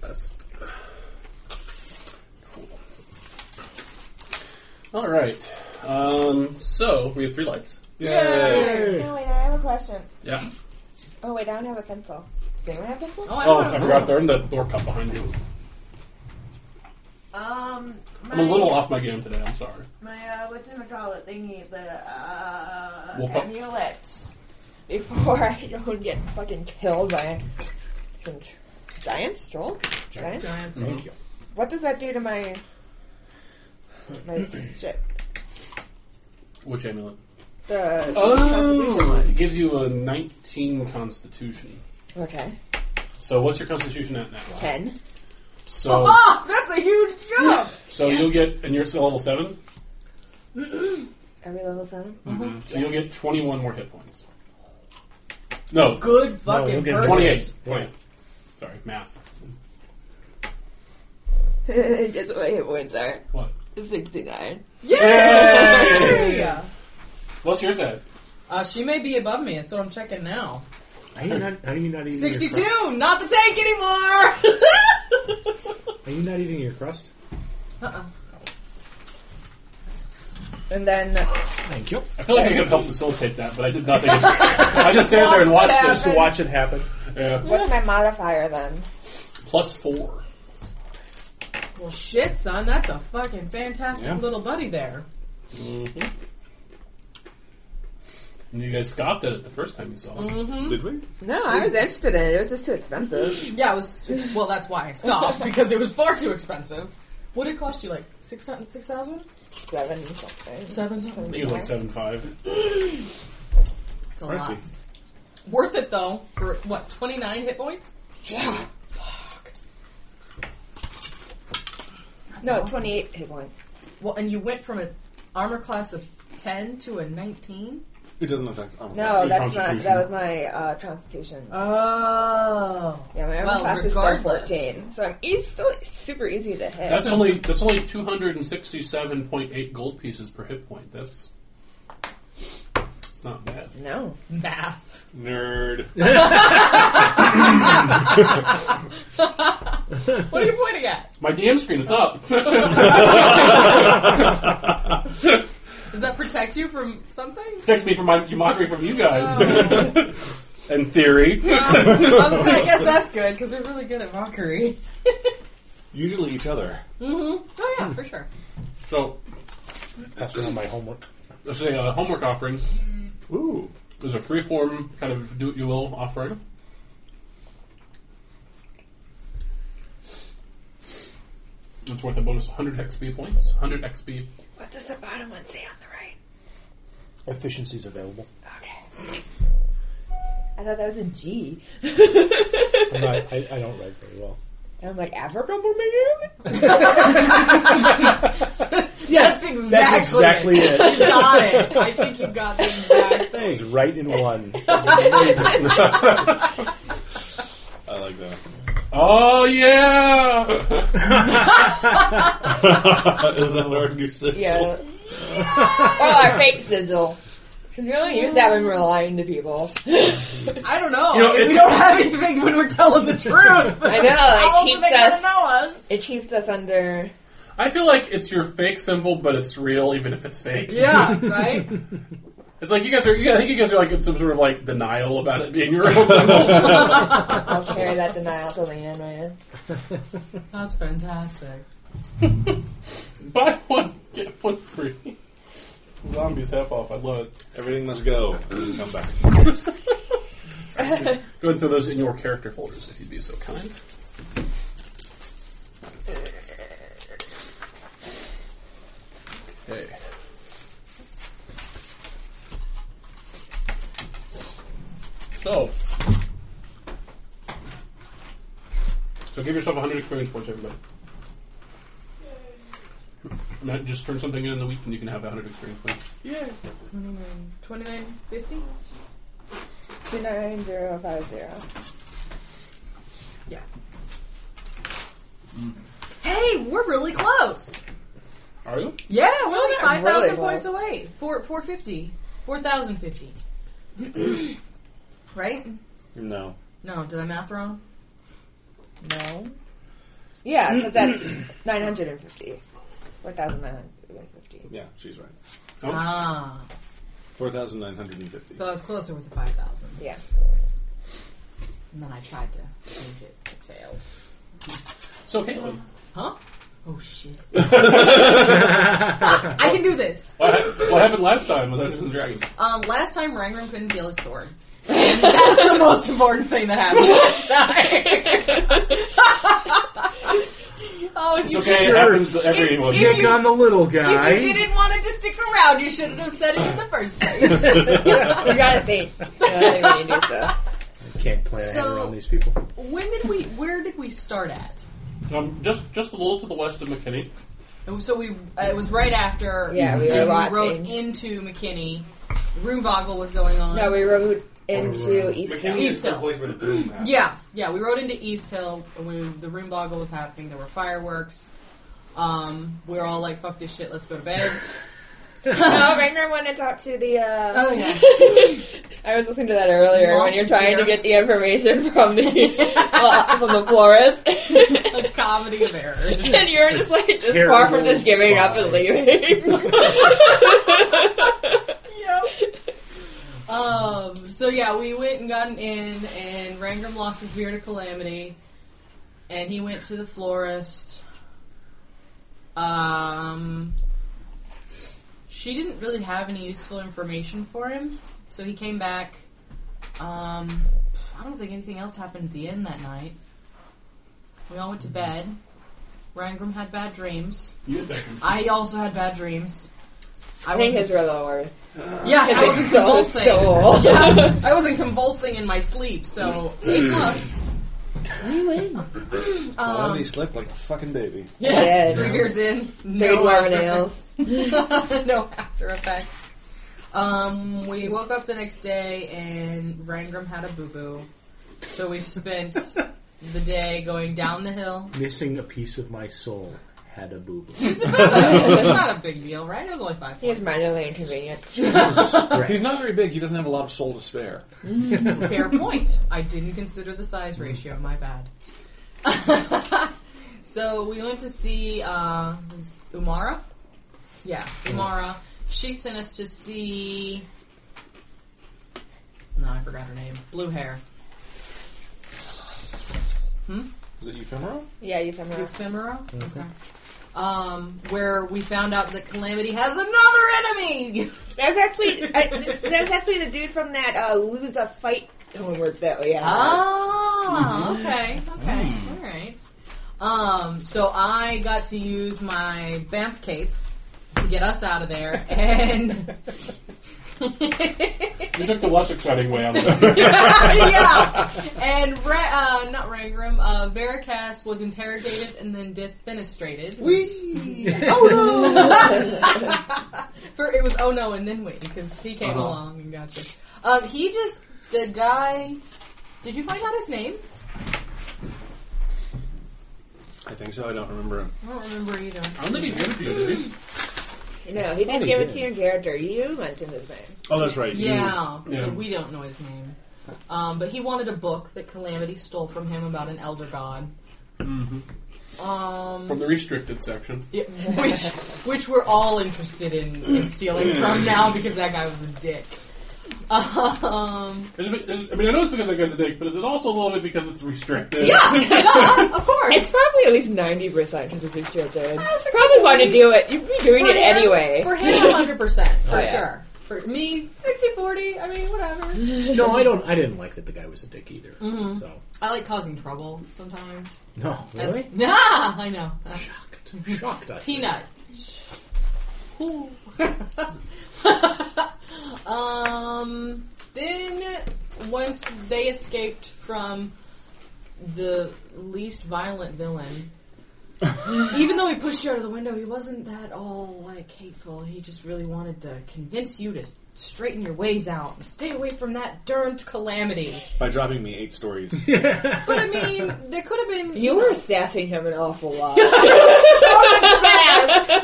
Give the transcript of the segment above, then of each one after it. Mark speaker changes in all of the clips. Speaker 1: test. All right. Um, so we have three lights.
Speaker 2: No, Oh, wait, I have a question.
Speaker 1: Yeah.
Speaker 2: Oh, wait, I don't have a pencil. Does anyone have pencils?
Speaker 3: Oh, I
Speaker 1: Oh,
Speaker 3: don't
Speaker 1: I
Speaker 3: have
Speaker 1: forgot. They're in the door cup behind you.
Speaker 3: Um, my,
Speaker 1: I'm a little off my game today. I'm sorry.
Speaker 3: My uh, what's in the it thingy? The uh,
Speaker 1: Wolf pup?
Speaker 3: amulet.
Speaker 2: Before I don't get fucking killed by some tr- giant trolls? Giant?
Speaker 4: Thank
Speaker 1: Mm-hmm.
Speaker 4: you.
Speaker 2: What does that do to my my shit?
Speaker 1: Which amulet?
Speaker 2: The constitution
Speaker 1: Oh,
Speaker 2: one.
Speaker 1: it gives you a 19 Constitution.
Speaker 2: Okay.
Speaker 1: So what's your Constitution at now?
Speaker 2: Ten.
Speaker 1: So,
Speaker 3: Oh, that's a huge jump.
Speaker 1: so you'll get, and you're still level seven.
Speaker 2: Are we level seven?
Speaker 1: So you'll get 21 more hit points. No,
Speaker 3: Good
Speaker 4: No,
Speaker 3: fucking
Speaker 4: you'll get
Speaker 3: purchase.
Speaker 1: 28.
Speaker 4: Yeah.
Speaker 1: 28. Sorry, math.
Speaker 2: Guess what my hit points are?
Speaker 1: What?
Speaker 2: Sixty-nine.
Speaker 1: Yay!
Speaker 3: Yeah.
Speaker 1: What's yours at?
Speaker 3: Uh, she may be above me. That's what I'm checking now.
Speaker 4: Are you not? Are you not eating your crust?
Speaker 3: Sixty-two. Not the tank anymore.
Speaker 4: Are you not eating your crust?
Speaker 3: Uh-uh.
Speaker 2: And then
Speaker 4: Thank you.
Speaker 1: I feel like I could help facilitate that, but I did nothing. I just stand there and watch this.
Speaker 4: Just to watch it happen.
Speaker 1: Yeah.
Speaker 2: what's my modifier then?
Speaker 1: Plus four.
Speaker 3: well, shit, son. That's a fucking fantastic
Speaker 1: Yeah.
Speaker 3: little buddy there.
Speaker 1: And you guys scoffed at it the first time you saw it.
Speaker 2: Mm-hmm.
Speaker 4: Did we?
Speaker 2: No, I was interested in it. It was just too expensive.
Speaker 3: Yeah, it was. Well, that's why I stopped because it was far too expensive. What did it cost you? Like six thousand? Six thousand?
Speaker 2: Seven something.
Speaker 3: Seven?
Speaker 1: I
Speaker 3: something?
Speaker 1: think it was like seven five.
Speaker 3: It's a
Speaker 4: Mercy.
Speaker 3: lot. Worth it though for what? Twenty nine hit points?
Speaker 2: Yeah. Fuck. No, twenty-eight hit points.
Speaker 3: Well, and you went from an armor class of ten to a nineteen.
Speaker 5: It doesn't affect. Oh,
Speaker 2: No,
Speaker 1: Your
Speaker 2: that's not.
Speaker 1: constitution.
Speaker 2: That was my uh, constitution.
Speaker 3: Oh.
Speaker 2: Yeah, my armor
Speaker 3: Well,
Speaker 2: class is still
Speaker 3: regardless.
Speaker 2: 14, so I'm eas still super easy to hit.
Speaker 1: That's only that's only two hundred and sixty seven point eight gold pieces per hit point. That's it's not bad.
Speaker 2: no.
Speaker 3: Math.
Speaker 5: Nerd.
Speaker 3: What are you pointing at?
Speaker 1: My DM screen, it's up.
Speaker 3: Does that protect you from something?
Speaker 1: Text me for my mockery from you guys.
Speaker 2: Oh.
Speaker 1: In theory.
Speaker 3: I, was like, I guess that's good because we're really good at mockery.
Speaker 5: Usually each other.
Speaker 3: Oh yeah, for sure.
Speaker 1: So
Speaker 4: Pass around my homework.
Speaker 1: there's a uh, homework offering.
Speaker 5: Ooh.
Speaker 1: There's a freeform kind of do what you will offering. It's worth a bonus 100 XP points. 100 XP.
Speaker 2: What does the bottom one say on the right?
Speaker 4: Efficiencies available.
Speaker 2: Okay. I thought that was a G.
Speaker 4: I'm not, I, I don't write very well.
Speaker 2: And I'm like, African man?
Speaker 3: Yes, that's exactly.
Speaker 4: That's exactly it.
Speaker 3: You got it. I think you got the exact thing.
Speaker 4: It's right in one.
Speaker 5: I like that.
Speaker 1: Oh, yeah!
Speaker 5: Is that our new sigil?
Speaker 2: Yeah. oh, our fake sigil. Because we only use that when we're lying to people.
Speaker 3: I don't know.
Speaker 1: You know,
Speaker 3: I mean, we
Speaker 1: it's-
Speaker 3: don't have anything when we're telling the truth.
Speaker 2: I know, it keeps us,
Speaker 3: know us.
Speaker 2: it keeps us under,
Speaker 1: I feel like it's your fake symbol, but it's real, even if it's fake.
Speaker 3: Yeah, right.
Speaker 1: It's like you guys are, you guys, I think you guys are like in some sort of like denial about it being your real symbol.
Speaker 2: I'll carry that denial till the end right now.
Speaker 3: That's fantastic.
Speaker 1: Buy one, get one free. Zombies half off. I love it.
Speaker 5: Everything must go. Come back.
Speaker 1: Go ahead and throw those in your character folders if you'd be so kind. Okay. So. So give yourself 100 experience points, everybody. Matt, just turn something in in the week and you can have 100 experience points.
Speaker 3: 2950?
Speaker 2: 29050.
Speaker 3: Yeah. Hey, we're really close.
Speaker 1: Are you?
Speaker 3: Yeah, we're only
Speaker 2: not
Speaker 3: 5,000
Speaker 2: really
Speaker 3: points away. Four, 450. 4,050. right?
Speaker 5: No.
Speaker 3: No, did I math wrong?
Speaker 2: No. Yeah, because that's 950. 4,950.
Speaker 5: Yeah, she's right.
Speaker 1: Oh,
Speaker 3: Ah,
Speaker 5: 4,950.
Speaker 3: so I was closer with the five thousand,
Speaker 2: Yeah.
Speaker 3: and then I tried to change it, it failed.
Speaker 1: so Caitlin,
Speaker 3: Huh? Oh shit! I can do this.
Speaker 1: what, hap- what happened last time with Dungeons and Dragons?
Speaker 3: Um, last time Rangram couldn't deal his sword. And that's the most important thing that happened last time. oh,
Speaker 1: It's
Speaker 3: you
Speaker 1: okay.
Speaker 3: should-
Speaker 4: Sure.
Speaker 1: It happens to everyone.
Speaker 3: If
Speaker 4: Pick
Speaker 3: you-
Speaker 4: on the little
Speaker 3: If you
Speaker 4: guy.
Speaker 3: didn't want it to stick around, you shouldn't have said it in the first place.
Speaker 2: you gotta think. You know what I mean? It's a-
Speaker 4: Can't plan ahead
Speaker 3: So-
Speaker 4: around these people.
Speaker 3: when did we? Where did we start at?
Speaker 1: Um, just just a little to the west of McKinney.
Speaker 3: So we. Uh, it was right after.
Speaker 2: Yeah, we were
Speaker 3: and
Speaker 2: watching.
Speaker 3: rode into McKinney. Roomvogel was going on.
Speaker 2: No, we rode
Speaker 4: Oh,
Speaker 2: into
Speaker 4: right.
Speaker 2: East
Speaker 5: McKinney is the
Speaker 3: Eastel.
Speaker 5: place where the boom happened.
Speaker 3: Yeah, yeah, we rode into East Hill when the Roomboggle was happening. There were fireworks. Um, we were all like, "Fuck this shit, let's go to bed."
Speaker 2: No, Ragnar wanted to talk to the. Uh,
Speaker 3: Oh, yeah.
Speaker 2: I was listening to that earlier
Speaker 3: Lost
Speaker 2: when you're
Speaker 3: his
Speaker 2: trying
Speaker 3: ear.
Speaker 2: to get the information from the well, from the florist,
Speaker 3: A comedy of errors.
Speaker 2: and you were just like just far from just
Speaker 4: Terrible
Speaker 2: giving up and
Speaker 4: spy.
Speaker 2: leaving.
Speaker 3: Um, so yeah, we went and got an inn, and Rangram lost his beard of calamity, and he went to the florist. Um, she didn't really have any useful information for him, so he came back. Um, I don't think anything else happened at the inn that night. We all went to bed. Rangram had bad dreams.
Speaker 1: You had that
Speaker 3: I also had bad dreams. I
Speaker 2: I think
Speaker 3: was
Speaker 2: his were the worst.
Speaker 3: yeah, I was
Speaker 2: so
Speaker 3: convulsing.
Speaker 2: soul.
Speaker 3: Yeah, I wasn't convulsing in my sleep, so A plus. um,
Speaker 5: Well, he slept like a fucking baby.
Speaker 2: Yeah.
Speaker 3: three beers in,
Speaker 2: Three
Speaker 3: no
Speaker 2: dwarven
Speaker 3: after,
Speaker 2: ales.
Speaker 3: no after effects. Um, we woke up the next day and Rangram had a boo boo, so we spent the day going down the hill.
Speaker 4: Missing a piece of my soul had a boo boo.
Speaker 3: It's a boo-boo. It's not a big deal, right? It was only five.
Speaker 2: He was minorly inconvenient.
Speaker 5: He's not very big. He doesn't have a lot of soul to spare.
Speaker 3: Fair point. I didn't consider the size ratio. My bad. so we went to see uh, Umara. Yeah, Umara. She sent us to see. No, I forgot her name. Blue hair.
Speaker 5: Is it ephemeral?
Speaker 2: Yeah, you from her.
Speaker 3: Ephemera. Okay. Um, where we found out that Calamity has another enemy.
Speaker 2: That was actually I, that was actually the dude from that uh, lose a fight homework that we had.
Speaker 3: Oh, okay, okay, all right. Um, so I got to use my Banff cape to get us out of there, and
Speaker 1: You took the less exciting way out of it.
Speaker 3: yeah, and Ra- uh, not Rangram, uh, Veracast was interrogated and then defenestrated. For it was oh no and then wait because he came
Speaker 1: Uh-huh.
Speaker 3: along and got you. Um, he just the guy. Did you find out his name?
Speaker 5: I think so. I don't remember him.
Speaker 3: I don't remember either.
Speaker 1: I don't think he gave it to you, did he?
Speaker 2: No, he didn't
Speaker 4: he
Speaker 2: give it
Speaker 4: did.
Speaker 2: to your character. You mentioned his name.
Speaker 5: Oh, that's right. you-
Speaker 3: Yeah,
Speaker 1: Yeah.
Speaker 3: so we don't know his name. Um, but he wanted a book that Calamity stole from him about an elder god. Um,
Speaker 1: From the restricted section.
Speaker 3: yeah, which which we're all interested in, in stealing from now because that guy was a dick. Um,
Speaker 1: Is it, is, I mean, I know it's because that guy's a dick, but is it also a little bit because it's restricted?
Speaker 3: yes, yeah, of course.
Speaker 2: It's probably at least ninety percent because it's your children. Probably want to do it. You'd be doing it
Speaker 3: him-
Speaker 2: anyway.
Speaker 3: For him, 100 percent for
Speaker 2: Oh, yeah.
Speaker 3: sure. For me, 60-40, I mean, whatever.
Speaker 4: no, I don't. I didn't like that the guy was a dick either. So
Speaker 3: I like causing trouble sometimes.
Speaker 4: no,
Speaker 3: Mm-hmm. That's-
Speaker 4: really
Speaker 3: Ah, I know.
Speaker 4: shocked. Shocked. I think.
Speaker 3: Peanut. Ooh. um. Then once they escaped from the least violent villain, even though he pushed you out of the window, he wasn't that all like hateful. He just really wanted to convince you to straighten your ways out and stay away from that darned calamity.
Speaker 5: By dropping me eight stories.
Speaker 3: But I mean, there could have been
Speaker 2: You were sassing him an awful lot.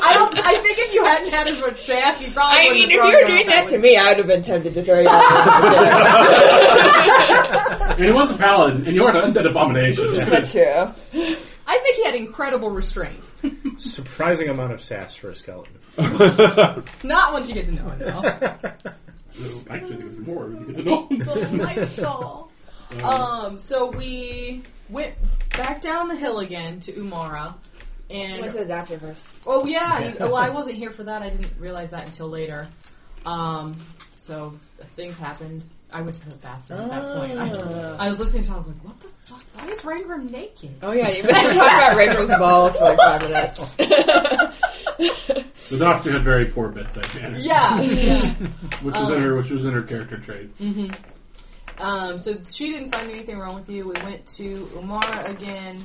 Speaker 3: I don't. I think if you hadn't had as much sass, you probably.
Speaker 2: I
Speaker 3: wouldn't
Speaker 2: mean, if
Speaker 3: have
Speaker 2: you
Speaker 3: thrown
Speaker 2: were
Speaker 3: her
Speaker 2: doing
Speaker 3: out
Speaker 2: that to
Speaker 3: way.
Speaker 2: me, I would have been tempted to throw you out.
Speaker 1: And he was a paladin, and you are an undead abomination.
Speaker 2: That's true.
Speaker 3: I think he had incredible restraint.
Speaker 4: Surprising amount of sass for a skeleton.
Speaker 3: Not once you get to know him, though.
Speaker 1: So, actually, there's more. when You get to know.
Speaker 3: Delightful. Um, so we went back down the hill again to Umara, and
Speaker 2: Went to the doctor first.
Speaker 3: Oh yeah. you- well, I wasn't here for that. I didn't realize that until later. Um, so things happened. I went to the bathroom at that point.
Speaker 2: Ah.
Speaker 3: I, I was listening to. it, I was like, "What the fuck? Why is Rangram naked?"
Speaker 2: Oh yeah, you talking about Rangram's balls for like five minutes.
Speaker 1: the doctor had very poor bedside manner.
Speaker 3: Yeah. Oh. yeah.
Speaker 1: Which was in her, which was in her character trait.
Speaker 3: Um, so she didn't find anything wrong with you. We went to Umara again,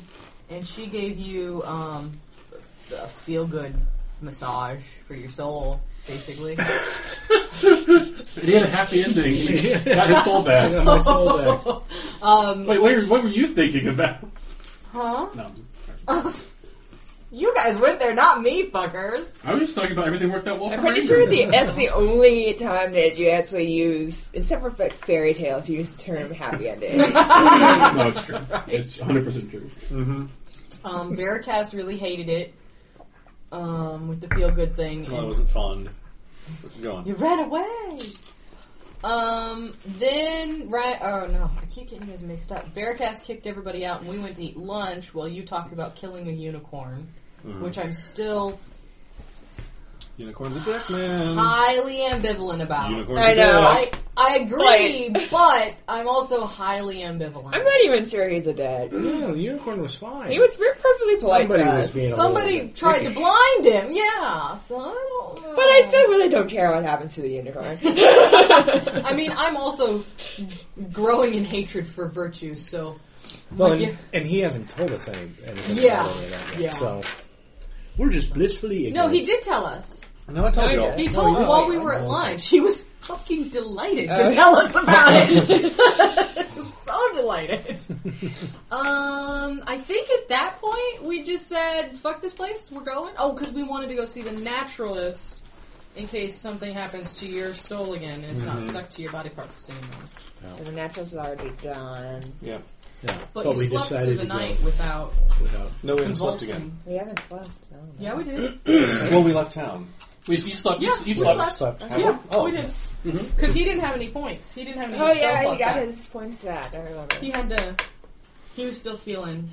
Speaker 3: and she gave you um, a feel good massage for your soul, basically.
Speaker 1: He had a happy ending. He got his soul
Speaker 4: I got
Speaker 1: back.
Speaker 4: my soul back.
Speaker 1: Wait, what were, what were you thinking about?
Speaker 3: huh?
Speaker 1: No,
Speaker 3: You guys went there, not me, fuckers.
Speaker 1: I was just talking about everything worked out well.
Speaker 2: I'm
Speaker 1: for
Speaker 2: pretty
Speaker 1: Ranger.
Speaker 2: sure the, that's the only time that you actually use, except for fa- fairy tales, you use the term happy ending.
Speaker 1: no, it's true. It's 100 percent true.
Speaker 3: Um, Veracast really hated it um, with the feel good thing.
Speaker 5: Well, it
Speaker 3: and-
Speaker 5: wasn't fun. Go
Speaker 3: You
Speaker 5: on.
Speaker 3: ran away. Um. Then right. Oh no, I keep getting you guys mixed up. Veracast kicked everybody out, and we went to eat lunch while you talked about killing a unicorn, which I'm still
Speaker 5: Unicorn the Deck Man.
Speaker 3: highly ambivalent about.
Speaker 5: Unicorn
Speaker 2: I
Speaker 5: the
Speaker 2: know,
Speaker 5: Deck.
Speaker 3: I I agree, but I'm also highly ambivalent.
Speaker 2: I'm not even sure he's a dad.
Speaker 4: No, the unicorn was fine.
Speaker 2: He was very perfectly polite
Speaker 4: Somebody
Speaker 2: to
Speaker 4: was
Speaker 2: us.
Speaker 4: being a little
Speaker 3: Somebody
Speaker 4: bit
Speaker 3: tried to
Speaker 4: dickish.
Speaker 3: blind him. Yeah. So I don't know.
Speaker 2: But I still really don't care what happens to the unicorn.
Speaker 3: I mean, I'm also growing in hatred for virtue. So.
Speaker 4: Well,
Speaker 3: Like,
Speaker 4: and,
Speaker 3: yeah.
Speaker 4: and he hasn't told us any, anything
Speaker 3: Yeah.
Speaker 4: about any of that yet,
Speaker 3: Yeah.
Speaker 4: so we're just blissfully
Speaker 3: No,
Speaker 4: ignorant.
Speaker 3: he did tell us.
Speaker 5: No, I told you
Speaker 2: I
Speaker 5: all.
Speaker 3: He told
Speaker 2: Oh, yeah.
Speaker 3: while we were at lunch, he was fucking delighted
Speaker 5: Uh,
Speaker 3: to tell us about it. so delighted. um, I think at that point we just said, "Fuck this place, we're going." Oh, because we wanted to go see the naturalist in case something happens to your soul again and it's
Speaker 5: Mm-hmm.
Speaker 3: not stuck to your body parts anymore.
Speaker 2: the naturals is already done.
Speaker 5: Yeah.
Speaker 4: Yeah.
Speaker 3: But,
Speaker 4: we
Speaker 3: you slept
Speaker 4: decided
Speaker 3: through the
Speaker 4: to go
Speaker 3: night without
Speaker 4: without.
Speaker 5: No, we haven't slept again.
Speaker 3: convulsing.
Speaker 2: We haven't slept. So
Speaker 3: Yeah, we did.
Speaker 5: Well, we left town.
Speaker 1: We, you slept.
Speaker 3: Yeah,
Speaker 1: you
Speaker 3: we
Speaker 1: slept.
Speaker 3: slept.
Speaker 4: Slept.
Speaker 5: Have
Speaker 3: yeah,
Speaker 5: we? Oh.
Speaker 3: we did. Because he didn't have any points. He didn't have any.
Speaker 2: Oh
Speaker 3: spells
Speaker 2: yeah, he
Speaker 3: left
Speaker 2: got
Speaker 3: back.
Speaker 2: his points back. I remember.
Speaker 3: He had to. He was still feeling.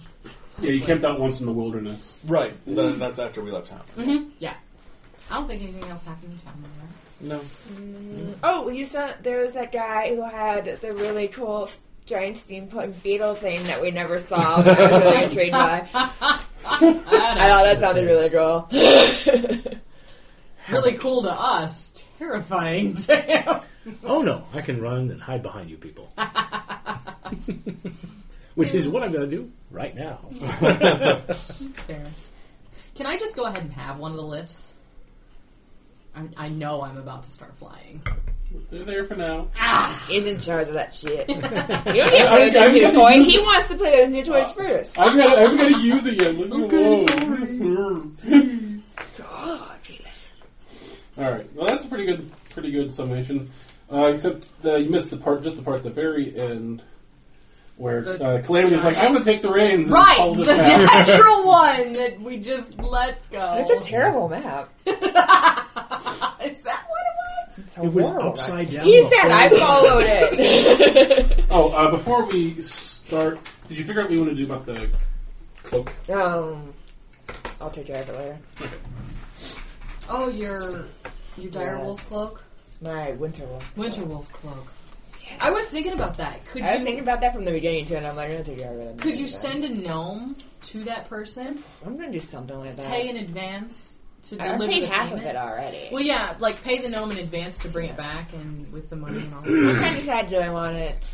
Speaker 1: Yeah, you camped out once in the wilderness.
Speaker 5: Right. Th- that's after we left town.
Speaker 3: Yeah. I don't think anything else happened in town. Right?
Speaker 5: No.
Speaker 2: Oh, you saw there was that guy who had the really cool s- giant steampunk beetle thing that we never saw. That I was really intrigued by. I
Speaker 3: uh,
Speaker 2: thought that sounded really cool.
Speaker 3: Really cool to us. Terrifying to him.
Speaker 4: Oh no, I can run and hide behind you people. Which is what I'm going to do right now.
Speaker 3: Fair. Can I just go ahead and have one of the lifts? I, I know I'm about to start flying.
Speaker 1: They're there for now.
Speaker 2: He's in charge of that shit. you don't need
Speaker 1: I- I-
Speaker 2: to play with his new
Speaker 1: I-
Speaker 2: toy. He wants to play with his new toys first.
Speaker 1: I've got. I've got to use it yet. Leave me alone. All right. Well, that's a pretty good. Pretty good summation. Uh, except the, you missed the part, just the part at the very end, where
Speaker 3: The
Speaker 1: uh, Calamity was like, "I'm going to take the reins." and
Speaker 3: Right!
Speaker 1: follow
Speaker 3: The
Speaker 1: this map."
Speaker 3: natural one that we just let go.
Speaker 2: That's a terrible map.
Speaker 3: Is that what it was?
Speaker 2: It's
Speaker 4: It was
Speaker 2: horrible.
Speaker 4: upside down.
Speaker 2: He
Speaker 4: the
Speaker 2: said
Speaker 4: whole
Speaker 2: I followed it.
Speaker 1: Oh, uh, before we start, did you figure out what you want to do about the cloak?
Speaker 2: um, I'll take care of it later.
Speaker 3: Oh, your, your dire
Speaker 2: Yes.
Speaker 3: wolf cloak?
Speaker 2: My winter wolf.
Speaker 3: Winter wolf cloak. I was thinking about that. Could
Speaker 2: I was
Speaker 3: you
Speaker 2: thinking about that from the beginning too, and I'm like, I'm gonna take care of it.
Speaker 3: Could you send a gnome to that person,
Speaker 2: I'm gonna do something like that.
Speaker 3: pay in advance to
Speaker 2: I
Speaker 3: deliver
Speaker 2: paid
Speaker 3: the
Speaker 2: half
Speaker 3: payment?
Speaker 2: of it already.
Speaker 3: Well, yeah, like pay the gnome in advance to bring it back, and with the money and all.
Speaker 2: I'm
Speaker 3: that.
Speaker 2: trying to decide do I want it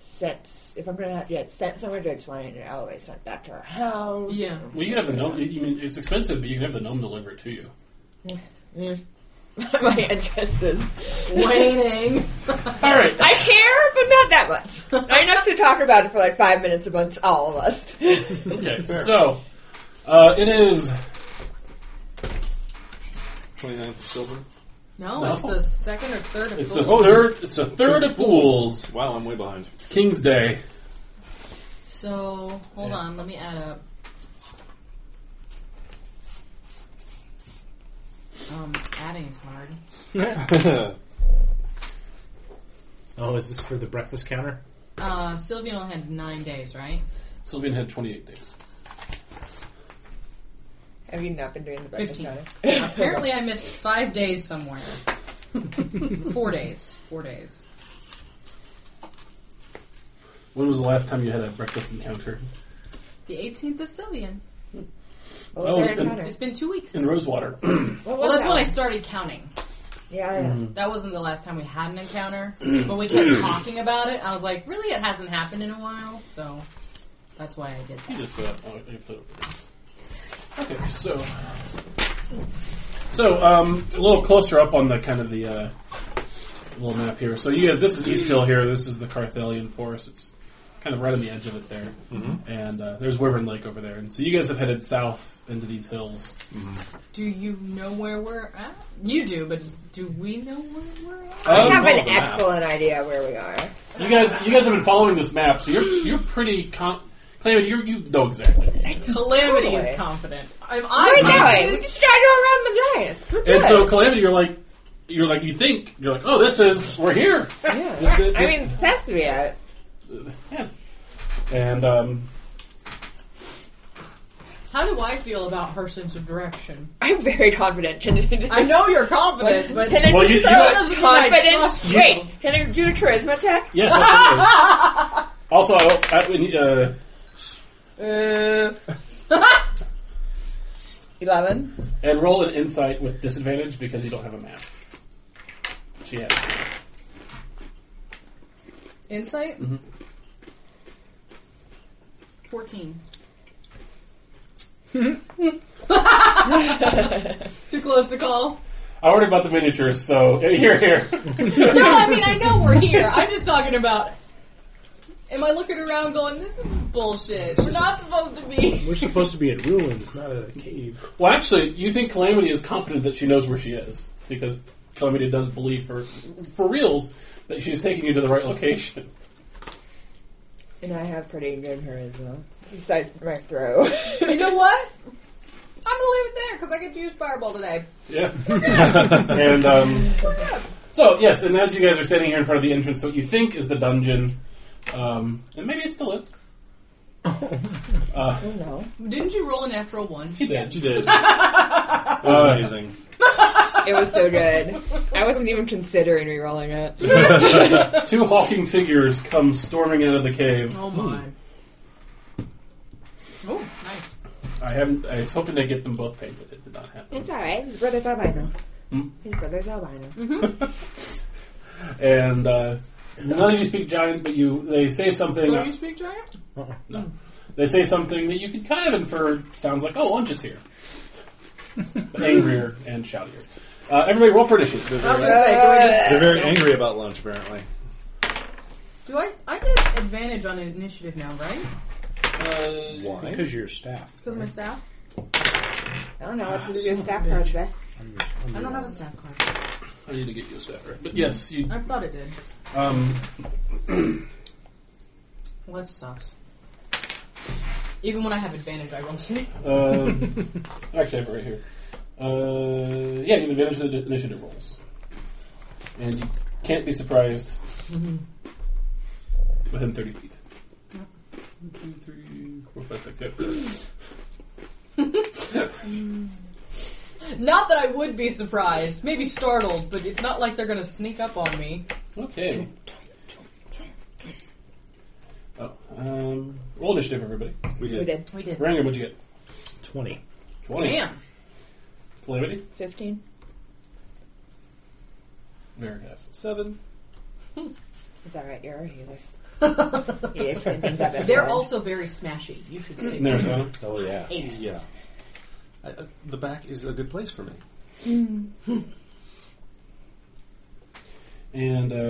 Speaker 2: sent if I'm gonna have to get sent somewhere, do I just want it always sent back to our house?
Speaker 3: yeah,
Speaker 1: Well, you can have the gnome. You mean it's expensive, but you can have the gnome deliver it to you.
Speaker 2: Mm. My interest is
Speaker 3: waiting.
Speaker 1: All right.
Speaker 2: I care, but not that much. Not enough to talk about it for like five minutes amongst all of us.
Speaker 1: Okay. So uh, it is
Speaker 5: 29th of silver.
Speaker 3: No,
Speaker 1: No.
Speaker 3: it's the second or third of
Speaker 1: It's a
Speaker 3: Fools.
Speaker 1: third. It's a third of fools.
Speaker 5: Wow, I'm way behind.
Speaker 1: It's King's Day.
Speaker 3: So hold on, let me add up. Um, adding is hard.
Speaker 4: Oh, is this for the breakfast counter?
Speaker 3: Uh, Sylvian only had nine days, right?
Speaker 1: Sylvian had 28 days.
Speaker 2: Have you not been doing the breakfast
Speaker 3: Fifteen.
Speaker 2: counter?
Speaker 3: Apparently, I missed five days somewhere. Four days. Four days.
Speaker 1: When was the last time you had a breakfast encounter?
Speaker 3: The 18th of Sylvian.
Speaker 2: What was
Speaker 1: Oh,
Speaker 2: our
Speaker 1: and-
Speaker 2: encounter?
Speaker 3: It's been two weeks.
Speaker 1: In Rosewater.
Speaker 2: What
Speaker 3: Well,
Speaker 2: was
Speaker 3: that's
Speaker 2: that
Speaker 3: when I
Speaker 2: one?
Speaker 3: started counting.
Speaker 2: Yeah, yeah.
Speaker 3: That wasn't the last time we had an encounter, but we kept talking about it. I was like, really, it hasn't happened in a while, so that's why I did
Speaker 1: You
Speaker 3: that.
Speaker 1: just uh, oh, you put it over there. Okay, so so um, a little closer up on the kind of the uh, little map here. So you guys, this is East Hill here. This is the Carthalian Forest. It's kind of right on the edge of it there, and uh, there's Wyvern Lake over there. And so you guys have headed south into these hills.
Speaker 3: Do you know where we're at? You do, but do we know where we're at?
Speaker 2: I
Speaker 1: Um,
Speaker 2: have
Speaker 1: oh,
Speaker 2: an
Speaker 1: the map.
Speaker 2: excellent idea where we are.
Speaker 1: You guys, you guys have been following this map, so you're you're pretty. Con- Calamity, you you know exactly. where you are.
Speaker 3: Calamity
Speaker 2: Totally.
Speaker 3: is confident. I'm
Speaker 2: We're
Speaker 3: I'm
Speaker 2: going. We
Speaker 3: confident.
Speaker 2: just trying to go around the giants. We're good.
Speaker 1: And so Calamity, you're like, you're like, you think you're like, oh, this is we're here.
Speaker 2: yeah.
Speaker 1: this is-
Speaker 2: I
Speaker 1: this-
Speaker 2: mean, this has to be it.
Speaker 1: Yeah. And um,
Speaker 3: How do I feel about her sense of direction?
Speaker 2: I'm very confident. Can
Speaker 3: I know you're confident, but
Speaker 2: Can I
Speaker 1: Well,
Speaker 2: do
Speaker 1: you-
Speaker 2: char-
Speaker 1: you-
Speaker 3: Doesn't mean I
Speaker 2: confidence?
Speaker 3: trust you.
Speaker 2: Wait, can I do a charisma check?
Speaker 1: Yes. absolutely. also, I, I, when, uh,
Speaker 2: Uh, Eleven.
Speaker 1: and roll an insight with disadvantage because you don't have a map. She has.
Speaker 3: insight. Fourteen. Too close to call.
Speaker 1: I already bought the miniatures, so here, here.
Speaker 3: No, I mean I know we're here. I'm just talking about. Am I looking around going, this is bullshit? We're not supposed to be.
Speaker 4: We're supposed to be at ruins, not a cave.
Speaker 1: well, actually, you think Calamity is confident that she knows where she is because Calamity does believe for for reals that she's taking you to the right location.
Speaker 2: And I have pretty good charisma. Besides my throw.
Speaker 3: You know what? I'm gonna leave it there because I could use fireball today.
Speaker 1: Yeah. and um, so yes, and as you guys are standing here in front of the entrance to what you think is the dungeon, um, and maybe it still is.
Speaker 2: oh no.
Speaker 3: Didn't you roll a natural one?
Speaker 1: She did.
Speaker 5: She did. That was
Speaker 1: Uh,
Speaker 5: amazing.
Speaker 2: It was so good. I wasn't even considering re-rolling it.
Speaker 1: Two hawking figures come storming out of the cave.
Speaker 3: Oh my. Oh, nice.
Speaker 1: I haven't. I was hoping to get them both painted. It did not happen.
Speaker 2: It's alright. His brother's albino.
Speaker 1: Hmm?
Speaker 2: His brother's albino.
Speaker 1: And uh, none of you speak giant, but you. They say something.
Speaker 3: Don't you speak giant?
Speaker 1: no. They say something that you can kind of infer sounds like, "Oh, lunch is here," but angrier and shoutier. Uh, everybody, roll for initiative.
Speaker 5: They're
Speaker 3: I was
Speaker 5: very,
Speaker 3: gonna say, do I just-
Speaker 5: they're very angry about lunch, apparently.
Speaker 3: Do I? I get advantage on initiative now, right?
Speaker 1: Uh,
Speaker 5: Why?
Speaker 4: Because your staff.
Speaker 3: Because of my staff.
Speaker 2: I don't know. What's
Speaker 1: Ah,
Speaker 2: your staff card say?
Speaker 3: I don't have a staff card.
Speaker 1: I need to get you a staffer. But yes, you.
Speaker 3: I thought it did.
Speaker 1: Um,
Speaker 3: Well, that sucks. Even when I have advantage, I roll shit.
Speaker 1: um, actually, I have it right here. Uh, yeah, you have advantage of the initiative rolls, and you can't be surprised Mm-hmm. within thirty feet. One, two, three, four, five, six, seven.
Speaker 3: Not that I would be surprised, maybe startled, but it's not like they're gonna sneak up on me.
Speaker 1: Okay. Oh, um, roll initiative, everybody.
Speaker 2: We
Speaker 5: We did.
Speaker 2: did.
Speaker 3: We did.
Speaker 1: Ranger, what'd you get?
Speaker 4: 20.
Speaker 1: Twenty.
Speaker 3: Damn.
Speaker 1: Calamity.
Speaker 2: Fifteen.
Speaker 1: Very fast.
Speaker 5: Seven.
Speaker 2: It's alright. You're a healer. You clean things up after
Speaker 3: They're
Speaker 2: lunch.
Speaker 3: also very smashy. You should see.
Speaker 1: Narasana.
Speaker 4: Oh, yeah.
Speaker 3: Eight.
Speaker 5: Yeah. I, uh, the back is a good place for me.
Speaker 1: And uh,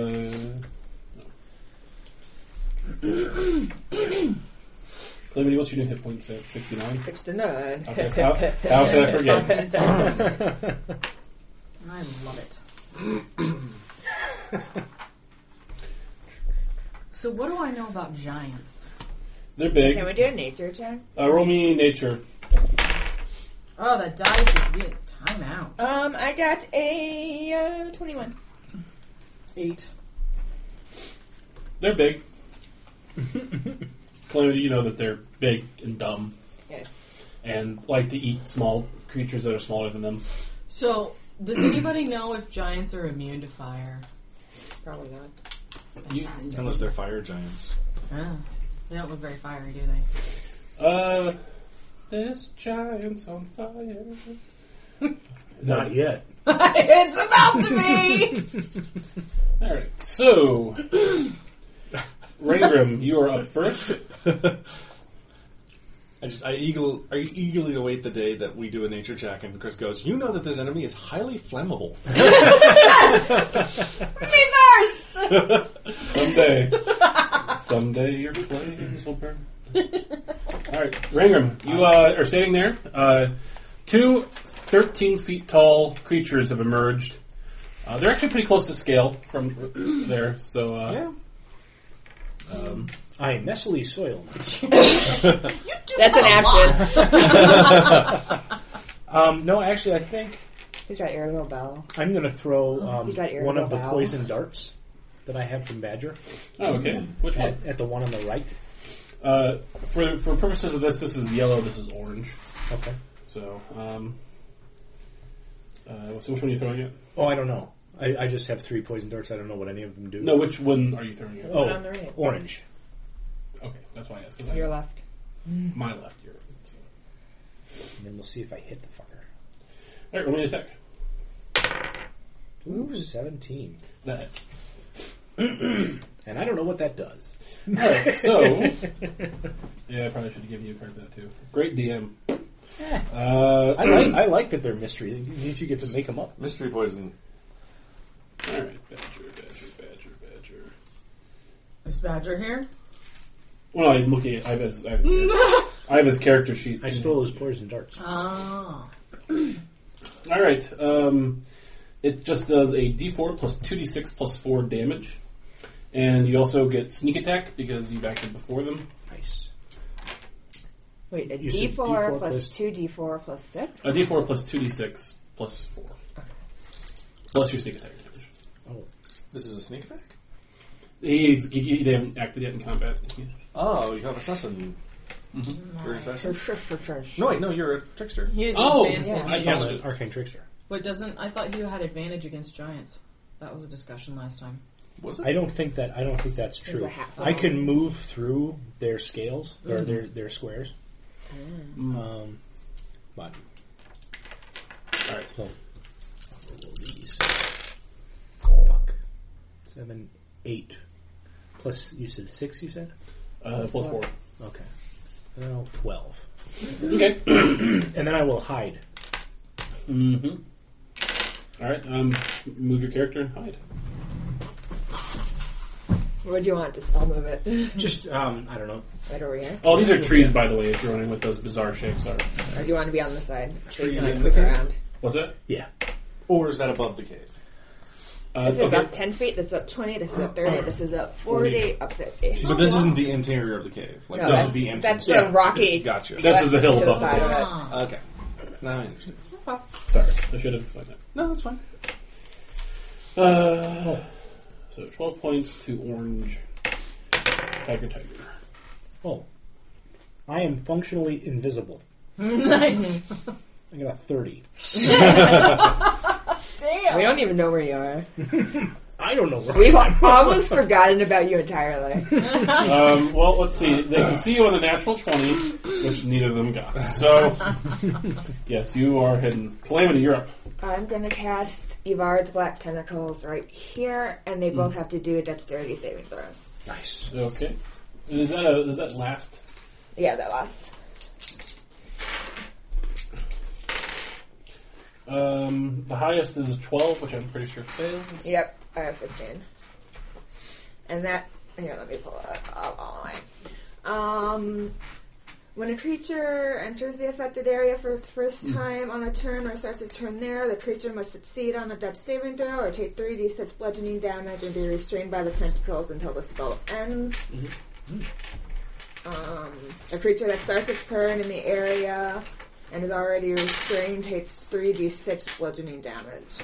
Speaker 1: Calamity, what's your new hit points at? Sixty nine.
Speaker 2: six to nine.
Speaker 1: Okay. How, how could I forget?
Speaker 3: I love it. so what do I know about giants?
Speaker 1: They're
Speaker 2: Can
Speaker 1: big.
Speaker 2: we do a nature check?
Speaker 1: Uh, roll me nature.
Speaker 3: Oh, that dice is being
Speaker 6: I'm out.
Speaker 2: Um, I got a uh, 21.
Speaker 6: Eight.
Speaker 1: They're big. Calamity, you know that they're big and dumb.
Speaker 2: Yeah.
Speaker 1: And like to eat small creatures that are smaller than them.
Speaker 3: So, does anybody know if giants are immune to fire?
Speaker 2: Probably not.
Speaker 1: You,
Speaker 6: Fantastic.
Speaker 5: Unless they're fire giants.
Speaker 3: Ah, they don't look very fiery, do they?
Speaker 1: uh, this giant's on fire.
Speaker 7: Not yet.
Speaker 2: it's about to be!
Speaker 1: All right. So, Rangrim, you are up first.
Speaker 5: I just I eagle I eagerly await the day that we do a nature check and Chris goes, You know that this enemy is highly flammable.
Speaker 2: me first!
Speaker 1: Someday, someday your flames will burn. All right, Rangram, you uh, are standing there. Uh, two 13 feet tall creatures have emerged. Uh, they're actually pretty close to scale from there, so uh,
Speaker 4: Um,
Speaker 7: I am messily soiled.
Speaker 2: That's an action.
Speaker 7: Um, no, actually, I think
Speaker 2: He's got irritable bowel.
Speaker 7: I'm going to throw um,
Speaker 2: you got irritable
Speaker 7: one of the
Speaker 2: bowel.
Speaker 7: poison darts that I have from Badger
Speaker 1: oh, okay. Which one?
Speaker 7: at, at the one on the right.
Speaker 1: Uh, for for purposes of this, this is yellow. This is orange.
Speaker 7: Okay.
Speaker 1: So, um, uh, so which one are you throwing at?
Speaker 7: Oh, I don't know. I, I just have three poison darts. I don't know what any of them do.
Speaker 1: No, which one are you throwing at?
Speaker 7: Oh,
Speaker 2: On the right.
Speaker 7: orange.
Speaker 1: Okay, that's why I asked. 'cause
Speaker 2: Your
Speaker 1: I,
Speaker 2: left.
Speaker 1: my left ear. So.
Speaker 7: And then we'll see if I hit the fucker.
Speaker 1: All right, roll me an attack.
Speaker 7: Ooh, 17.
Speaker 1: That hits.
Speaker 7: And I don't know what that does.
Speaker 1: Alright, so. yeah, I probably should have given you a card for that too. Great DM. Uh,
Speaker 7: I like, I like that they're mystery. It means you get to make them up.
Speaker 5: Mystery poison.
Speaker 1: Alright, Badger, Badger, Badger, Badger.
Speaker 3: Is Badger here?
Speaker 1: Well, I'm looking at. I have his, I have his, I have his character sheet.
Speaker 7: I stole his poison darts.
Speaker 3: Ah.
Speaker 1: Alright, um, it just does a d4 plus 2d6 plus 4 damage. And you also get sneak attack because you've acted before them.
Speaker 7: Nice.
Speaker 2: Wait, a
Speaker 7: You said
Speaker 2: D4, plus
Speaker 7: D4 plus-
Speaker 2: 2D4 plus 6?
Speaker 1: A d4 plus 2d6 plus 4. Plus your sneak attack damage.
Speaker 7: Oh.
Speaker 5: This is a sneak attack?
Speaker 1: He's, he, he- they haven't acted yet in combat.
Speaker 5: Oh, you have assassin. You're an assassin?
Speaker 2: No.
Speaker 5: No wait, no, you're a trickster.
Speaker 3: He has
Speaker 1: Oh,
Speaker 3: advantage.
Speaker 1: I-
Speaker 7: I
Speaker 1: Yeah,
Speaker 7: am
Speaker 1: but-
Speaker 7: an arcane trickster.
Speaker 3: But doesn't I thought you had advantage against giants? That was a discussion last time.
Speaker 5: Was
Speaker 7: I
Speaker 5: it?
Speaker 7: don't think that I don't think that's
Speaker 2: There's a
Speaker 7: true.
Speaker 2: half Mm-hmm.
Speaker 7: I can
Speaker 2: one.
Speaker 7: move through their scales or their their squares.
Speaker 2: Mm.
Speaker 7: Um, but
Speaker 1: Alright.
Speaker 7: so I'll roll these. Fuck. Seven, eight, plus you said six. You said
Speaker 1: Uh, plus four.
Speaker 7: okay. Now twelve,
Speaker 1: Okay.
Speaker 7: and then I will hide.
Speaker 1: mm-hmm. All right. Um, move your character and hide.
Speaker 2: What do you want? Just, I'll move it.
Speaker 7: Just um, I don't know.
Speaker 2: Right over here?
Speaker 1: Oh, these are trees, by the way. If you're wondering what those bizarre shapes are,
Speaker 2: Or do you want to be on the side? So you
Speaker 5: Trees
Speaker 2: can like,
Speaker 5: in
Speaker 2: move
Speaker 5: the cave?
Speaker 2: around.
Speaker 1: was it?
Speaker 7: Yeah,
Speaker 5: Or is that above the cave?
Speaker 1: Uh,
Speaker 2: This is up 10 feet, this is up 20, this is up 30, this is up 40, up 50.
Speaker 5: But this isn't the interior of the cave. Like
Speaker 2: No,
Speaker 5: this
Speaker 2: that's,
Speaker 5: is the
Speaker 2: that's
Speaker 5: entrance.
Speaker 2: the
Speaker 1: Yeah.
Speaker 2: rocky.
Speaker 5: Gotcha.
Speaker 1: This is the hill
Speaker 2: to the
Speaker 1: above.
Speaker 2: side
Speaker 1: The
Speaker 2: of it.
Speaker 3: Ah.
Speaker 5: okay. Now I understand.
Speaker 1: Sorry, I should have explained that.
Speaker 5: No, that's fine.
Speaker 1: Uh, so twelve points to orange. Tiger, tiger.
Speaker 7: Oh, I am functionally invisible.
Speaker 3: nice.
Speaker 7: I got a thirty.
Speaker 2: We don't even know where you are.
Speaker 7: I don't know. Where
Speaker 2: We've almost forgotten about you entirely.
Speaker 1: Um, well, let's see. They can see you on the natural twenty, which neither of them got. So, yes, you are hidden. Calamity, you're up.
Speaker 2: I'm gonna cast Ivard's Black Tentacles right here, and they both have to do dexterity saving throws.
Speaker 7: nice.
Speaker 1: Okay. Is that a, does that last?
Speaker 2: Yeah, that lasts.
Speaker 1: Um, the highest is 12, which I'm pretty sure fails.
Speaker 2: Yep, I have 15. And that. Here, let me pull it up all- all the way. Um, when a creature enters the affected area for the first time on a turn or starts its turn there, the creature must succeed on a death saving throw or take 3d6 bludgeoning damage and be restrained by the tentacles until the spell ends. Um, a creature that starts its turn in the area and is already restrained, takes 3d6 bludgeoning damage.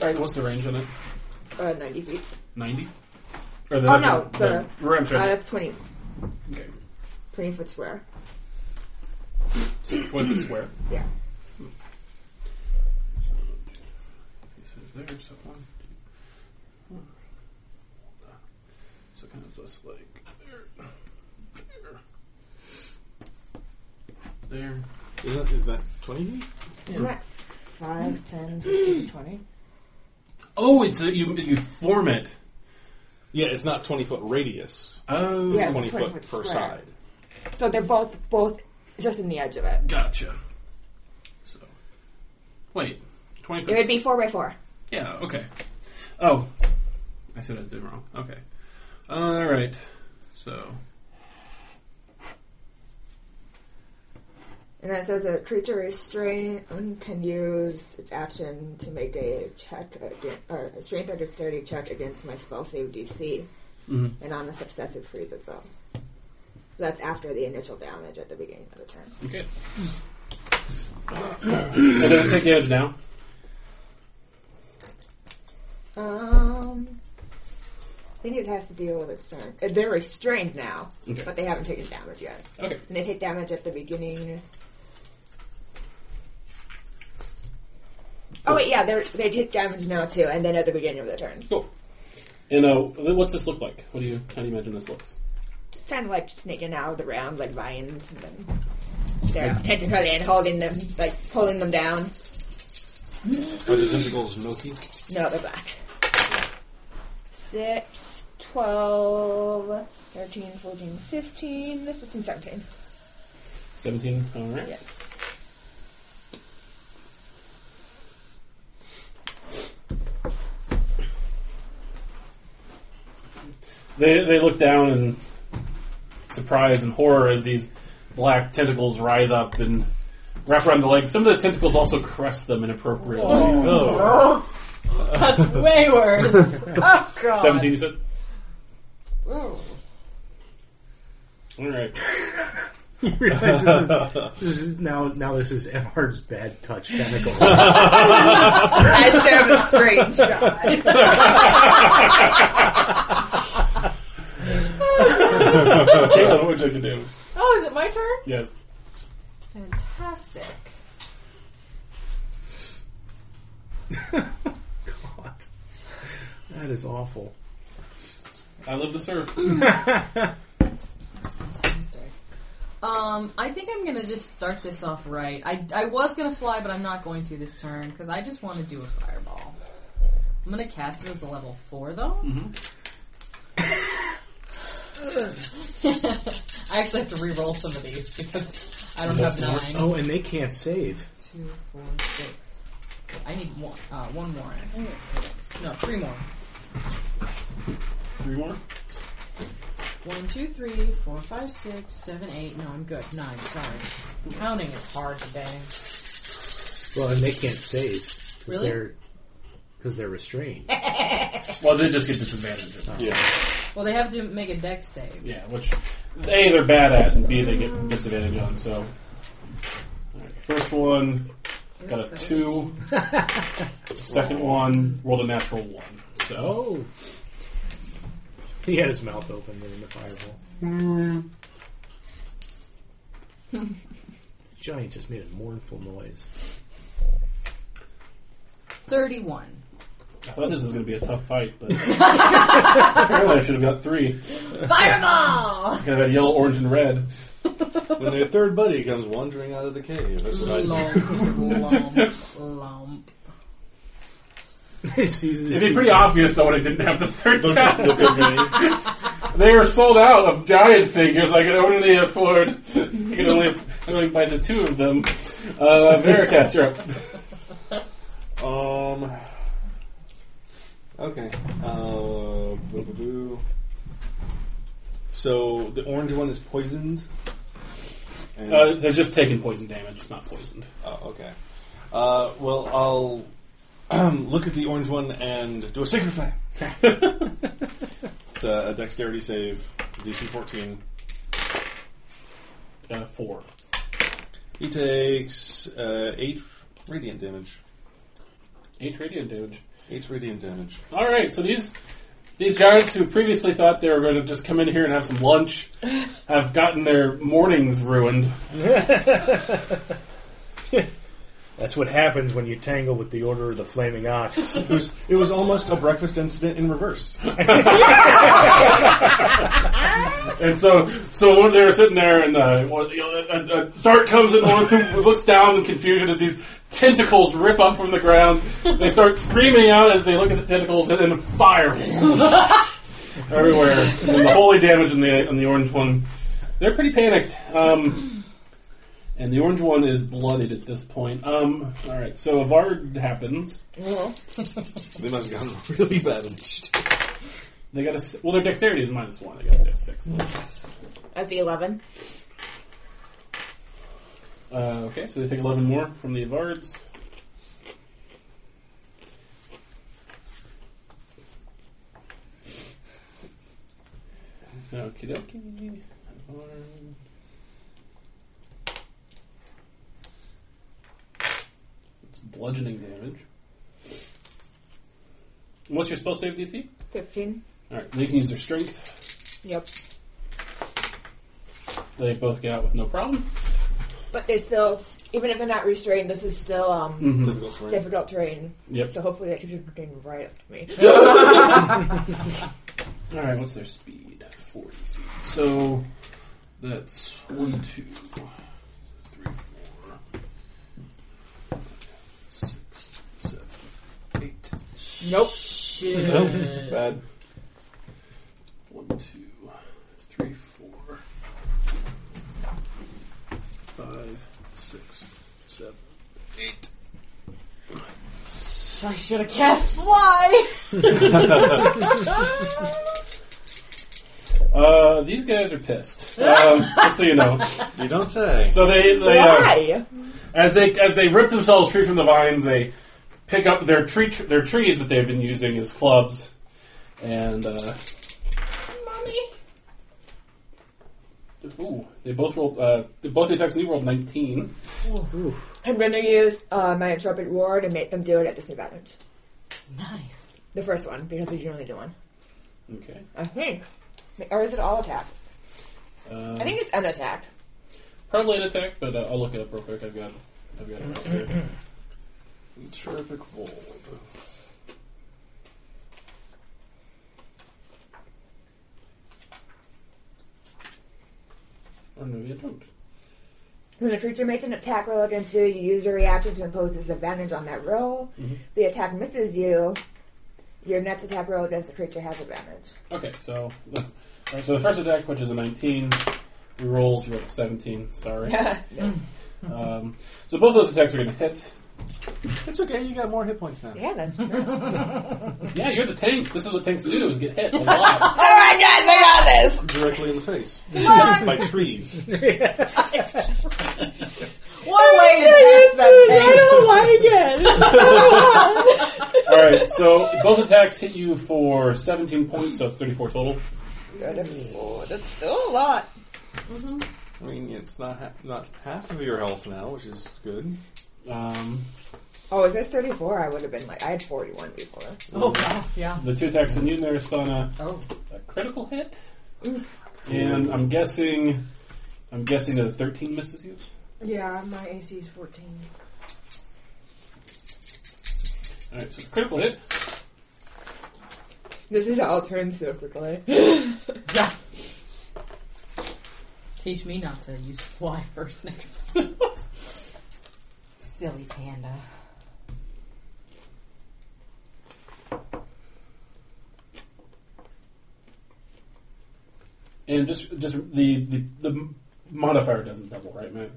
Speaker 1: All right, what's the range on it?
Speaker 2: Uh, 90 feet.
Speaker 1: Ninety. Or
Speaker 2: Oh, no, the-
Speaker 1: the I'm
Speaker 2: Uh,
Speaker 1: sorry.
Speaker 2: that's 20,
Speaker 1: okay.
Speaker 2: 20 foot square.
Speaker 1: So Twenty foot square.
Speaker 2: Yeah.
Speaker 1: So there, so one, two, four. So kind of just like there, there, there.
Speaker 5: Is that is that twenty feet?
Speaker 2: Isn't that 5, 10, 15, 20?
Speaker 1: Oh, it's a, you you form it.
Speaker 5: Yeah, it's not twenty foot radius.
Speaker 1: Oh,
Speaker 5: It's
Speaker 2: Yeah, it's
Speaker 5: twenty
Speaker 2: 20
Speaker 5: foot per
Speaker 2: foot square.
Speaker 5: side.
Speaker 2: So they're both both just in the edge of it.
Speaker 1: gotcha. So, wait, twenty
Speaker 2: It
Speaker 1: foot.
Speaker 2: would be 4 by 4
Speaker 1: Yeah, okay. Oh, I said I was doing wrong. Okay. All right. So,
Speaker 2: And that says a creature restrained can use its action to make a check, against, or a strength or dexterity check against my spell save DC,
Speaker 1: mhm.
Speaker 2: and on the success it frees itself. That's after the initial damage at the beginning of the turn.
Speaker 1: okay. and does it take the edge now?
Speaker 2: Um, I think it has to deal with its turn. Uh, They're restrained now,
Speaker 1: Okay.
Speaker 2: but they haven't taken damage yet.
Speaker 1: Okay.
Speaker 2: And they take damage at the beginning. Oh wait, yeah, they they take damage now too, and then at the beginning of the turn.
Speaker 1: Cool. And uh, what's this look like? What do you? How do you imagine this looks?
Speaker 2: Just kind of like sneaking out of the round like vines, and then they're tentacles and holding them, like pulling them down.
Speaker 5: Are the tentacles milky?
Speaker 2: No, they're black. Six, twelve, thirteen, fourteen, fifteen, sixteen, seventeen.
Speaker 1: Seventeen. All right.
Speaker 2: Yes.
Speaker 1: They they look down in surprise and horror as these black tentacles writhe up and wrap around the legs. Some of the tentacles also caress them inappropriately.
Speaker 5: Oh,
Speaker 3: That's way worse. oh god.
Speaker 1: Seventeen. You said.
Speaker 3: Ooh.
Speaker 1: Oh. All right.
Speaker 4: You realize this is, this is now now this is Everhard's bad touch tentacle.
Speaker 2: I serve a strange god.
Speaker 1: Caitlin, what would you like to do?
Speaker 3: Oh, is it my turn?
Speaker 1: Yes.
Speaker 3: Fantastic.
Speaker 4: God. That is awful.
Speaker 1: I love to serve.
Speaker 3: That's fantastic. Um, I think I'm gonna just start this off right. I, I was gonna fly, but I'm not going to this turn because I just want to do a fireball. I'm gonna cast it as a level four though. I actually have to re-roll some of these because I don't have nine.
Speaker 4: Oh, and they can't save.
Speaker 3: Two, four, six. I need one. Uh, one more. I think it's- No, three more.
Speaker 1: Three more.
Speaker 3: One, two, three, four, five, six, seven, eight. No, I'm good. Nine. Sorry. Counting is hard today.
Speaker 4: Well, and they can't save because
Speaker 3: Really?
Speaker 4: they're because they're restrained.
Speaker 1: Well, they just get disadvantage.
Speaker 5: yeah.
Speaker 3: Well, they have to make a dex save.
Speaker 1: Yeah, which A they're bad at and B they get disadvantage on, so Alright, first one got a two. Second one rolled a natural one. So
Speaker 4: Oh, he had his mouth open during the fireball. Giant just made a mournful noise.
Speaker 3: Thirty-one.
Speaker 1: I thought this was gonna be a tough fight, but apparently I should have got three.
Speaker 3: Fireball!
Speaker 1: Could have had yellow, orange, and red.
Speaker 5: When their third buddy comes wandering out of the cave, that's what I do.
Speaker 3: lump, lump.
Speaker 4: He sees this
Speaker 1: It'd be pretty obvious though when I didn't have the third
Speaker 5: Look,
Speaker 1: shot.
Speaker 5: look at me.
Speaker 1: They were sold out of giant figures. I could only afford. I could only, I could only buy the two of them. Uh, Veracast, you're up.
Speaker 5: Um. Okay. Uh, boo, boo, boo. So the orange one is poisoned. And,
Speaker 1: Uh, they're just taking poison damage. It's not poisoned.
Speaker 5: oh, okay. Uh, well, I'll look at the orange one and do a sacred flame. it's a, a dexterity save, DC 14.
Speaker 1: Uh, four.
Speaker 5: He takes uh, eight radiant damage.
Speaker 1: Eight radiant damage.
Speaker 5: Eight radiant damage.
Speaker 1: All right, so these these guards who previously thought they were going to just come in here and have some lunch have gotten their mornings ruined.
Speaker 4: That's what happens when you tangle with the Order of the Flaming Ox.
Speaker 5: It was, it was almost a breakfast incident in reverse.
Speaker 1: And so, so when they were sitting there, and uh, one- you know, a, a dart comes in, one of them looks down in confusion as these tentacles rip up from the ground. They start screaming out as they look at the tentacles, and then fire everywhere. And then the holy damage on the on the orange one. They're pretty panicked. Um, and the orange one is blooded at this point. Um, all right, so a Varg happens.
Speaker 5: They must have gotten really damaged.
Speaker 1: They got a s- well, their dexterity is minus one. They got a six.
Speaker 2: That's the 11.
Speaker 1: Uh, okay, so they take 11 more from the Avards. Okie dokie. Avard. It's bludgeoning damage. What's your spell save DC?
Speaker 2: 15.
Speaker 1: Alright, they can use their strength.
Speaker 2: Yep.
Speaker 1: They both get out with no problem.
Speaker 2: But they still, even if they're not restrained, this is still um,
Speaker 5: Difficult terrain.
Speaker 2: difficult terrain.
Speaker 1: Hmm. Yep.
Speaker 2: So hopefully that keeps them from getting right up to me.
Speaker 1: All right, what's their speed? Forty feet. So that's one, two, three, four, six, seven, eight.
Speaker 2: nope.
Speaker 3: Shit.
Speaker 5: Bad.
Speaker 1: One, two, three, four, five, six, seven, eight.
Speaker 3: I should have cast fly.
Speaker 1: Uh, these guys are pissed. Um, just so you know.
Speaker 5: You don't say.
Speaker 1: So they they uh,
Speaker 2: Why?
Speaker 1: As they as they rip themselves free from the vines, they pick up their tree their trees that they've been using as clubs, and uh,
Speaker 3: Mommy.
Speaker 1: ooh, they both rolled. Uh, they both attacks new rolled nineteen.
Speaker 2: I'm going to use uh, my Intrepid War to make them do it at disadvantage.
Speaker 3: Nice.
Speaker 2: The first one, because they generally do one.
Speaker 1: Okay,
Speaker 2: I think. Or is it all attack?
Speaker 1: um,
Speaker 2: I think it's an attack.
Speaker 1: probably an attack, but uh, I'll look it up real quick. I've got I've got it right here.
Speaker 5: Terrific roll.
Speaker 1: Or Oh, no, you don't.
Speaker 2: When a creature makes an attack roll against you, you use your reaction to impose disadvantage on that roll.
Speaker 1: Mm-hmm.
Speaker 2: The attack misses you. Your next attack roll against the creature has advantage.
Speaker 1: Okay, so all right, so the first attack, which is a nineteen, he rolls. He rolled a seventeen. Sorry. um, so both those attacks are going to hit.
Speaker 5: It's okay, you got more hit points now.
Speaker 2: Yeah, that's true.
Speaker 1: Yeah, you're the tank. This is what tanks do: is get hit a lot.
Speaker 2: Alright, guys, I got this!
Speaker 5: Directly in the face. By trees.
Speaker 3: One way to test that tank.
Speaker 1: All right, so both attacks hit you for 17 points, so it's 34 total.
Speaker 2: Oh, that's still a lot.
Speaker 5: I mean, it's not ha- not half of your health now, which is good.
Speaker 1: Um,
Speaker 2: Oh, if it's 34, I would have been like, I had 41 before.
Speaker 3: Oh wow. Yeah.
Speaker 1: the two attacks on you there is on a,
Speaker 3: Oh.
Speaker 1: a critical hit, and I'm guessing, I'm guessing that a 13 misses you.
Speaker 8: Yeah, my AC is 14.
Speaker 1: All right, so critical hit.
Speaker 2: This is how it turns so quickly.
Speaker 3: Yeah. Teach me not to use fly first next time. Silly panda.
Speaker 1: And just, just the, the the modifier doesn't double, right, man?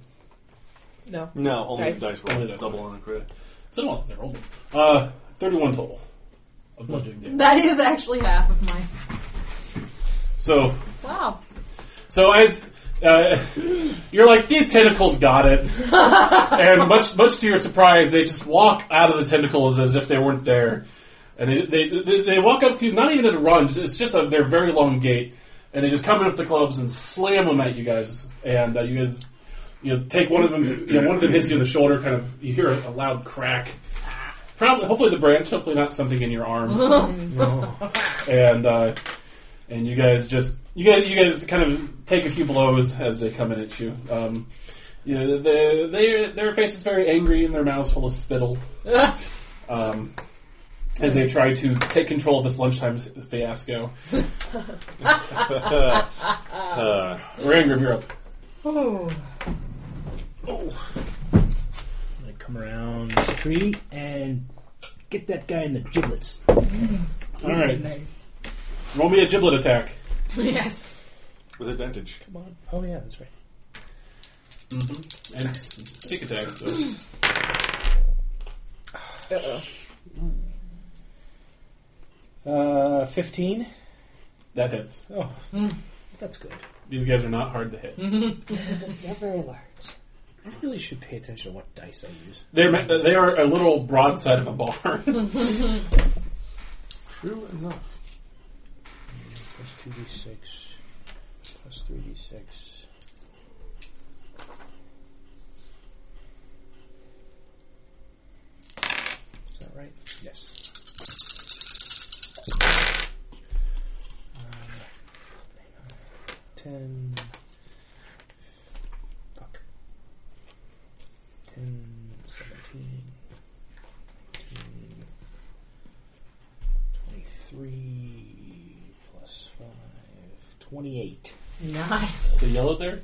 Speaker 2: No.
Speaker 5: No, only
Speaker 2: Dice.
Speaker 5: dice, roll.
Speaker 1: Only dice
Speaker 5: Double
Speaker 1: roll.
Speaker 5: on a crit.
Speaker 1: So almost they're rolling. Uh, 31 total of bludgeoning damage.
Speaker 3: That is actually half of my.
Speaker 1: So
Speaker 3: Wow.
Speaker 1: So as uh, you're like these tentacles got it, and much much to your surprise, they just walk out of the tentacles as if they weren't there, and they they, they, they walk up to you, not even at a run. just- It's just a, their very long gait, and they just come in with the clubs and slam them at you guys, and uh, you guys you know, take one of them. You know, one of them hits you in the shoulder. Kind of, you hear a, a loud crack. Probably, hopefully the branch. Hopefully not something in your arm. And uh, and you guys just you guys you guys kind of take a few blows as they come in at you. Um, you know, the, they their face is very angry and their mouths full of spittle. um, as they try to take control of this lunchtime fiasco.
Speaker 5: Uh,
Speaker 1: Rangram, you're up.
Speaker 3: Oh.
Speaker 4: I come around this tree and get that guy in the giblets.
Speaker 1: All right,
Speaker 9: Nice.
Speaker 1: roll me a giblet attack.
Speaker 3: yes.
Speaker 5: with advantage.
Speaker 4: Come on. Oh yeah, that's right.
Speaker 1: And sneak attack. So.
Speaker 4: Uh, fifteen.
Speaker 1: That hits.
Speaker 4: Oh, that's good.
Speaker 1: These guys are not hard to hit.
Speaker 9: Not very large.
Speaker 4: I really should pay attention to what dice I use.
Speaker 1: They're ma- they are a little broadside of a barn.
Speaker 5: True enough.
Speaker 4: Plus two d six. Plus three d six. Is that right? Yes. Uh, Ten. Fuck. Ten. Seventeen. Nineteen. Twenty-three. Plus five. Twenty-eight.
Speaker 3: Nice.
Speaker 1: to yellow there.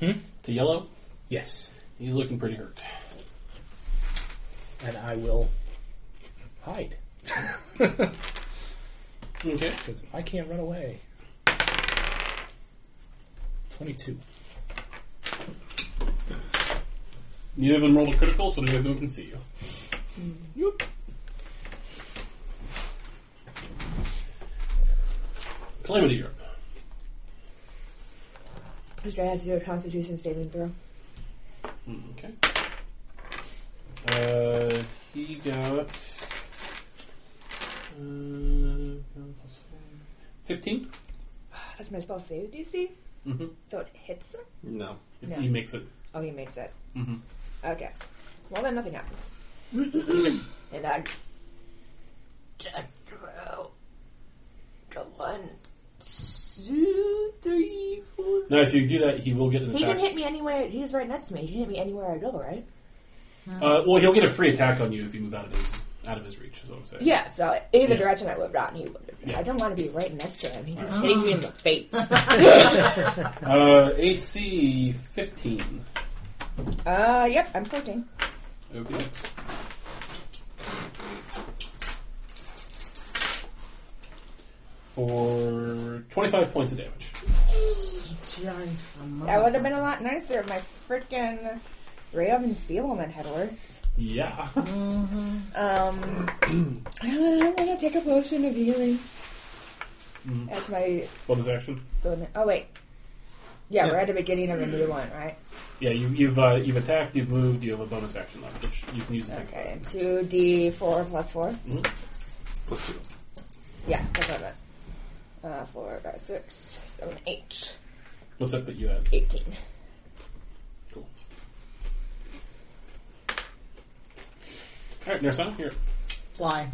Speaker 4: Hmm?
Speaker 1: To yellow.
Speaker 4: Yes.
Speaker 1: He's looking pretty hurt.
Speaker 4: and I will hide
Speaker 1: Okay.
Speaker 4: because I can't run away. Twenty-two.
Speaker 1: Neither of them rolled a critical, so neither of them can see you.
Speaker 2: Hmm.
Speaker 1: Calamity Europe.
Speaker 2: This guy has to do a Constitution saving throw.
Speaker 1: Okay. Uh, he got. Uh, Fifteen.
Speaker 2: That's my spell save, do you see?
Speaker 1: Mm-hmm.
Speaker 2: So it hits him?
Speaker 5: No.
Speaker 1: If
Speaker 2: Yeah.
Speaker 1: he makes it.
Speaker 2: Oh, he makes it.
Speaker 1: Mhm.
Speaker 2: Okay. Well, then nothing happens. and I. Check out. The one, two, three, four.
Speaker 1: Now, if you do that, he will get an
Speaker 2: He
Speaker 1: attack.
Speaker 2: didn't hit me anywhere. He was right next to me. He didn't hit me anywhere I go, right?
Speaker 1: Uh, well, he'll get a free attack on you if you move out of his out of his reach. Is what I'm saying.
Speaker 2: Yeah, so either
Speaker 1: Yeah.
Speaker 2: direction I would have gotten, he would have.
Speaker 1: Yeah. Uh-huh.
Speaker 2: I don't want to be right next to him. He was
Speaker 1: Alright.
Speaker 2: hitting me in the face.
Speaker 1: Uh, AC 15.
Speaker 2: uh, yep, I'm 14.
Speaker 1: Okay. For 25 points of damage.
Speaker 9: John from
Speaker 1: Oh
Speaker 2: That would have been a lot nicer if my freaking Ray of Enfeeblement had worked.
Speaker 1: Yeah.
Speaker 2: Um, I'm gonna take a potion of healing as my
Speaker 1: Mm. Bonus action.
Speaker 2: bonus. Oh wait, yeah,
Speaker 5: Yeah.
Speaker 2: we're at the beginning of a new one, right?
Speaker 1: Yeah, you, you've uh, you've attacked, you've moved, you have a bonus action left, which you can use the next
Speaker 2: Okay,
Speaker 1: time.
Speaker 2: two D four plus four.
Speaker 5: Plus two.
Speaker 2: Yeah, that's what I meant. Uh, four, uh, six, seven, eight,
Speaker 1: What's that put you at?
Speaker 2: eighteen.
Speaker 1: Cool. Alright, Narsana, here.
Speaker 3: Fly.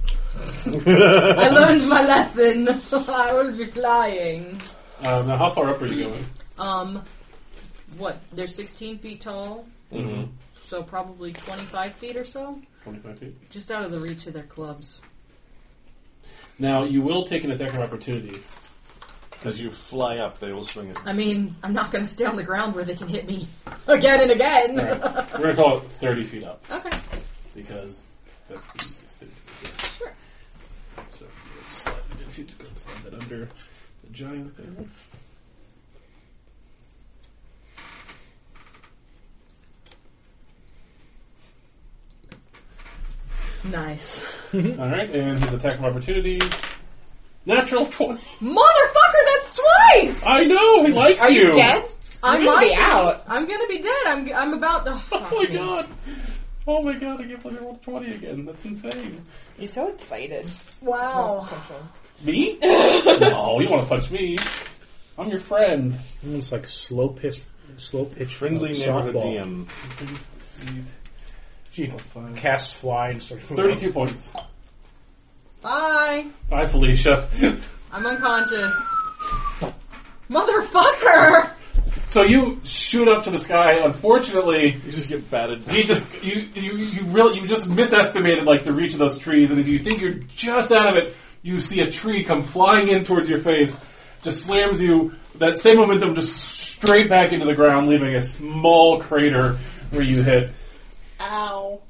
Speaker 3: I learned my lesson. I will be flying.
Speaker 1: Uh, now, how far up are you going?
Speaker 3: Um, what? They're 16 feet tall,
Speaker 5: Mm-hmm.
Speaker 3: so probably 25 feet or so,
Speaker 1: 25 feet.
Speaker 3: just out of the reach of their clubs.
Speaker 1: Now, you will take an attack of opportunity.
Speaker 5: As you fly up, they will swing it.
Speaker 3: I mean, I'm not going to stay on the ground where they can hit me again and again.
Speaker 1: All right. We're gonna call it 30 feet up
Speaker 3: Okay.
Speaker 1: because that's the easiest thing to do.
Speaker 3: Sure.
Speaker 1: So we'll slide it if you go and slide that under the giant there.
Speaker 3: Nice.
Speaker 1: All right, and his attack of opportunity. Natural 20.
Speaker 3: Motherfucker, that's twice!
Speaker 1: I know he likes
Speaker 2: Are
Speaker 1: you.
Speaker 2: you, dead?
Speaker 3: I'm
Speaker 2: gonna be
Speaker 3: like-
Speaker 2: out.
Speaker 3: I'm gonna be dead. I'm, I'm about to.
Speaker 1: Oh my god. Oh my god, I can't believe I rolled 20 again. That's insane.
Speaker 2: You're so excited.
Speaker 3: Wow.
Speaker 1: Me? no, you want to punch me. I'm your friend.
Speaker 4: It's like slow pitch, slow pitch
Speaker 5: Friendly
Speaker 4: uh,
Speaker 5: neighborhood
Speaker 4: softball.
Speaker 5: DM.
Speaker 4: She
Speaker 1: That's fine.
Speaker 4: casts fly and starts
Speaker 1: Thirty-two points.
Speaker 3: Bye.
Speaker 1: Bye, Felicia.
Speaker 3: I'm unconscious. Motherfucker!
Speaker 1: So you shoot up to the sky. Unfortunately,
Speaker 5: You just get batted.
Speaker 1: you just you you you really you just misestimated like the reach of those trees, and as you think you're just out of it, you see a tree come flying in towards your face, just slams you. That same momentum just straight back into the ground, leaving a small crater where you hit.
Speaker 3: Ow.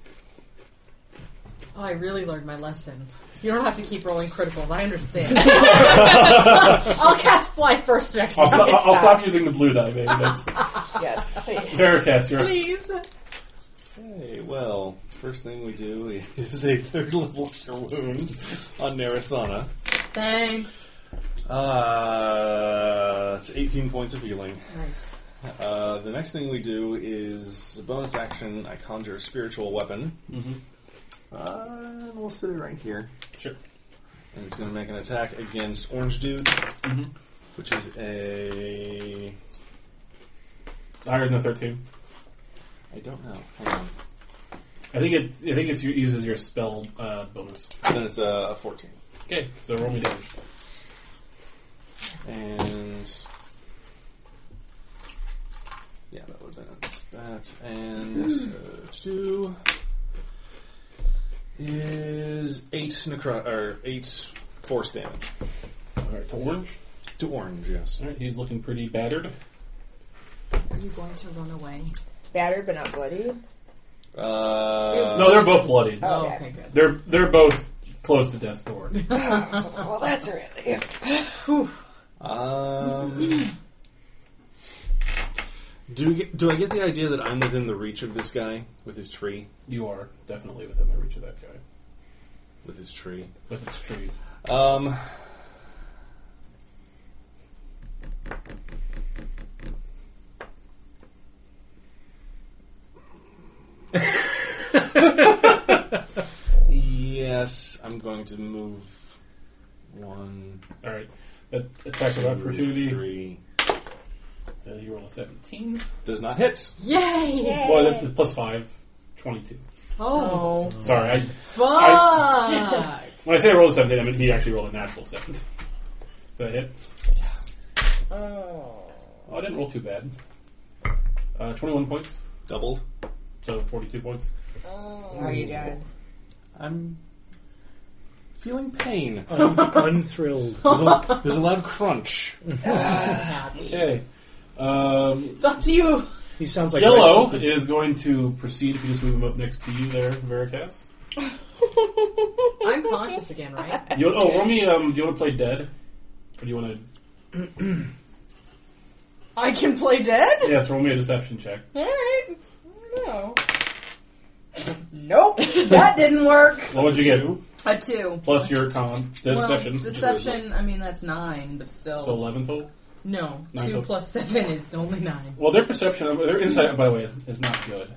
Speaker 3: Oh, I really learned my lesson. You don't have to keep rolling criticals, I understand. I'll cast fly first next
Speaker 1: I'll,
Speaker 3: time.
Speaker 1: stop- I'll stop using the blue die, baby. That's
Speaker 2: Yes, please.
Speaker 1: Veracast, you're up.
Speaker 3: Please.
Speaker 5: Okay, well, first thing we do is a third level cure wounds on Narasana.
Speaker 3: Thanks.
Speaker 5: Uh, it's 18 points of healing.
Speaker 3: Nice.
Speaker 5: Uh, the next thing we do is a bonus action. I conjure a spiritual weapon. Mm-hmm. Uh, and we'll sit it right here.
Speaker 1: Sure.
Speaker 5: And it's going to make an attack against Orange Dude, which is a.
Speaker 1: Higher than a thirteen.
Speaker 5: I don't know. Hang on.
Speaker 1: I think it. I think it uses your spell uh, bonus.
Speaker 5: Then it's a, a 14.
Speaker 1: Okay, so roll me damage.
Speaker 5: And. Yeah, that would have been it. That. And uh, 2 is 8 necro- or 8 force damage.
Speaker 1: All right, to orange.
Speaker 5: To orange, yes.
Speaker 1: All right, he's looking pretty battered.
Speaker 3: Are you going to run away?
Speaker 2: Battered but not bloody.
Speaker 5: Uh,
Speaker 1: No, they're both bloodied.
Speaker 3: Oh,
Speaker 2: Okay.
Speaker 3: okay, good.
Speaker 1: They're they're both close to death's door.
Speaker 2: Well, that's a relief.
Speaker 5: Um, do we get, do I get the idea that I'm within the reach of this guy with his tree?
Speaker 1: You are definitely within the reach of that guy.
Speaker 5: With his tree.
Speaker 1: But it's true.
Speaker 5: Um. yes, I'm going to move one,
Speaker 1: All right, that attack of opportunity.
Speaker 5: three.
Speaker 1: Uh, you roll a seventeen.
Speaker 5: Does not hit.
Speaker 3: Yay!
Speaker 1: Well, that- that's plus five. 22.
Speaker 3: Oh,
Speaker 1: Sorry, I,
Speaker 3: fuck!
Speaker 1: when I say I rolled a 17, I mean he actually rolled a natural 7. Did that hit?
Speaker 2: Oh.
Speaker 1: Oh, I didn't roll too bad. Uh, 21 points,
Speaker 5: Doubled.
Speaker 1: so 42 points.
Speaker 2: How are you doing?
Speaker 5: I'm feeling pain.
Speaker 4: Un- unthrilled.
Speaker 5: There's a, there's a loud crunch.
Speaker 1: Okay. Um,
Speaker 3: it's up to you.
Speaker 4: He sounds like
Speaker 1: Yellow
Speaker 4: Rice Krispies.
Speaker 1: is going to proceed if you just move him up next to you there, Veracast.
Speaker 3: I'm conscious again, right?
Speaker 1: You, oh, roll me. Um, do you want to play dead, or do you want to?
Speaker 3: I can play dead?
Speaker 1: Yes, roll me a deception check.
Speaker 3: Alright. No.
Speaker 9: Nope, that didn't work.
Speaker 1: What would you get?
Speaker 3: A two.
Speaker 1: Plus your con. De-
Speaker 3: Well,
Speaker 1: deception.
Speaker 3: deception, I mean, that's nine, but still.
Speaker 1: So
Speaker 4: uh,
Speaker 1: eleven total.
Speaker 3: no,
Speaker 1: Nine
Speaker 3: two
Speaker 1: total.
Speaker 3: plus seven is only nine.
Speaker 1: Well, their perception, their insight, by the way, is, is not good.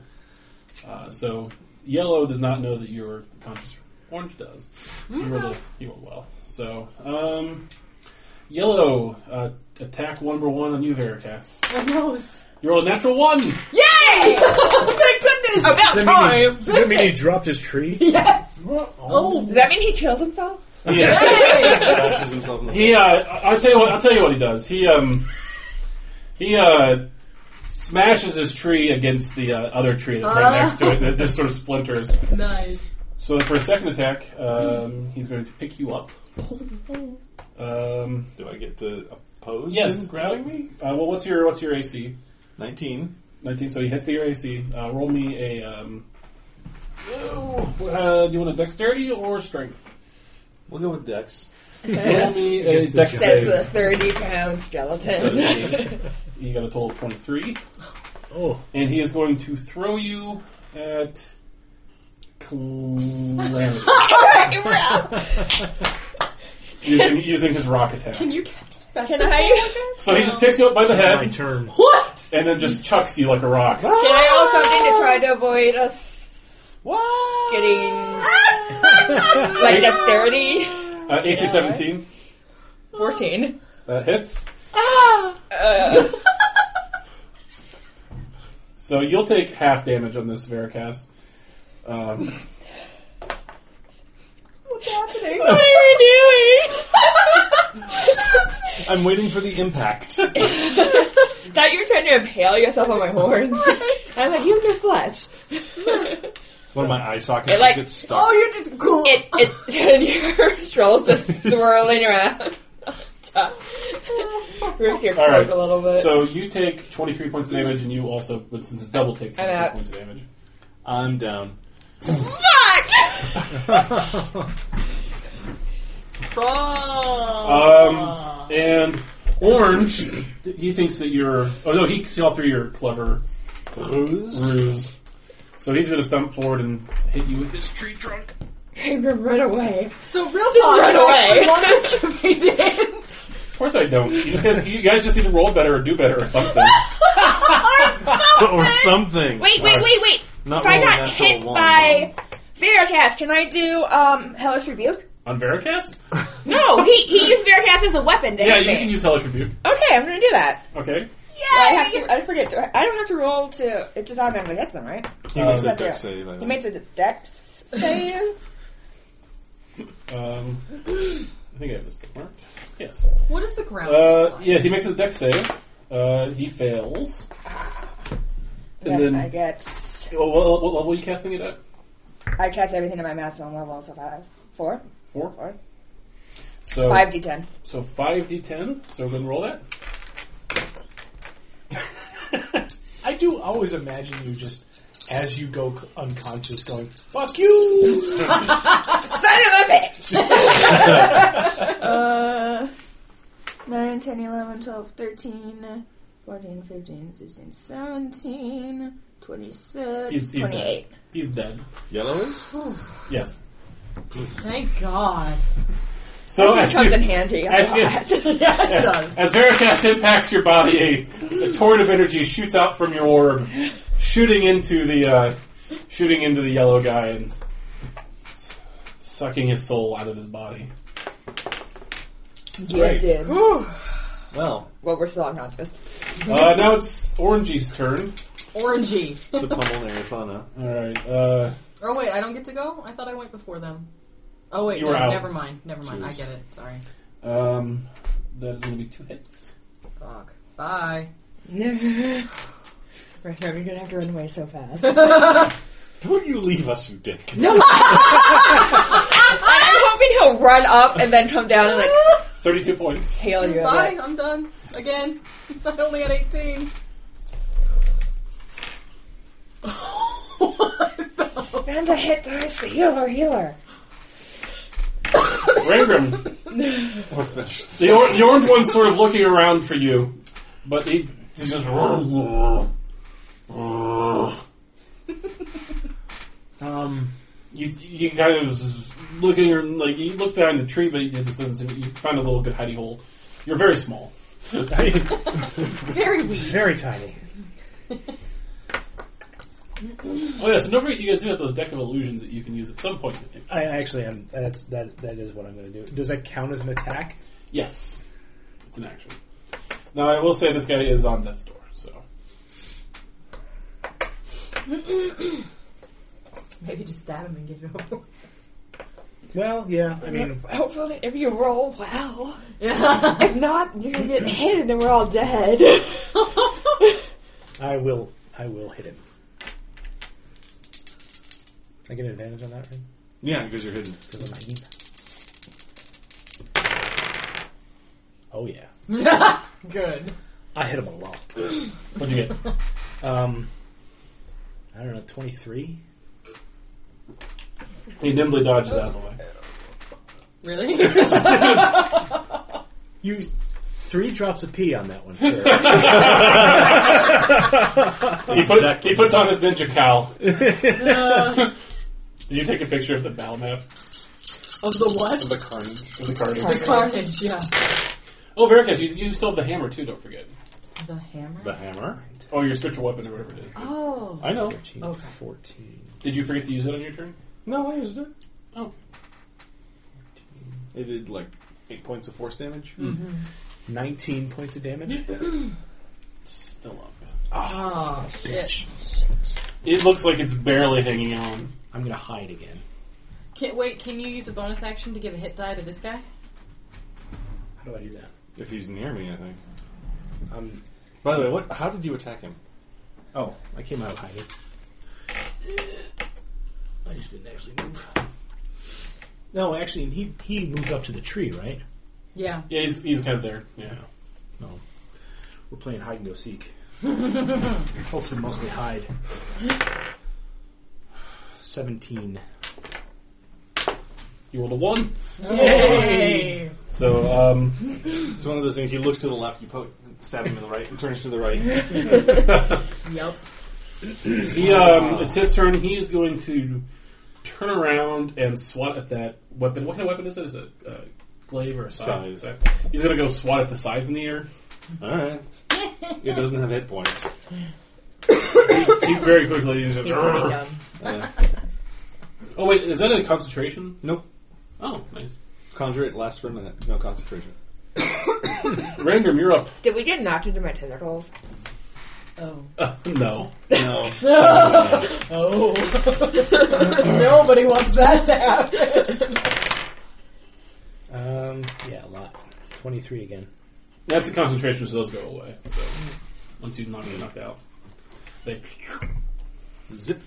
Speaker 1: Uh, so yellow does not know that you're conscious. Orange does. You rolled, a, you rolled well. So um, yellow uh, attack one number one on you, Veracast.
Speaker 3: My nose.
Speaker 1: You rolled a natural one.
Speaker 3: Yay! Thank goodness! About
Speaker 4: Does that mean he- Does that mean he dropped his tree?
Speaker 3: Yes! Oh.
Speaker 4: Oh.
Speaker 2: Does that mean he killed himself?
Speaker 1: Yeah.
Speaker 5: Bashes himself in the
Speaker 1: He, uh, I- I'll tell you what. I'll tell you what he does. He, um, he uh, smashes his tree against the uh, other tree that's right next to it. That just sort of splinters.
Speaker 3: Nice.
Speaker 1: So for a second attack, um, he's going to pick you up. Um,
Speaker 5: Do I get to oppose
Speaker 1: Yes.
Speaker 5: him grabbing me?
Speaker 1: uh, well, what's your what's your AC?
Speaker 5: 19.
Speaker 1: Nineteen. So he hits your AC. Uh, roll me a. Um, uh, do you want a dexterity or strength?
Speaker 5: We'll go with Dex.
Speaker 1: Roll me a
Speaker 4: Against the
Speaker 1: dex
Speaker 4: giant.
Speaker 2: That's
Speaker 1: save.
Speaker 2: the 30 pound skeleton.
Speaker 5: 17.
Speaker 1: You got a total of twenty-three.
Speaker 4: Oh,
Speaker 1: And he is going to throw you at Calamity. using, using his rock attack.
Speaker 3: Can you catch back
Speaker 2: Can
Speaker 3: up
Speaker 2: I-
Speaker 3: a little bit?
Speaker 1: So he just picks you up by the
Speaker 4: my
Speaker 1: head
Speaker 4: turn.
Speaker 3: What?
Speaker 1: and then just chucks you like a rock.
Speaker 2: Can I roll something to try to avoid us
Speaker 5: What?
Speaker 2: getting like dexterity?
Speaker 1: Uh, AC 17
Speaker 2: 14.
Speaker 1: uh, hits.
Speaker 2: Uh,
Speaker 1: So you'll take half damage on this Veracast. Um,
Speaker 9: What's happening?
Speaker 5: I'm waiting for the impact.
Speaker 2: Thought you were trying to impale yourself on my horns. I'm like, you have no flesh.
Speaker 5: One of my eye sockets
Speaker 2: It, like-
Speaker 5: gets stuck.
Speaker 9: oh, you're just cool.
Speaker 2: It, it, your stroll's just swirling around. Rips your
Speaker 1: All
Speaker 2: cloak
Speaker 1: right.
Speaker 2: a little
Speaker 3: Uh,
Speaker 2: bit.
Speaker 1: so you take 23 points of damage, and you also, but since it's double, take
Speaker 2: I'm
Speaker 1: 23
Speaker 2: out.
Speaker 1: points of damage.
Speaker 5: I'm down.
Speaker 4: Uh,
Speaker 1: Um, and Orange, he thinks that you're. Oh no, he can see all through your clever ruse. So he's going to stump forward and hit you with his tree trunk.
Speaker 2: Ingram, run away.
Speaker 3: So real
Speaker 2: Just
Speaker 3: talk.
Speaker 2: run away.
Speaker 3: One is convenient.
Speaker 1: Of course I don't. You, just guys, you guys just need to roll better or do better or something.
Speaker 5: or something.
Speaker 2: Wait, wait, wait, wait.
Speaker 5: Not
Speaker 2: if I
Speaker 5: rolling
Speaker 2: got
Speaker 5: natural
Speaker 2: hit
Speaker 5: one,
Speaker 2: by Veracast, can I do um Hellish Rebuke?
Speaker 1: On Veracast?
Speaker 2: No, he he used Veracast as a weapon to
Speaker 1: Yeah,
Speaker 2: hit
Speaker 1: you
Speaker 2: me.
Speaker 1: can use Hellish Rebuke.
Speaker 2: okay, I'm gonna do that.
Speaker 1: Okay.
Speaker 2: I have to. I forget. Do I, I don't have to roll to. It just automatically hits them, right?
Speaker 5: He makes
Speaker 1: Um,
Speaker 5: a deck save. I
Speaker 2: He
Speaker 5: think.
Speaker 2: makes a dex save.
Speaker 1: Um, I think I have this marked. Yes.
Speaker 3: What is the ground?
Speaker 1: Uh,
Speaker 3: look like?
Speaker 1: yeah, he makes a deck save. Uh, he fails. And
Speaker 2: Then
Speaker 1: then-
Speaker 2: I get.
Speaker 1: What, what, what level are you casting it at?
Speaker 2: I cast everything at my maximum level, so five, four,
Speaker 1: Four?
Speaker 2: Four.
Speaker 1: So,
Speaker 2: five d ten.
Speaker 1: So 5d10. So go ahead and roll that.
Speaker 4: I do always imagine you just, as you go c- unconscious, going, fuck you!
Speaker 2: Son of a bitch! Uh,
Speaker 8: 9, 10, 11, 12, 13, 14, 15, 16, 17, 26,
Speaker 1: He's, he's dead.
Speaker 8: 28.
Speaker 1: He's dead.
Speaker 5: Yellow is?
Speaker 1: Yes.
Speaker 3: Thank God.
Speaker 1: So
Speaker 2: It
Speaker 1: as,
Speaker 2: comes in
Speaker 1: you,
Speaker 2: handy.
Speaker 1: as you-
Speaker 3: yeah, it does.
Speaker 1: as Veracast impacts your body, a, a torrent of energy shoots out from your orb, shooting into the uh, shooting into the yellow guy and s- sucking his soul out of his body.
Speaker 2: Yeah,
Speaker 1: Right.
Speaker 2: dude.
Speaker 5: Well,
Speaker 2: Well, we're still unconscious.
Speaker 1: Uh, now it's Orangey's turn.
Speaker 3: Orangey.
Speaker 5: it's a pummel in Arizona.
Speaker 1: All right. Uh,
Speaker 3: Oh wait, I don't get to go. I thought I went before them. Oh wait,
Speaker 1: You
Speaker 3: no,
Speaker 1: were out.
Speaker 3: never mind. Never mind. I
Speaker 1: Jeez.
Speaker 3: get it. Sorry.
Speaker 1: um, that is going to be two hits.
Speaker 3: Fuck. Bye.
Speaker 2: right, you're gonna have to run away so fast.
Speaker 5: Don't you leave us, you dick.
Speaker 2: I'm hoping he'll run up and then come down and like
Speaker 1: Thirty-two points.
Speaker 2: hail you.
Speaker 3: Bye. I'm done. Again. I only had 18. what the?
Speaker 2: Spend a hit dice, the healer, healer.
Speaker 1: Rangram.
Speaker 5: Or fish.
Speaker 1: The, or- the orange one's sort of looking around for you, but he, he just.
Speaker 4: Um,
Speaker 1: You, you kind of was looking or like you look behind the tree, but it just doesn't seem. You find a little good hidey hole. You're very small.
Speaker 3: Very weak.
Speaker 4: very tiny.
Speaker 1: Oh yeah, so don't forget you guys do have those deck of illusions that you can use at some point. in the game.
Speaker 4: I actually am. That's, that, that is what I'm going to do. Does that count as an attack?
Speaker 1: Yes, it's an action. Now I will say this guy is on death's door, so
Speaker 3: Maybe just stab him and get it over. with.
Speaker 4: Well, yeah. I mean,
Speaker 2: Hopefully, if you roll well.
Speaker 3: Yeah.
Speaker 2: If not, you're gonna get hit and then we're all dead.
Speaker 4: I will. I will hit him. I get an advantage on that, right?
Speaker 5: Yeah, because you're hidden.
Speaker 4: Because I'm naive. Oh yeah,
Speaker 3: Good.
Speaker 4: I hit him a lot.
Speaker 1: what'd you get?
Speaker 4: Um, I don't know, twenty three.
Speaker 1: He nimbly dodges out of the way.
Speaker 3: Really?
Speaker 4: You three drops of pee on that one, sir.
Speaker 1: He, put, he puts on his ninja cowl. Did you take a picture of the battle map
Speaker 3: of the what?
Speaker 5: The carnage.
Speaker 1: of the card?
Speaker 3: Carnage, yeah.
Speaker 1: Oh, Veracast, you, you still have the hammer too. Don't forget.
Speaker 3: The hammer?
Speaker 5: The hammer.
Speaker 1: Oh, your spiritual weapon or whatever it is.
Speaker 3: oh.
Speaker 5: I know.
Speaker 4: 13,
Speaker 3: Okay.
Speaker 4: 14.
Speaker 1: Did you forget to use it on your turn?
Speaker 5: No, I used it.
Speaker 1: Oh,
Speaker 5: It did like eight points of force damage.
Speaker 4: 19 points of damage.
Speaker 1: it's still up.
Speaker 3: Oh, shit.
Speaker 1: It looks like it's barely hanging on. I'm gonna hide again.
Speaker 3: Can, wait, can you use a bonus action to give a hit die to this guy?
Speaker 7: How do I do that?
Speaker 5: If he's near me, I think.
Speaker 7: Um,
Speaker 5: By the way, what? How did you attack him?
Speaker 7: oh, I came out hiding. I just didn't actually move. No, actually, he he moved up to the tree, right?
Speaker 3: Yeah.
Speaker 1: Yeah, he's, he's kind of there. Yeah.
Speaker 7: No, we're playing hide and go seek. Hopefully, mostly hide. Seventeen.
Speaker 1: You rolled a one.
Speaker 3: Yay!
Speaker 1: So, um,
Speaker 5: It's one of those things. He looks to the left, you poke, stab him in the right, and turns to the right.
Speaker 3: Yep.
Speaker 1: he, um, it's his turn. He is going to turn around and swat at that weapon. What kind of weapon is it? Is it a uh, glaive or a scythe?
Speaker 5: Scythe.
Speaker 1: He's gonna go swat at the scythe in the air.
Speaker 5: All right. It doesn't have hit points.
Speaker 1: He very quickly. He's just,
Speaker 3: He's pretty dumb.
Speaker 5: Uh,
Speaker 1: oh wait, is that a concentration?
Speaker 5: nope.
Speaker 1: Oh, nice.
Speaker 5: Conjure it lasts for a minute. No concentration.
Speaker 1: Rangram, you're up.
Speaker 2: Did we get knocked into my tentacles?
Speaker 3: Oh.
Speaker 1: Uh, no.
Speaker 5: No.
Speaker 3: Oh. Nobody wants that to happen.
Speaker 7: Um, yeah, a lot. Twenty-three again.
Speaker 1: That's a concentration, so those go away. So once you knock get knocked out, they
Speaker 5: Zip.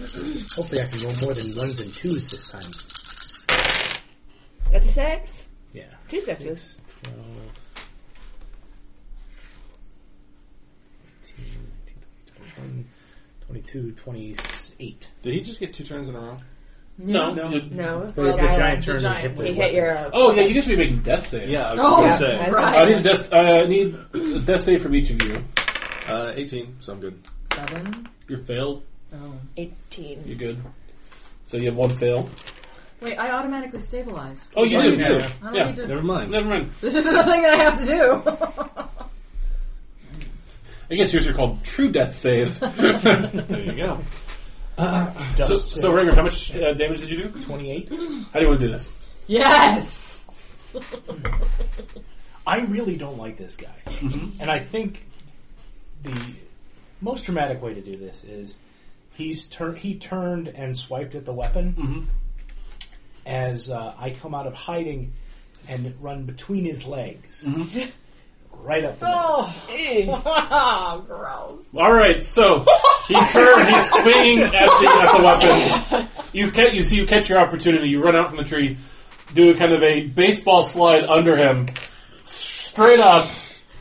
Speaker 7: Hopefully, I can roll more than ones and twos this time.
Speaker 2: That's a six.
Speaker 7: Yeah.
Speaker 2: Two sixes.
Speaker 7: Six, 12, 18, 19, 20, 21, 22, 28.
Speaker 5: Did he just get two turns in a row?
Speaker 1: no.
Speaker 5: No.
Speaker 1: you-
Speaker 2: No.
Speaker 7: But
Speaker 3: Well,
Speaker 7: the
Speaker 3: the
Speaker 7: giant
Speaker 3: giant-
Speaker 7: turn
Speaker 3: the
Speaker 7: and hit
Speaker 3: giant-
Speaker 7: the
Speaker 2: You hit
Speaker 7: weapon.
Speaker 2: your.
Speaker 1: Oh yeah, you guys should be making death saves.
Speaker 5: Yeah. I was
Speaker 3: Oh,
Speaker 5: gonna
Speaker 3: yeah.
Speaker 5: say.
Speaker 1: I
Speaker 3: Right.
Speaker 1: need a death. I need a death save from each of you.
Speaker 5: Uh, 18, so I'm good.
Speaker 3: Seven.
Speaker 1: You're failed.
Speaker 3: Oh.
Speaker 2: 18.
Speaker 1: You're good. So you have one fail.
Speaker 3: Wait, I automatically stabilize.
Speaker 1: Oh, you
Speaker 5: Oh,
Speaker 1: do.
Speaker 5: you do.
Speaker 1: Yeah.
Speaker 3: I don't
Speaker 1: Yeah.
Speaker 3: need to.
Speaker 5: Never mind.
Speaker 1: Never mind.
Speaker 3: This isn't a thing that I have to do.
Speaker 1: I guess yours are called true death saves.
Speaker 5: Oh,
Speaker 1: so,
Speaker 5: There you go.
Speaker 7: Dust
Speaker 1: so Ringer, how much uh, damage did you do?
Speaker 7: 28.
Speaker 1: How do you want to do this?
Speaker 3: yes.
Speaker 7: I really don't like this guy. And I think the most dramatic way to do this is he's tur- he turned and swiped at the weapon
Speaker 1: Mhm.
Speaker 7: as uh, I come out of hiding and run between his legs. Right up the middle.
Speaker 3: Oh, gross.
Speaker 1: All right, so he turned. He's swinging at the, at the weapon. You ca you see, you catch your opportunity. You run out from the tree, do a kind of a baseball slide under him, straight up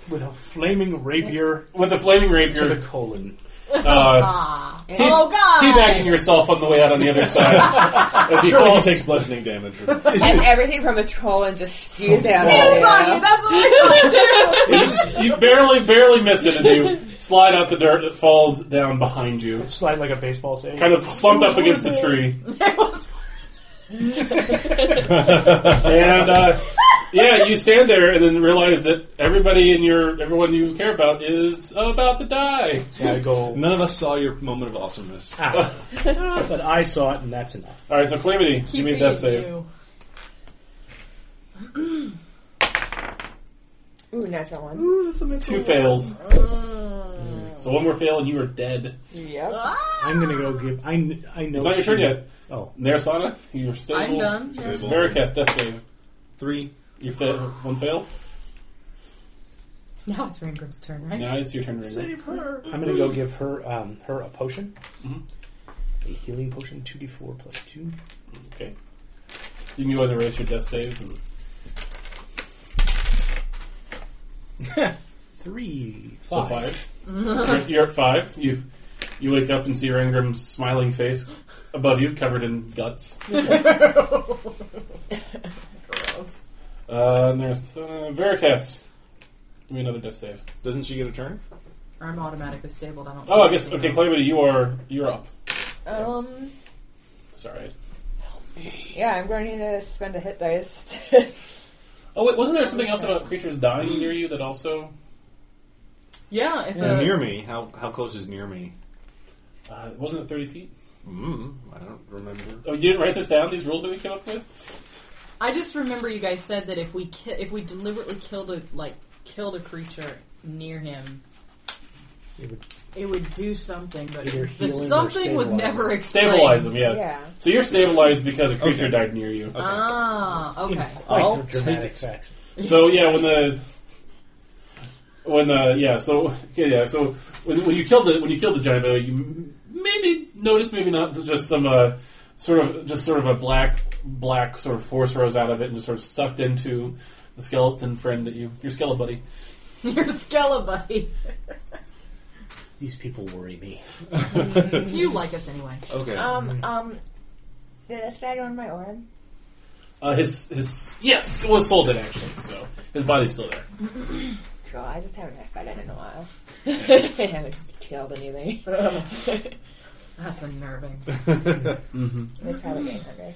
Speaker 7: with a flaming rapier
Speaker 1: with a flaming
Speaker 7: to the
Speaker 1: rapier,
Speaker 7: colon.
Speaker 1: uh,
Speaker 3: Ah.
Speaker 1: tea-
Speaker 3: oh God.
Speaker 1: teabagging yourself on the way out on the other side as he
Speaker 5: Surely he
Speaker 1: falls.
Speaker 5: takes bludgeoning damage.
Speaker 2: And everything from his colon just spews out.
Speaker 3: Hands on you. That's what I
Speaker 1: You barely, barely miss it as you slide out the dirt that falls down behind you,
Speaker 7: Slide like a baseball save.
Speaker 1: kind of slumped up against the tree. And uh, yeah, you stand there and then realize that everybody in your everyone you care about is about to die.
Speaker 7: I go,
Speaker 5: None of us saw your moment of awesomeness.
Speaker 7: ah. but I saw it and that's enough.
Speaker 1: All right, so Calamity,
Speaker 3: do.
Speaker 1: you made that save.
Speaker 3: You.
Speaker 2: Ooh, natural one.
Speaker 1: Two fails,
Speaker 3: Mm.
Speaker 1: so one more fail and you are dead.
Speaker 2: Yep.
Speaker 3: Ah.
Speaker 7: I'm gonna go give. I, kn- I know.
Speaker 1: It's not your
Speaker 7: she-
Speaker 1: turn yet.
Speaker 7: Oh,
Speaker 1: Narasana, you're stable.
Speaker 3: I'm done.
Speaker 5: Stable.
Speaker 1: Veracast, death save.
Speaker 5: Three.
Speaker 1: You fail. One fail.
Speaker 3: Now it's Rangram's turn, right?
Speaker 1: Now it's your turn. Right
Speaker 5: her.
Speaker 7: I'm gonna go give her um, her a potion,
Speaker 1: Mhm.
Speaker 7: a healing potion, two d four plus two.
Speaker 1: Okay. You can go ahead and erase your death save. and-
Speaker 7: Three,
Speaker 1: So
Speaker 7: five.
Speaker 1: five. You're- You're at five. You you wake up and see Rangram's smiling face above you, covered in guts. Uh, and there's uh, Veracast. Give me another death save.
Speaker 5: Doesn't she get a turn?
Speaker 3: I'm automatically stabled. I don't.
Speaker 1: Oh, I guess okay, Calamity, you are you're up.
Speaker 2: Um.
Speaker 1: Sorry.
Speaker 2: Yeah, I'm going to spend a hit dice.
Speaker 1: Oh wait, wasn't there something else about creatures dying near you that also?
Speaker 3: Yeah. If
Speaker 5: Uh,
Speaker 3: uh,
Speaker 5: near me? How how close is near me?
Speaker 1: Uh, wasn't it thirty feet?
Speaker 5: Mm, I don't remember.
Speaker 1: Oh, you didn't write this down. These rules that we came up with.
Speaker 3: I just remember you guys said that if we ki- if we deliberately killed a like killed a creature near him,
Speaker 4: It would
Speaker 3: It would do something, but
Speaker 4: Either
Speaker 3: the
Speaker 4: healing or
Speaker 3: something was
Speaker 4: stabilizing.
Speaker 3: never explained.
Speaker 1: Stabilize them, yeah.
Speaker 2: Yeah.
Speaker 1: So you're stabilized because a creature
Speaker 5: Okay.
Speaker 1: died near you.
Speaker 3: Ah, okay.
Speaker 4: quite
Speaker 5: I'll
Speaker 4: a dramatic
Speaker 5: take it.
Speaker 4: fact.
Speaker 1: So yeah, when the when the yeah, so okay, yeah, so when, when you killed the when you killed the giant, uh, you m- maybe noticed, maybe not, just some uh, sort of just sort of a black black sort of force rose out of it and just sort of sucked into the skeleton friend that you your skeleton buddy.
Speaker 3: Your Skelebuddy.
Speaker 4: These people worry me.
Speaker 3: You like us anyway.
Speaker 5: Okay.
Speaker 2: Um, um, did this guy on my arm?
Speaker 1: Uh, his his yes, it was sold it actually. So his body's still there.
Speaker 2: Cool. I just haven't fought it in a while. I haven't killed anything. It's
Speaker 3: That's unnerving.
Speaker 2: probably getting hungry.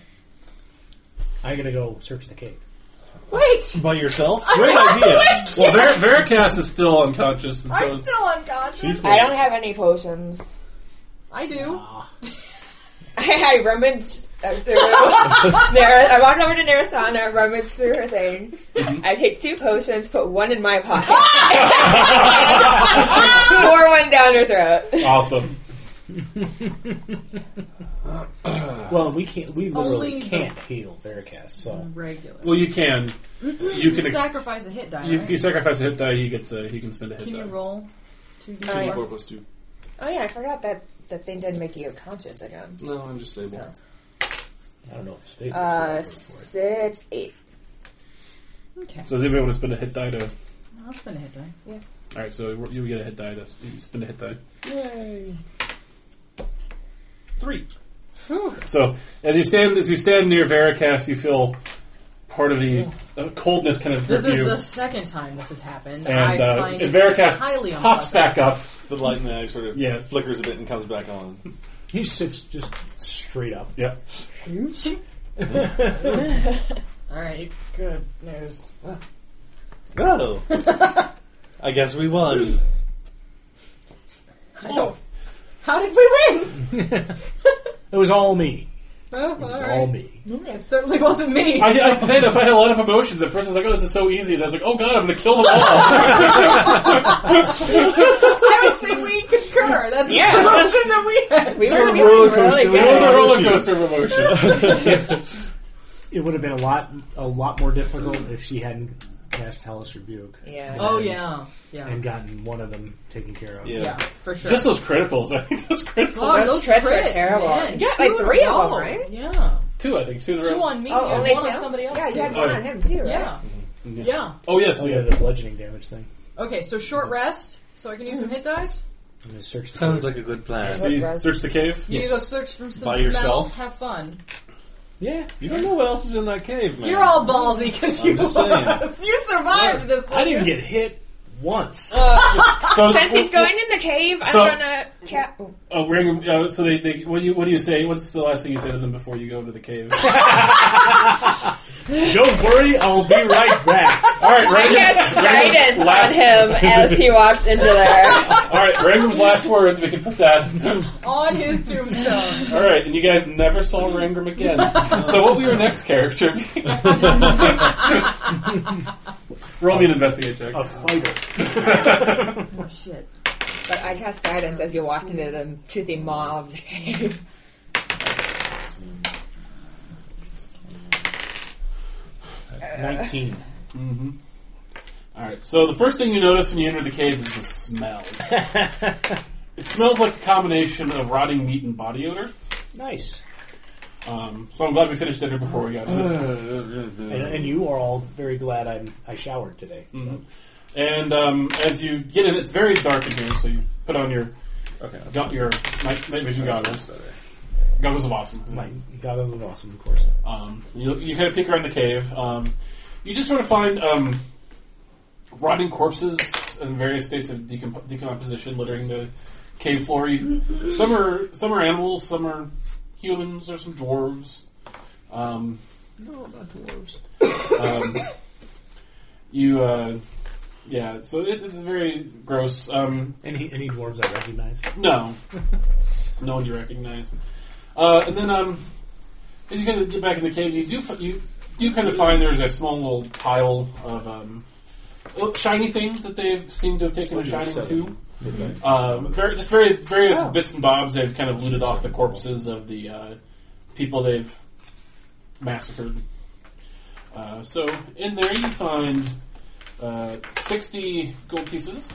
Speaker 4: I'm gonna go search the cave.
Speaker 3: Wait!
Speaker 5: By yourself? Great idea.
Speaker 1: Well, Ver- Veracast is still unconscious, and so
Speaker 9: I'm
Speaker 1: is,
Speaker 9: still unconscious.
Speaker 2: I don't have any potions.
Speaker 3: I do.
Speaker 4: Ah,
Speaker 2: I, I rummaged uh, through. Nara, I walked over to Narasana, rummaged through her thing. I picked two potions, put one in my pocket, pour one down her throat.
Speaker 1: awesome. Ah.
Speaker 4: well, we can't. We literally
Speaker 3: Only the-
Speaker 4: can't heal Veracast. So
Speaker 3: Regular.
Speaker 1: Well, you can
Speaker 3: Mm-hmm.
Speaker 1: you can ex-
Speaker 3: sacrifice a hit die.
Speaker 1: you,
Speaker 3: right?
Speaker 1: if you sacrifice a hit die, he gets a he can spend a hit
Speaker 3: Can
Speaker 1: die.
Speaker 3: you roll? Two d
Speaker 2: Alright.
Speaker 5: Four plus two.
Speaker 2: Oh yeah, I forgot that that thing did make you unconscious again.
Speaker 5: No, I'm just stable.
Speaker 4: I don't know if Steve.
Speaker 2: Uh, six, eight.
Speaker 3: Okay.
Speaker 1: So does anybody want to spend a hit die to?
Speaker 3: I'll spend a hit die.
Speaker 1: All right, so you get a hit die to you spend a hit die.
Speaker 3: Yay.
Speaker 1: Three. So as you stand as you stand near Veracast, you feel part of the uh, coldness kind of grip
Speaker 3: This is
Speaker 1: you,
Speaker 3: the second time this has happened.
Speaker 1: and,
Speaker 3: I
Speaker 1: uh,
Speaker 3: find
Speaker 1: and
Speaker 3: it
Speaker 1: Veracast
Speaker 3: highly
Speaker 1: pops
Speaker 3: unpleasant.
Speaker 1: back up.
Speaker 5: The light in the eye sort of
Speaker 1: Yeah.
Speaker 5: flickers a bit and comes back on.
Speaker 4: He sits just straight up.
Speaker 1: Yeah.
Speaker 3: Alright, good news.
Speaker 5: Oh. I guess we won.
Speaker 3: I don't. How did we win?
Speaker 4: It was all me.
Speaker 3: Oh,
Speaker 4: It was
Speaker 3: all
Speaker 4: all
Speaker 3: right.
Speaker 4: me.
Speaker 3: It certainly wasn't me.
Speaker 1: I, I say that I had a lot of emotions. At first, I was like, "Oh, this is so easy." And I was like, "Oh God, I'm going to kill them all."
Speaker 3: I would say we concur. That's
Speaker 2: Yeah.
Speaker 3: the emotion that we had.
Speaker 2: We
Speaker 5: Sort
Speaker 2: were
Speaker 5: of
Speaker 2: feeling
Speaker 5: roller
Speaker 2: really
Speaker 5: coaster. We
Speaker 1: it was a
Speaker 2: good.
Speaker 1: roller coaster of emotions.
Speaker 4: It would have been a lot, a lot more difficult if she hadn't cast Hellish Rebuke.
Speaker 2: Yeah.
Speaker 3: Oh yeah, yeah,
Speaker 4: And gotten one of them taken care of.
Speaker 5: Yeah.
Speaker 3: yeah, for sure.
Speaker 1: Just those criticals. I think those criticals.
Speaker 3: oh,
Speaker 2: Those crits are terrible.
Speaker 3: Man.
Speaker 2: You got,
Speaker 3: Two
Speaker 2: like,
Speaker 3: in a
Speaker 2: three of
Speaker 3: row.
Speaker 2: them, right?
Speaker 3: Yeah,
Speaker 1: Two, I think. Two in a row.
Speaker 3: two on me,
Speaker 2: Oh,
Speaker 3: and
Speaker 2: only
Speaker 3: one
Speaker 2: two?
Speaker 3: on somebody else.
Speaker 2: Yeah, you had
Speaker 3: too.
Speaker 1: Oh,
Speaker 2: one
Speaker 1: yeah.
Speaker 2: on him too, right?
Speaker 3: yeah,
Speaker 5: Mm-hmm.
Speaker 1: Yeah.
Speaker 3: yeah.
Speaker 1: Oh yes,
Speaker 4: Oh
Speaker 1: yeah.
Speaker 4: yeah, the bludgeoning damage thing.
Speaker 3: Okay, so short rest, so I can use some
Speaker 2: Mm-hmm.
Speaker 3: hit dice.
Speaker 4: I'm gonna search. the
Speaker 5: Sounds
Speaker 4: cave.
Speaker 5: like a good plan.
Speaker 1: So you search the cave.
Speaker 3: You
Speaker 5: Yes.
Speaker 3: go search for some
Speaker 5: By
Speaker 3: smells.
Speaker 5: yourself?
Speaker 3: Have fun.
Speaker 4: yeah.
Speaker 5: You don't know what else is in that cave, man.
Speaker 3: You're all ballsy because
Speaker 5: I'm
Speaker 3: you
Speaker 5: just saying.
Speaker 3: you survived this.
Speaker 4: I didn't get hit once.
Speaker 3: Uh,
Speaker 1: So
Speaker 2: Since he's going in the cave, I'm
Speaker 1: So-
Speaker 2: gonna chat.
Speaker 1: Oh, we're in, uh, so they, they what do you what do you say? What's the last thing you say to them before you go to the cave?
Speaker 4: don't worry, I'll be right back.
Speaker 1: All right, Rangram's,
Speaker 2: Yes, guidance
Speaker 1: Rangram's last.
Speaker 2: on him as he walks into there.
Speaker 1: All right, Rangram's last words. We can put that.
Speaker 3: on his tombstone.
Speaker 1: All right, and you guys never saw Rangram again. So what will your next character? be? Roll me an investigate check.
Speaker 4: A fighter.
Speaker 3: oh shit!
Speaker 2: But I cast guidance as you walk into the toothy maw of the cave.
Speaker 4: Nineteen.
Speaker 1: All right. So the first thing you notice when you enter the cave is the smell. it smells like a combination of rotting meat and body odor.
Speaker 4: Nice.
Speaker 1: Um, so I'm glad we finished dinner before we got to this.
Speaker 4: And, and you are all very glad I'm, I showered today. so.
Speaker 1: And um, as you get in, it's very dark in here, so you put on your
Speaker 5: Okay.
Speaker 1: got your night, night vision
Speaker 5: That's
Speaker 1: goggles.
Speaker 5: better.
Speaker 1: Goggles of awesome.
Speaker 4: My goggles look awesome, of course.
Speaker 1: Um, you you kind of peek around the cave. Um, you just sort of find um, rotting corpses in various states of decomp- decomposition littering the cave floor. You, some are some are animals, some are humans, or some dwarves. Um,
Speaker 5: No, not dwarves.
Speaker 1: um, you, uh, yeah. So it, it's very gross. Um,
Speaker 4: Any any dwarves I recognize?
Speaker 1: No. no one you recognize. Uh, and then, um, as you kind of get back in the cave, you do f- you do kind of find there's a small little pile of um, little shiny things that they seem to have taken a
Speaker 5: Would you have
Speaker 1: shining
Speaker 5: seven?
Speaker 1: to. Um, very, just very various
Speaker 8: Oh.
Speaker 1: bits and bobs. They've kind of looted off the corpses of the uh, people they've massacred. Uh, so in there you find uh, sixty gold pieces,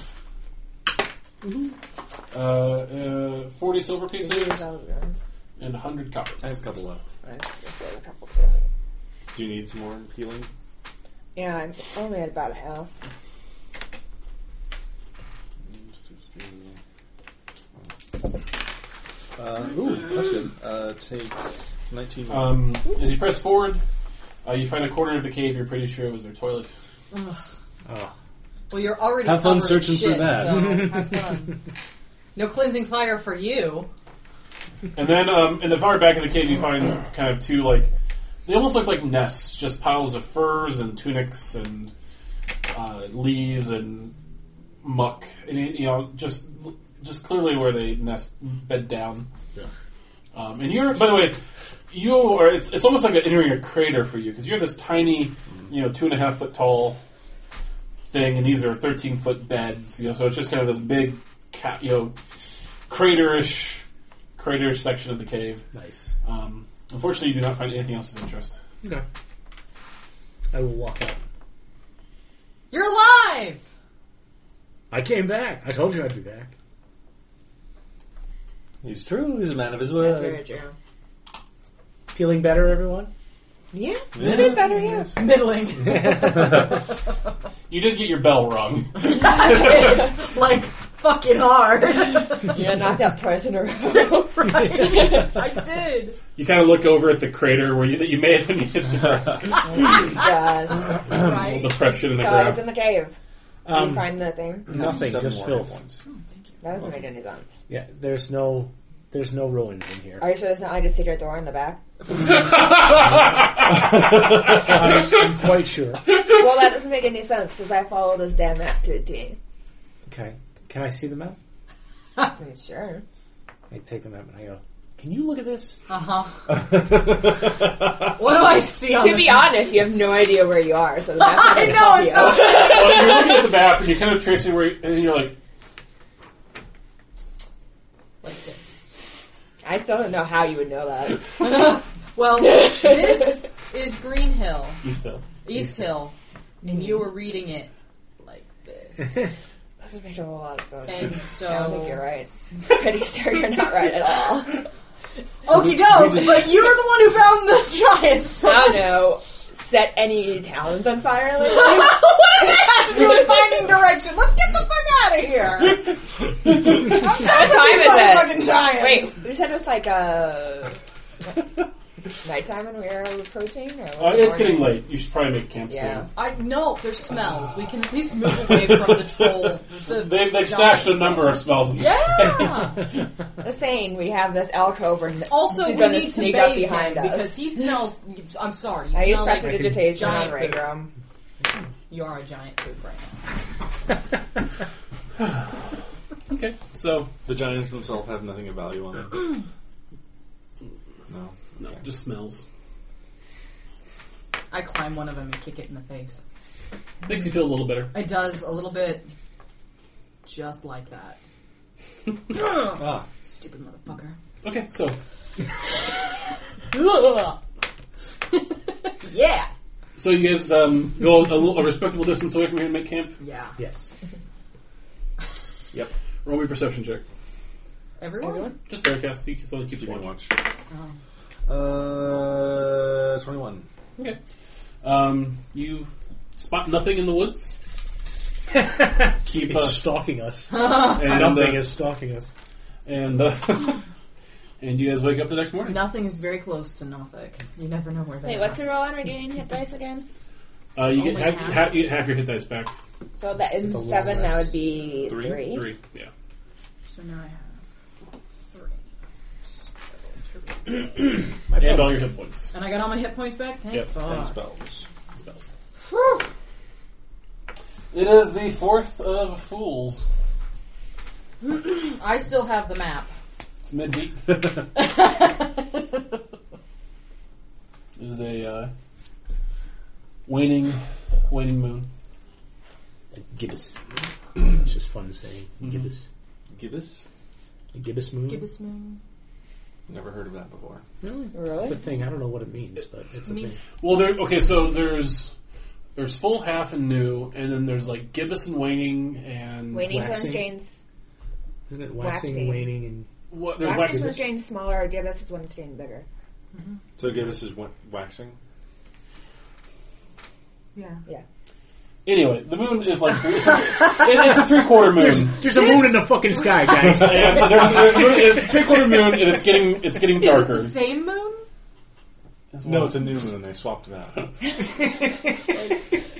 Speaker 1: uh, uh, forty silver pieces, and hundred copper.
Speaker 5: I have a couple left.
Speaker 2: a couple too.
Speaker 5: Do you need some more healing?
Speaker 2: Yeah, I'm only at about half.
Speaker 5: Uh, ooh, that's good. Uh, take 19.
Speaker 1: Um, as you press forward, uh, you find a corner of the cave. You're pretty sure it was their toilet.
Speaker 4: Oh,
Speaker 3: Well, you're already
Speaker 7: Have fun
Speaker 3: covered in
Speaker 7: searching for
Speaker 3: shit,
Speaker 7: that.
Speaker 3: so have fun. No cleansing fire for you.
Speaker 1: And then um, in the far back of the cave, you find kind of two like they almost look like nests, just piles of furs and tunics and uh, leaves and muck, and you know just just clearly where they nest bed down.
Speaker 7: Yeah.
Speaker 1: Um, and you're by the way, you are it's it's almost like entering a crater for you because you're this tiny, you know, two and a half foot tall thing, and these are thirteen foot beds. You know, so it's just kind of this big, ca- you know, craterish craterish section of the cave.
Speaker 7: Nice.
Speaker 1: Um, unfortunately, you do not find anything else of interest.
Speaker 7: Okay. I will walk out.
Speaker 3: You're alive.
Speaker 7: I came back. I told you I'd be back.
Speaker 5: he's true. He's a man of his
Speaker 2: Very
Speaker 5: word.
Speaker 2: true.
Speaker 4: Feeling better, everyone?
Speaker 2: Yeah,
Speaker 5: Yeah.
Speaker 2: a bit better, yeah.
Speaker 3: Middling.
Speaker 1: You did get your bell rung.
Speaker 3: like fucking hard.
Speaker 2: You got knocked out twice in a row.
Speaker 3: I did.
Speaker 1: you kind of look over at the crater where you that you made when you hit the
Speaker 2: Gosh.
Speaker 1: little
Speaker 3: Right.
Speaker 1: depression in the
Speaker 2: So it's
Speaker 1: ground.
Speaker 2: in the cave. you
Speaker 4: Um,
Speaker 2: find the thing.
Speaker 4: nothing,
Speaker 5: Seven
Speaker 4: just
Speaker 5: more
Speaker 4: filth.
Speaker 5: ones.
Speaker 2: That doesn't make any sense.
Speaker 4: Yeah, there's no, there's no ruins in here.
Speaker 2: Are you sure it's not like a secret door in the back?
Speaker 4: I'm, I'm quite sure.
Speaker 2: well, that doesn't make any sense because I follow this damn map to a T.
Speaker 4: Okay, can I see the map?
Speaker 2: I'm sure.
Speaker 4: I take the map and I go. Can you look at this?
Speaker 3: Uh huh. what do I see on
Speaker 2: To
Speaker 3: this
Speaker 2: be honest, you have no idea where you are, so that's not
Speaker 3: I
Speaker 2: gonna
Speaker 3: know,
Speaker 2: help
Speaker 3: it's
Speaker 2: you.
Speaker 3: not-
Speaker 1: well, you're looking at the map and you're kind of tracing where, you, and you're like,
Speaker 3: Like this.
Speaker 2: I still don't know how you would know that.
Speaker 3: Well, this is Green Hill,
Speaker 1: you still.
Speaker 3: East Hill, and you were reading it like this.
Speaker 2: Doesn't make a whole lot of sense.
Speaker 3: And
Speaker 2: I don't think you're
Speaker 3: so,
Speaker 2: right. Pretty sure you're not right at all.
Speaker 3: okie doke. But you were the one who found the giants.
Speaker 2: I don't know. Set any towns on fire lately?
Speaker 9: Doing finding direction. Let's get the fuck out of here.
Speaker 2: what time is it?
Speaker 9: Fucking giants.
Speaker 2: Wait, who said it was like uh, nighttime and we are approaching? Or was
Speaker 1: Uh,
Speaker 2: it
Speaker 1: it's
Speaker 2: morning?
Speaker 1: getting late. You should probably make camp
Speaker 2: Yeah.
Speaker 3: I no, there's smells. We can at least move away from the troll. The,
Speaker 1: soon. They, they've snatched a number of smells in this
Speaker 3: Yeah.
Speaker 2: The saying we have this alcove and
Speaker 3: Also,
Speaker 2: he's
Speaker 3: we
Speaker 2: gonna
Speaker 3: need
Speaker 2: sneak
Speaker 3: to
Speaker 2: up
Speaker 3: bathe
Speaker 2: behind
Speaker 3: him
Speaker 2: us.
Speaker 3: because he smells. I'm sorry, you
Speaker 2: I use
Speaker 3: smell like a
Speaker 2: prestidigitation on
Speaker 3: giant
Speaker 2: Ray
Speaker 3: poop.
Speaker 2: Grum.
Speaker 3: You are a giant poop right now.
Speaker 1: Okay, so
Speaker 5: The giants themselves have nothing of value on them. no.
Speaker 1: no, just smells.
Speaker 3: I climb one of them and kick it in the face.
Speaker 1: Makes you feel a little better.
Speaker 3: It does a little bit, just like that.
Speaker 5: Ah,
Speaker 3: Stupid motherfucker.
Speaker 1: Okay, so
Speaker 3: yeah.
Speaker 1: so you guys um, go a, little, a respectable distance away from here to make camp.
Speaker 3: Yeah.
Speaker 4: Yes.
Speaker 1: Roll me perception check.
Speaker 3: Everyone?
Speaker 1: Just Veracast. He still keeps
Speaker 5: you can
Speaker 1: watch.
Speaker 5: watch.
Speaker 3: Oh.
Speaker 5: Uh, 21.
Speaker 1: Okay. Um, you spot nothing in the woods. Keep
Speaker 4: It's
Speaker 1: uh,
Speaker 4: stalking us.
Speaker 1: and uh,
Speaker 4: Nothing is stalking us.
Speaker 1: and uh, and you guys wake up the next morning.
Speaker 3: Nothing is very close to Norfolk. You never know where they
Speaker 2: Wait,
Speaker 3: are.
Speaker 2: what's the roll on redeeming hit dice again?
Speaker 1: Uh, you get
Speaker 3: Only
Speaker 1: half,
Speaker 3: half?
Speaker 1: half, you get half your hit dice back.
Speaker 2: So that in
Speaker 4: long
Speaker 2: seven, that would be
Speaker 5: Three?
Speaker 2: three.
Speaker 1: Three. Yeah.
Speaker 3: So now I have three.
Speaker 1: And all your hit points.
Speaker 3: And I got all my hit points back? Thank
Speaker 1: Yep,
Speaker 5: And
Speaker 3: fuck.
Speaker 5: spells.
Speaker 1: Spells. It is the fourth of fools.
Speaker 3: I still have the map.
Speaker 1: It's midweek. it is a uh, waning waning moon.
Speaker 7: Mm-hmm.
Speaker 4: Gibbous. It's just fun to say. Gibbous.
Speaker 5: Gibbous?
Speaker 7: Gibbous moon.
Speaker 3: Gibbous moon.
Speaker 5: Never heard of that before.
Speaker 7: Really? It's a
Speaker 2: Really?
Speaker 7: thing. I don't know what it means, but it's a
Speaker 3: Means-
Speaker 7: thing.
Speaker 1: Well, there. Okay, so there's there's full, half, and new, and then there's like gibbous and waning, and
Speaker 2: Waning turns
Speaker 7: Waxing.
Speaker 2: gains.
Speaker 7: Isn't it waxing,
Speaker 2: Waxing.
Speaker 7: waning, and
Speaker 1: what, there's
Speaker 2: Waxing is when
Speaker 1: waxing.
Speaker 2: it's getting smaller. Gibbous is when it's getting bigger.
Speaker 5: So Gibbous is wa- waxing?
Speaker 3: Yeah.
Speaker 1: Anyway, the moon is like it's a, it- it's a three quarter moon.
Speaker 7: there's, there's a moon in the fucking sky, guys.
Speaker 1: Yeah, there's, there's a moon, it's a three quarter moon, and it's getting it's getting
Speaker 3: Is it
Speaker 1: darker.
Speaker 3: the same moon?
Speaker 5: No, it's a new moon. They swapped it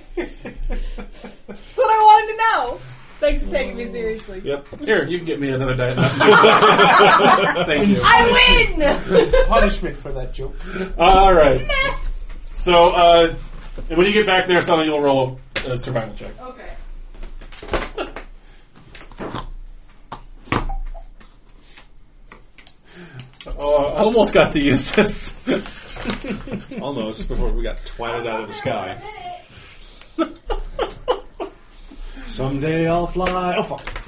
Speaker 5: out.
Speaker 3: That's what I wanted to know. Thanks for taking me seriously.
Speaker 5: yep.
Speaker 1: Here, you can get me another diet. Mountain Dew. Thank you.
Speaker 3: I win.
Speaker 4: Punishment for that joke.
Speaker 1: Uh, All right. So, uh, and when you get back there, Sonny, you'll roll a, a survival check.
Speaker 3: Okay.
Speaker 1: Oh, I almost got to use this.
Speaker 5: Almost before we got twatted out of the sky. Someday I'll fly. Oh fuck!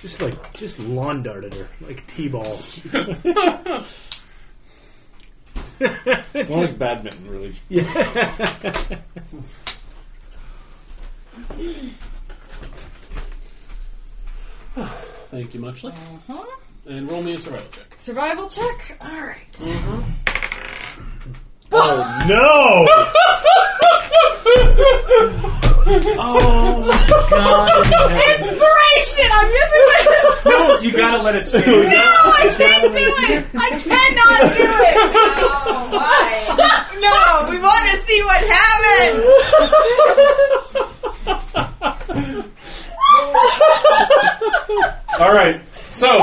Speaker 7: just like just lawn darted her like t-ball.
Speaker 5: Well, it's badminton, really.
Speaker 1: Thank you muchly.
Speaker 3: Uh,
Speaker 1: And roll me a survival check.
Speaker 3: Uh-huh. Survival check. All right.
Speaker 7: No.
Speaker 3: Inspiration. I'm using this.
Speaker 7: no, you gotta let it stand.
Speaker 3: No, I can't do it. I cannot do it.
Speaker 2: Oh,
Speaker 3: No, why? No, we want to see what happens.
Speaker 1: All right. So you um,
Speaker 3: I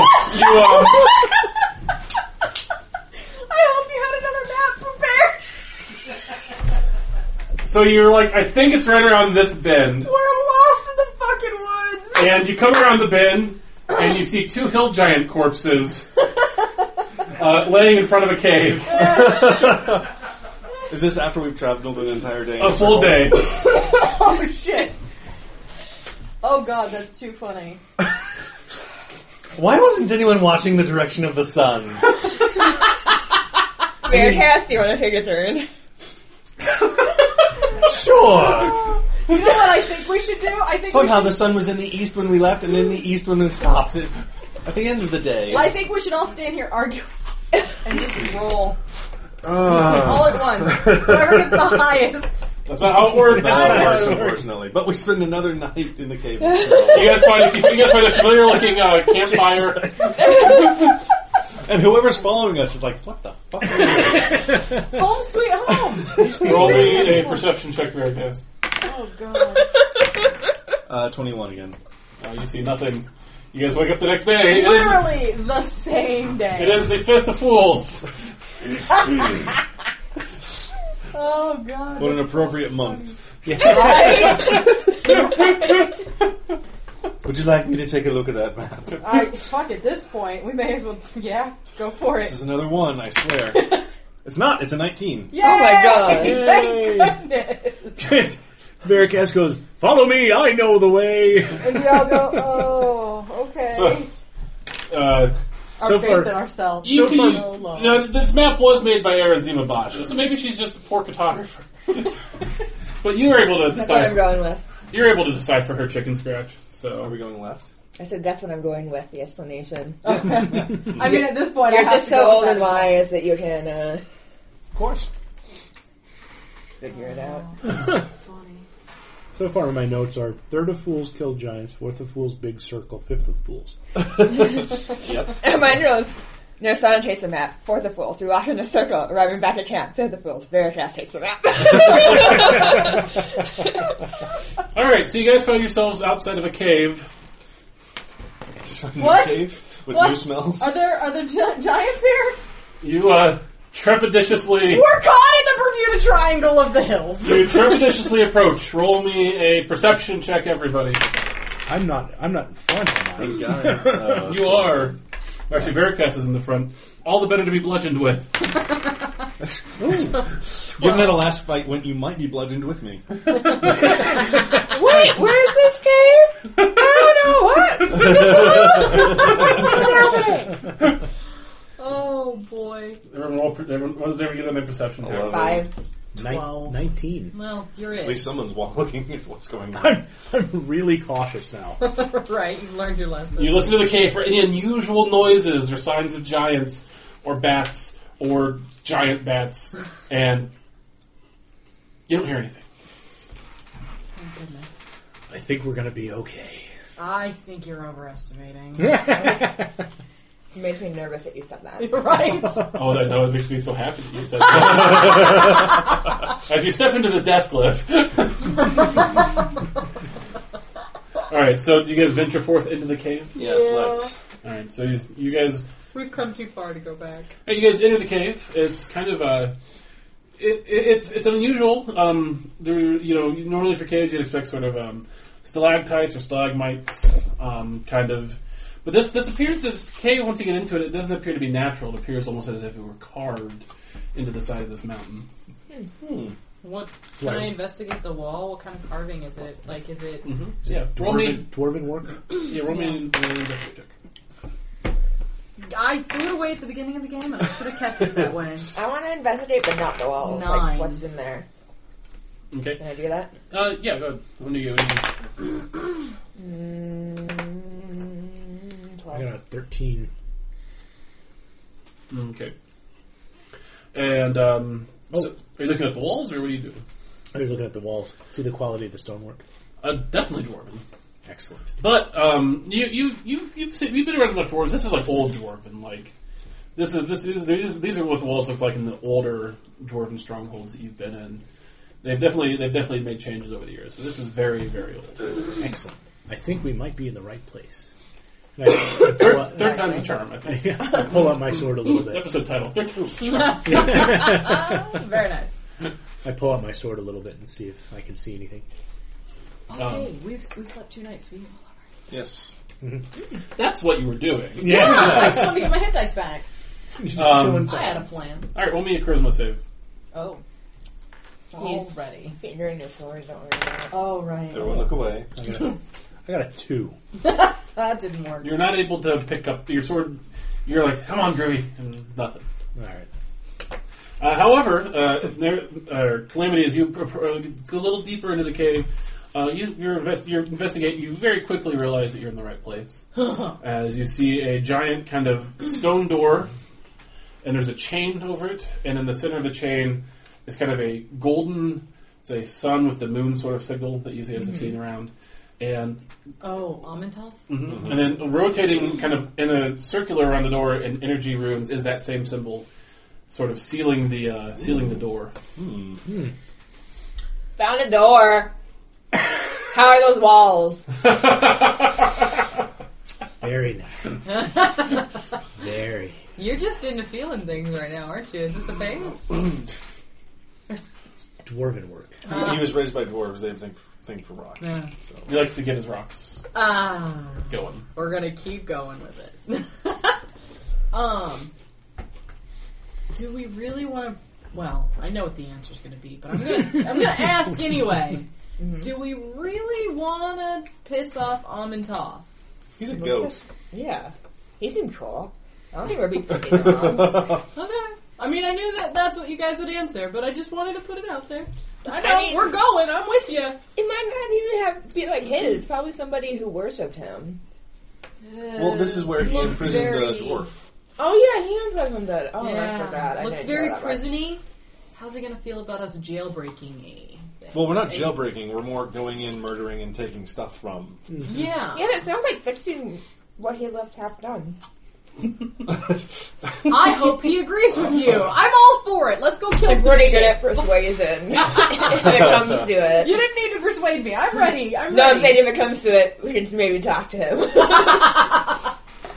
Speaker 3: hope you had another map prepared.
Speaker 1: so you're like, I think it's right around this bend,
Speaker 3: We're lost in the fucking woods.
Speaker 1: and you come around the bend, and you see two hill giant corpses uh, laying in front of a cave.
Speaker 5: Is this after we've traveled an entire day?
Speaker 1: A full day.
Speaker 3: Oh shit. Oh god, that's too funny.
Speaker 10: Why wasn't anyone watching the direction of the sun?
Speaker 2: Mayor Cass, do you want to take a turn?
Speaker 10: sure.
Speaker 3: You know what I think we should do? I think
Speaker 10: Somehow
Speaker 3: we
Speaker 10: the sun was in the east when we left, and in the east when we stopped. It- At the end of the day,
Speaker 3: should, I think we should all stand here arguing and just roll
Speaker 10: Ugh.
Speaker 5: Oh. Ah.
Speaker 3: all at once. Whoever gets the highest.
Speaker 1: That's not how it works.
Speaker 5: That's how it
Speaker 1: how
Speaker 5: works,
Speaker 1: it works.
Speaker 5: unfortunately. But we spend another night in the cave. and
Speaker 1: You guys find you guys find a familiar looking uh, campfire.
Speaker 5: whoever's following us is like, what the fuck? are you doing?"
Speaker 3: Home sweet home.
Speaker 1: Roll me a perception check, very fast.
Speaker 3: Oh god.
Speaker 5: Uh, 21 again.
Speaker 1: Uh, you see nothing. You guys wake up the next day. It is,
Speaker 3: Literally the same day.
Speaker 1: it is the fifth of fools.
Speaker 3: Oh god.
Speaker 5: What an appropriate month. Would you like me to take a look at that map?
Speaker 3: I fuck at this point. We may as well yeah, go for
Speaker 5: This
Speaker 3: it.
Speaker 5: is another one, I swear. It's not. It's a 19.
Speaker 3: Yeah. Oh my god.
Speaker 7: Yay. Merrick S goes, "Follow me. I know the way."
Speaker 3: And we all go, oh, okay.
Speaker 1: So, uh,
Speaker 3: our
Speaker 7: so
Speaker 3: faith
Speaker 7: far-
Speaker 3: in ourselves.
Speaker 1: you,
Speaker 3: so
Speaker 1: you-
Speaker 3: low.
Speaker 1: now, this map was made by Arazima Bosch, so maybe she's just a poor cartographer. but you were able to
Speaker 2: That's what
Speaker 1: decipher.
Speaker 2: I'm going with.
Speaker 1: You're able to decipher her chicken scratch.
Speaker 5: Are
Speaker 1: So
Speaker 5: we going left?
Speaker 2: I said that's what I'm going with. The explanation.
Speaker 3: I mean, at this point, I
Speaker 2: You're
Speaker 3: have
Speaker 2: just
Speaker 3: to
Speaker 2: so
Speaker 3: go
Speaker 2: old
Speaker 3: with
Speaker 2: and
Speaker 3: that.
Speaker 2: wise that you can uh,
Speaker 5: Of course.
Speaker 2: figure it out.
Speaker 7: So far, my notes are third of fools kill giants, fourth of fools big circle, fifth of fools.
Speaker 2: And mine goes, no sun chase the map, fourth of fools, we walk in a circle, arriving back at camp, fifth of fools, Veracast takes the map.
Speaker 1: all right, so you guys find yourselves outside of a cave.
Speaker 3: What?
Speaker 5: Cave with
Speaker 3: What?
Speaker 5: new smells.
Speaker 3: Are there are there gi- giants here?
Speaker 1: You uh, trepidatiously
Speaker 3: We're caught in the Bermuda Triangle of the hills.
Speaker 1: you trepidatiously approach. Roll me a perception check, everybody.
Speaker 7: I'm not. I'm not in front. Am I?
Speaker 5: Thank God. Uh,
Speaker 1: You are. Actually, Veracast is in the front. All the better to be bludgeoned with.
Speaker 5: Given that a last fight went, you might be bludgeoned with me.
Speaker 2: Wait, where's this cave? I don't know what.
Speaker 3: Oh boy.
Speaker 1: Everyone, roll, per- everyone, what does everyone get on their perception?
Speaker 5: I
Speaker 1: check?
Speaker 5: love it.
Speaker 2: Five.
Speaker 4: Nin-
Speaker 3: Twelve.
Speaker 4: Nineteen.
Speaker 3: Well, you're
Speaker 5: At least
Speaker 3: it.
Speaker 5: someone's wa- looking at what's going on.
Speaker 4: I'm, I'm really cautious now.
Speaker 3: right, you've learned your lesson.
Speaker 1: You listen to the cave for any unusual noises or signs of giants or bats or giant bats, and you don't hear anything.
Speaker 3: oh, goodness.
Speaker 4: I think we're gonna be okay.
Speaker 3: I think you're overestimating.
Speaker 2: It makes me nervous that you said that.
Speaker 3: right?
Speaker 1: Oh, that, no, it makes me so happy that you said that. As you step into the death cliff. Alright, so do you guys venture forth into the cave?
Speaker 5: Yes,
Speaker 3: Yeah.
Speaker 5: let's.
Speaker 1: Alright, so you, you guys
Speaker 3: We've come too far to go back.
Speaker 1: Hey, you guys enter the cave. It's kind of uh It, it, it's it's unusual. Um, there, you know, normally for caves you'd expect sort of um, stalactites or stalagmites, um, kind of. But this this appears that this cave. Once you get into it, it doesn't appear to be natural. It appears almost as if it were carved into the side of this mountain.
Speaker 3: What can
Speaker 1: Right.
Speaker 3: I investigate the wall? What kind of carving is it? Like, is it?
Speaker 1: Mm-hmm. Yeah, roll
Speaker 7: Dwarven,
Speaker 1: me.
Speaker 7: dwarven work.
Speaker 1: Yeah, roll me. an- an investigation check.
Speaker 3: I threw it away at the beginning of the game, and I should have kept it that way.
Speaker 2: I want to investigate, but not the walls.
Speaker 3: Nine.
Speaker 2: Like, what's in there?
Speaker 1: Okay.
Speaker 2: Can I do that?
Speaker 1: Uh, yeah. Go ahead. When do you when do you-
Speaker 2: Mm,
Speaker 7: I
Speaker 2: Twelve.
Speaker 7: got a thirteen.
Speaker 1: Okay. And um,
Speaker 7: Oh.
Speaker 1: so are you looking at the walls, or what are you doing?
Speaker 7: I was looking at the walls. See the quality of the stonework.
Speaker 1: Uh, definitely dwarven.
Speaker 7: Excellent.
Speaker 1: But um, you you you you've, seen, you've been around enough dwarves. This is like old dwarven. Like this is this is these, these are what the walls look like in the older dwarven strongholds that you've been in. They've definitely they've definitely made changes over the years. So this is very very old.
Speaker 7: Excellent. I think we might be in the right place. And I, I pull out,
Speaker 1: Third time's a charm. I think.
Speaker 7: I pull out my sword a little bit.
Speaker 1: Episode title. Third time's a charm.
Speaker 3: Very nice.
Speaker 7: I pull out my sword a little bit and see if I can see anything.
Speaker 1: Um,
Speaker 3: hey, we've we slept two nights. We
Speaker 5: Yes.
Speaker 1: that's what you were doing.
Speaker 3: yeah, I just want to get my hit dice back.
Speaker 1: Um,
Speaker 3: I had a plan.
Speaker 1: all right, roll me a charisma save.
Speaker 3: Oh,
Speaker 2: He's-
Speaker 3: already.
Speaker 2: Fingering your sword, don't worry about it.
Speaker 3: Oh right,
Speaker 5: Everyone look away.
Speaker 7: I got a, I got a two.
Speaker 3: that didn't work.
Speaker 1: You're not able to pick up your sword. You're like, come on, Groovy, and nothing.
Speaker 7: All right.
Speaker 1: Uh, however, uh, there, uh, Calamity, as you pro- pro- go a little deeper into the cave, uh, you you're invest- you investigate. You very quickly realize that you're in the right place, as you see a giant kind of stone door, and there's a chain over it, and in the center of the chain is kind of a golden, it's a sun with the moon sort of signal that you guys have seen around, and
Speaker 3: Oh, Amentoff.
Speaker 1: Mm-hmm. and then rotating kind of in a circular around the door in energy runes is that same symbol, sort of sealing the uh, sealing the door.
Speaker 2: Found a door. How are those walls?
Speaker 7: Very nice. Very.
Speaker 3: You're just into feeling things right now, aren't you? Is this a phase?
Speaker 7: Dwarven work.
Speaker 5: He- he was raised by dwarves. They have thing thing for rocks.
Speaker 3: Uh. Yeah.
Speaker 5: So.
Speaker 1: He likes to get his rocks
Speaker 3: Ah,
Speaker 1: going.
Speaker 3: we're gonna keep going with it. um, do we really want to? Well, I know what the answer's gonna be, but I'm gonna I'm gonna ask anyway. Do we really want to piss off Amentoff?
Speaker 5: He's a
Speaker 2: Let's
Speaker 5: goat.
Speaker 2: just- yeah. He seemed cool. I don't think we're being pissing off.
Speaker 3: Okay. I mean, I knew that that's what you guys would answer, but I just wanted to put it out there. I know
Speaker 2: I mean-
Speaker 3: we're going. I'm with you.
Speaker 2: It might not even have be like his. It's probably somebody who worshipped him.
Speaker 5: Well, this is where he
Speaker 3: Looks
Speaker 5: imprisoned
Speaker 3: very-
Speaker 5: the dwarf.
Speaker 2: Oh yeah, he was from that. Oh,
Speaker 3: yeah.
Speaker 2: I forgot. I
Speaker 3: Looks
Speaker 2: didn't
Speaker 3: very
Speaker 2: know that much.
Speaker 3: prisony. How's he gonna feel about us jailbreaking?
Speaker 5: Well, we're not jailbreaking. We're more going in, murdering, and taking stuff from.
Speaker 3: Yeah.
Speaker 2: Yeah, that sounds like fixing what he left half done.
Speaker 3: I hope he agrees with you. I'm all for it. Let's go kill
Speaker 2: I'm
Speaker 3: some
Speaker 2: pretty
Speaker 3: shit.
Speaker 2: good at persuasion. if it comes to it.
Speaker 3: You didn't need to persuade me. I'm ready. I'm
Speaker 2: No,
Speaker 3: ready.
Speaker 2: I'm saying if it comes to it, we can maybe talk to him.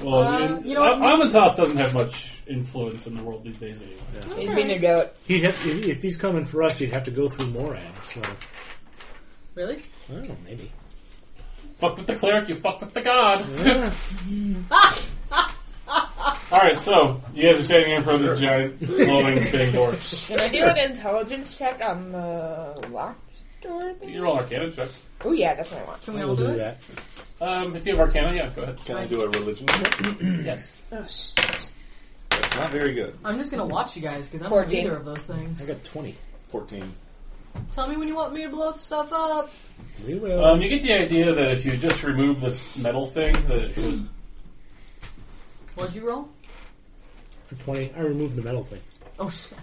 Speaker 1: Well,
Speaker 3: Uh, you
Speaker 1: you
Speaker 3: know
Speaker 1: know,
Speaker 3: what?
Speaker 1: Amontoth doesn't have much influence in the world these days anyway.
Speaker 2: He's being a goat.
Speaker 7: He'd have, if if he's coming for us, he'd have to go through Moran. So, I
Speaker 3: really?
Speaker 7: don't know, maybe.
Speaker 1: Fuck with the cleric, you fuck with the god. All right, so you guys are standing in front of this giant glowing spinning door.
Speaker 2: Can I do an intelligence check on the locked door?
Speaker 1: You
Speaker 2: Thing?
Speaker 1: can roll an Arcana check.
Speaker 2: Oh yeah, that's what I want.
Speaker 3: Can we all do it?
Speaker 7: that.
Speaker 1: Um, if you have Arcana, yeah, go ahead.
Speaker 5: Can I do a religion check?
Speaker 1: Yes.
Speaker 2: Oh shit.
Speaker 5: That's not very good.
Speaker 3: I'm just gonna watch you guys because I'm not
Speaker 2: Fourteen.
Speaker 3: either of those things.
Speaker 7: I got 20.
Speaker 5: 14.
Speaker 3: Tell me when you want me to blow stuff up.
Speaker 7: We will.
Speaker 1: Um, you get the idea that if you just remove this metal thing, that it should.
Speaker 3: What'd you roll?
Speaker 7: 20. I removed the metal thing.
Speaker 3: Oh shit.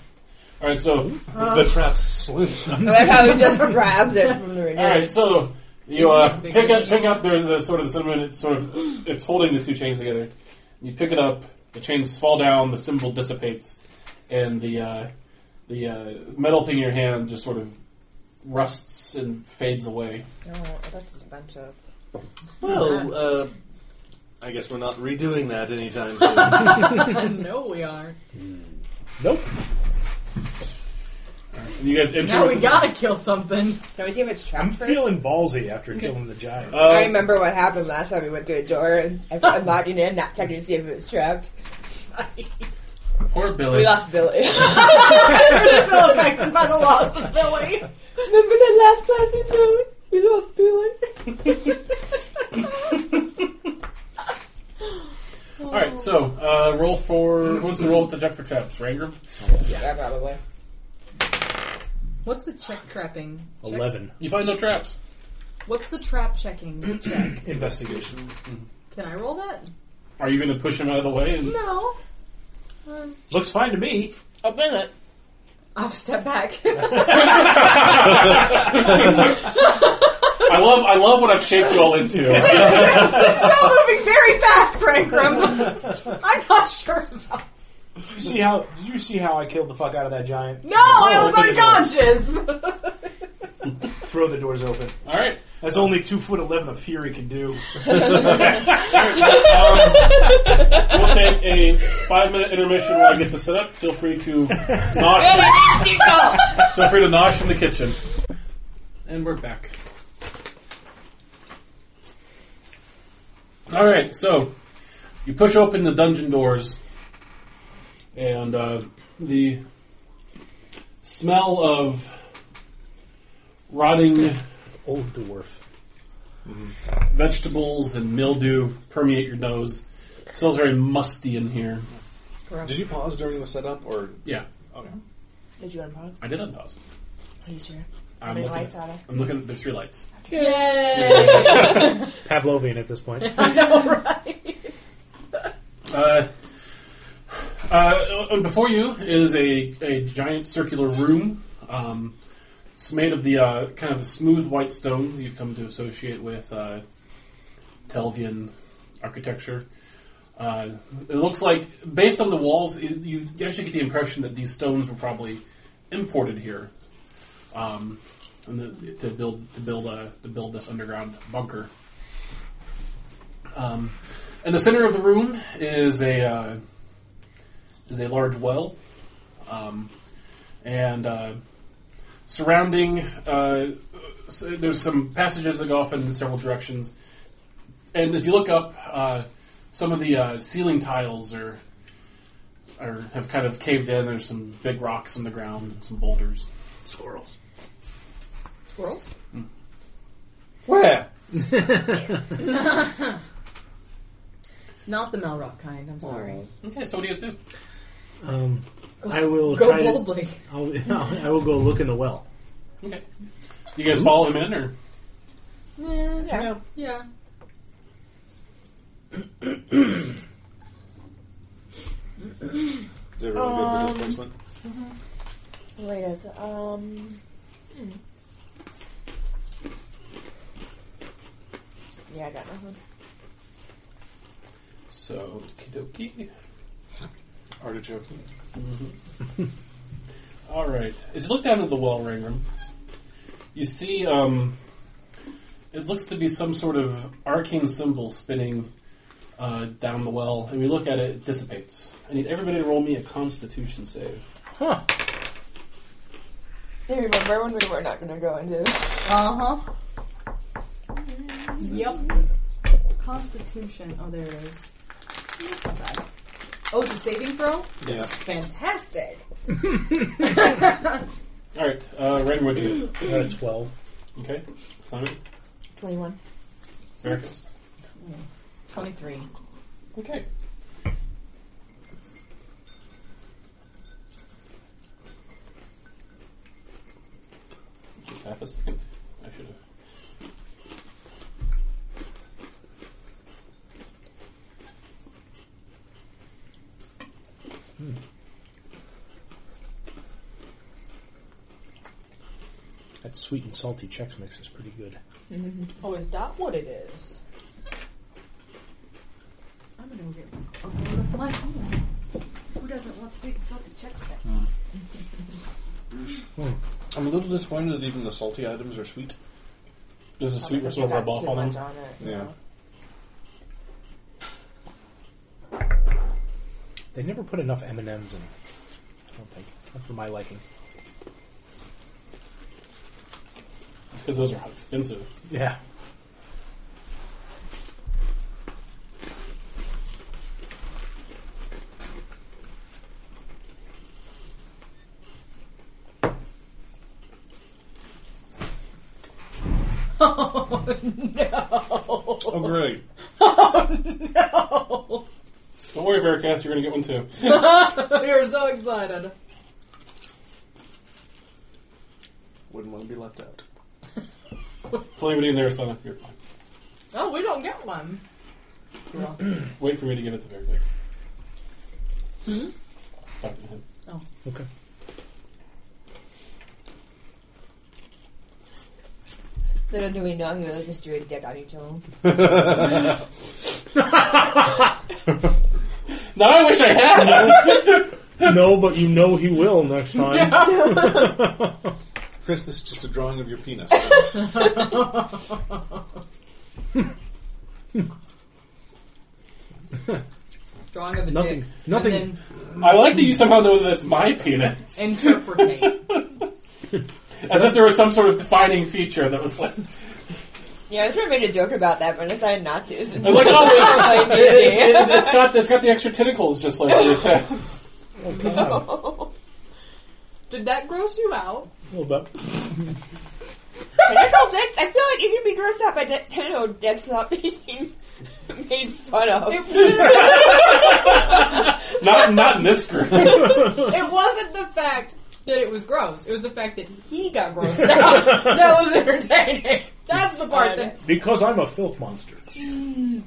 Speaker 1: All right, so
Speaker 10: the trap swoosh.
Speaker 2: I like how he just grabs it from the
Speaker 1: All right, so you
Speaker 3: Isn't
Speaker 1: uh,
Speaker 3: it bigger
Speaker 1: pick
Speaker 3: than
Speaker 1: up,
Speaker 3: you?
Speaker 1: pick up. There's a sort of the cinnamon. It's sort of it's holding the two chains together. You pick it up. The chains fall down. The symbol dissipates, and the uh, the uh, metal thing in your hand just sort of rusts and fades away.
Speaker 2: No, that's just a bunch of.
Speaker 10: Well,
Speaker 3: Uh-huh.
Speaker 10: uh, I guess we're not redoing that anytime soon.
Speaker 3: no, we are.
Speaker 7: Nope.
Speaker 1: And you guys enter.
Speaker 3: Now
Speaker 1: with
Speaker 3: we
Speaker 1: the-
Speaker 3: gotta kill something.
Speaker 2: Can we see if it's trapped
Speaker 4: I'm
Speaker 2: first?
Speaker 4: feeling ballsy after killing the giant.
Speaker 1: Uh,
Speaker 2: I remember what happened last time we went through a door and I locked it in, not checking to see if it was trapped.
Speaker 1: poor Billy.
Speaker 2: We lost Billy.
Speaker 3: It's all affected by the loss of Billy.
Speaker 2: remember that last class we took? We lost Billy.
Speaker 1: All right, so uh, roll for who wants to roll with the check for traps? Rangram.
Speaker 2: Yeah, probably.
Speaker 3: What's the check trapping? Check-
Speaker 7: 11.
Speaker 1: You find no traps.
Speaker 3: What's the trap checking check?
Speaker 4: Investigation.
Speaker 3: Can I roll that?
Speaker 1: Are you going to push him out of the way? And
Speaker 3: No.
Speaker 4: Looks fine to me.
Speaker 2: A minute.
Speaker 3: I'll step back.
Speaker 1: I love I love what I've shaped you all into.
Speaker 3: still moving very fast, Rankrum. I'm not sure about.
Speaker 4: Did you see how? Did you see how I killed the fuck out of that giant?
Speaker 3: No, I
Speaker 4: Oh,
Speaker 3: was
Speaker 4: open the door.
Speaker 3: unconscious.
Speaker 4: Throw the doors open.
Speaker 1: all right.
Speaker 4: That's only two foot eleven of fury can do.
Speaker 1: Um, we'll take a five minute intermission while I get this set up. Feel free to nosh. feel free to nosh in the kitchen. And we're back. All right, so you push open the dungeon doors, and uh, the smell of rotting
Speaker 7: Old dwarf.
Speaker 1: vegetables and mildew permeate your nose. It smells very musty in here.
Speaker 5: Did you pause during the setup or?
Speaker 1: Yeah,
Speaker 5: Okay.
Speaker 2: Did you unpause?
Speaker 1: I did unpause. it.
Speaker 2: Are you sure?
Speaker 1: I'm
Speaker 2: Big
Speaker 1: looking.
Speaker 2: lights
Speaker 1: at,
Speaker 2: on it.
Speaker 1: I'm looking. There's three lights.
Speaker 3: Yay!
Speaker 7: Pavlovian at this point.
Speaker 3: I know, right?
Speaker 1: Uh, uh, and before you is a, a giant circular room. Um, it's made of the uh, kind of the smooth white stones you've come to associate with uh, Telvian architecture. Uh, it looks like, based on the walls, it, you actually get the impression that these stones were probably imported here um, and the, to build to build a, to build this underground bunker. Um, in the center of the room is a uh, is a large well, um, and uh, surrounding uh, s there's some passages that go off in several directions. And if you look up, uh, some of the uh, ceiling tiles are are have kind of caved in. There's some big rocks on the ground, and some boulders.
Speaker 7: Squirrels.
Speaker 3: Squirrels?
Speaker 10: Where?
Speaker 3: Not the Malrock kind.
Speaker 7: Oh.
Speaker 3: I'm sorry.
Speaker 1: Okay, so what do you guys do?
Speaker 7: Um, I will
Speaker 3: Go
Speaker 7: try to,
Speaker 3: boldly.
Speaker 7: I'll, I will go look in the well.
Speaker 1: Okay, do you guys follow him in or?
Speaker 3: Yeah.
Speaker 2: No.
Speaker 3: yeah.
Speaker 5: Is everyone good with this placement?
Speaker 2: Wait a sec. Um. Yeah, I got nothing.
Speaker 1: So, kidoki.
Speaker 5: Artichoke.
Speaker 1: All right. As you look down at the well ring room, you see um, it looks to be some sort of arcane symbol spinning uh, down the well. And we look at it, it dissipates. I need everybody to roll me a Constitution save.
Speaker 2: They remember when we were not going to go into.
Speaker 3: Uh huh. Yep. Constitution. Oh, there it is. That's not bad. Oh, it's a saving throw?
Speaker 11: Yeah.
Speaker 3: Fantastic.
Speaker 1: All right, uh, Ren, what do you
Speaker 7: I got a 12.
Speaker 1: get? Okay, Simon,
Speaker 2: 21.
Speaker 1: Rex.
Speaker 3: 23.
Speaker 1: Okay. Just half a second. I should have.
Speaker 7: That sweet and salty Chex Mix is pretty good.
Speaker 3: Oh, is that what it is? I'm gonna go get a load of my own. Who doesn't want sweet and salty checks back?
Speaker 11: I'm a little disappointed that even the salty items are sweet.
Speaker 1: There's a sweet
Speaker 2: It's
Speaker 1: sort of
Speaker 2: got
Speaker 1: rub off
Speaker 2: too
Speaker 1: on
Speaker 2: much
Speaker 1: them.
Speaker 2: on it.
Speaker 11: Yeah.
Speaker 7: They never put enough M and M's in. I don't think, not for my liking.
Speaker 1: Because those are expensive.
Speaker 7: Yeah.
Speaker 11: Oh, great.
Speaker 1: Don't worry, Veracast, you're going to get one too.
Speaker 3: we were so excited.
Speaker 11: Wouldn't want to be left out.
Speaker 1: Tell anybody in there, Sana, you're fine.
Speaker 3: Oh, we don't get one.
Speaker 1: Wait for me to give it to Veracast. Hmm? Talking to him.
Speaker 7: Okay.
Speaker 2: Little do we know he really just drew a dick on each of them.
Speaker 1: Now I wish I had!
Speaker 12: no, but you know he will next time.
Speaker 11: Chris, this is just a drawing of your penis.
Speaker 3: Drawing of a
Speaker 12: Nothing-
Speaker 3: dick.
Speaker 12: nothing-
Speaker 3: And
Speaker 1: I like that you somehow know that it's my penis.
Speaker 3: then interpretate.
Speaker 1: As if there was some sort of defining feature that was like,
Speaker 2: Yeah, I was trying to make a joke about that, but I decided not to. Since
Speaker 1: I was like, oh, yeah.
Speaker 2: like,
Speaker 1: It- it's, it, it's got it's got the extra tentacles just like his hands.
Speaker 7: Oh god.
Speaker 3: Did that gross you out?
Speaker 7: A little bit.
Speaker 2: tentacle dicks? I feel like you can be grossed out by de- tentacle dicks not being made fun of.
Speaker 3: It, wasn't-
Speaker 1: Not not in this group.
Speaker 3: it wasn't the fact that it was gross. It was the fact that he got grossed out. that was entertaining. That's the part that
Speaker 7: Because I'm a filth monster.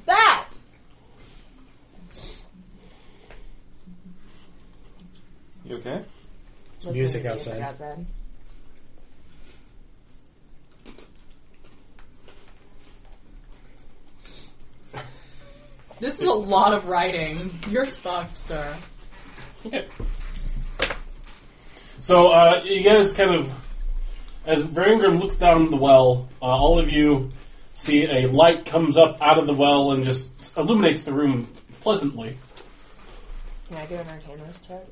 Speaker 3: that.
Speaker 11: you okay?
Speaker 2: Listening
Speaker 7: music
Speaker 2: to
Speaker 7: outside.
Speaker 2: outside.
Speaker 3: This is a lot of writing. You're fucked, sir.
Speaker 1: So uh, you guys kind of, as Varangram looks down the well, uh, all of you see a light comes up out of the well and just illuminates the room pleasantly.
Speaker 2: Can I do an arcanos check?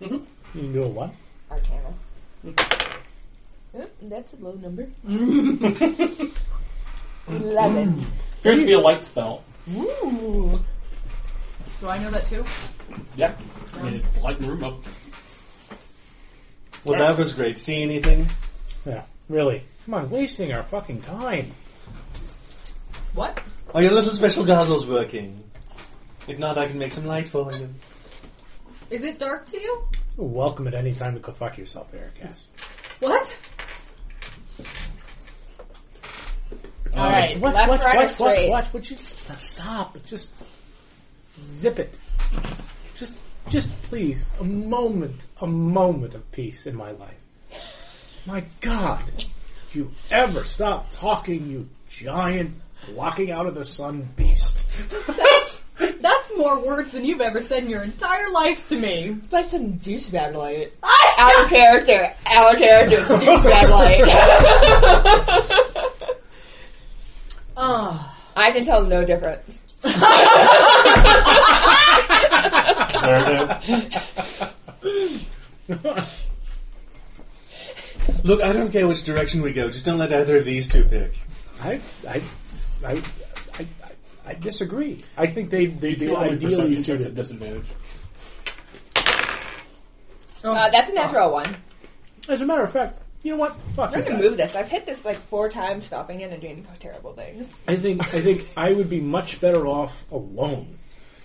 Speaker 7: You can do a what?
Speaker 2: Arcana. Oop, Oh, that's a low number. Eleven.
Speaker 1: Appears to be a light spell.
Speaker 2: Ooh.
Speaker 3: Do I know that too?
Speaker 1: Yeah, I mean, it light the room up.
Speaker 5: Well, that was great. See anything?
Speaker 7: Yeah. Really? Come on, wasting our fucking time.
Speaker 3: What?
Speaker 5: Are your little special goggles working? If not, I can make some light for you.
Speaker 3: Is it dark to you?
Speaker 7: You're welcome at any time to go fuck yourself, Eric Ass.
Speaker 3: What?
Speaker 2: All right.
Speaker 7: What?
Speaker 2: left,
Speaker 7: What?
Speaker 2: right, or
Speaker 7: What? What?
Speaker 2: straight?
Speaker 7: What? Would you st- stop? Just zip it. Just, just please, a moment, a moment of peace in my life. My God, if you ever stop talking, you giant blocking out of the sun beast.
Speaker 3: That's that's more words than you've ever said in your entire life to me.
Speaker 2: It's like some douchebag light. Out of character. Out of character. It's douchebag light.
Speaker 3: Ah,
Speaker 2: I can tell no difference.
Speaker 1: There it is.
Speaker 5: Look, I don't care which direction we go. Just don't let either of these two pick.
Speaker 7: I, I, I, I, I,
Speaker 4: I disagree. I think they they
Speaker 1: You
Speaker 4: be
Speaker 1: only
Speaker 4: ideally
Speaker 1: perception checks at
Speaker 4: suited.
Speaker 1: disadvantage.
Speaker 2: Uh, that's a natural one.
Speaker 4: As a matter of fact, you know what? Fuck
Speaker 2: I'm
Speaker 4: it.
Speaker 2: gonna move this. I've hit this like four times, stopping in and doing terrible things.
Speaker 4: I think I think I would be much better off alone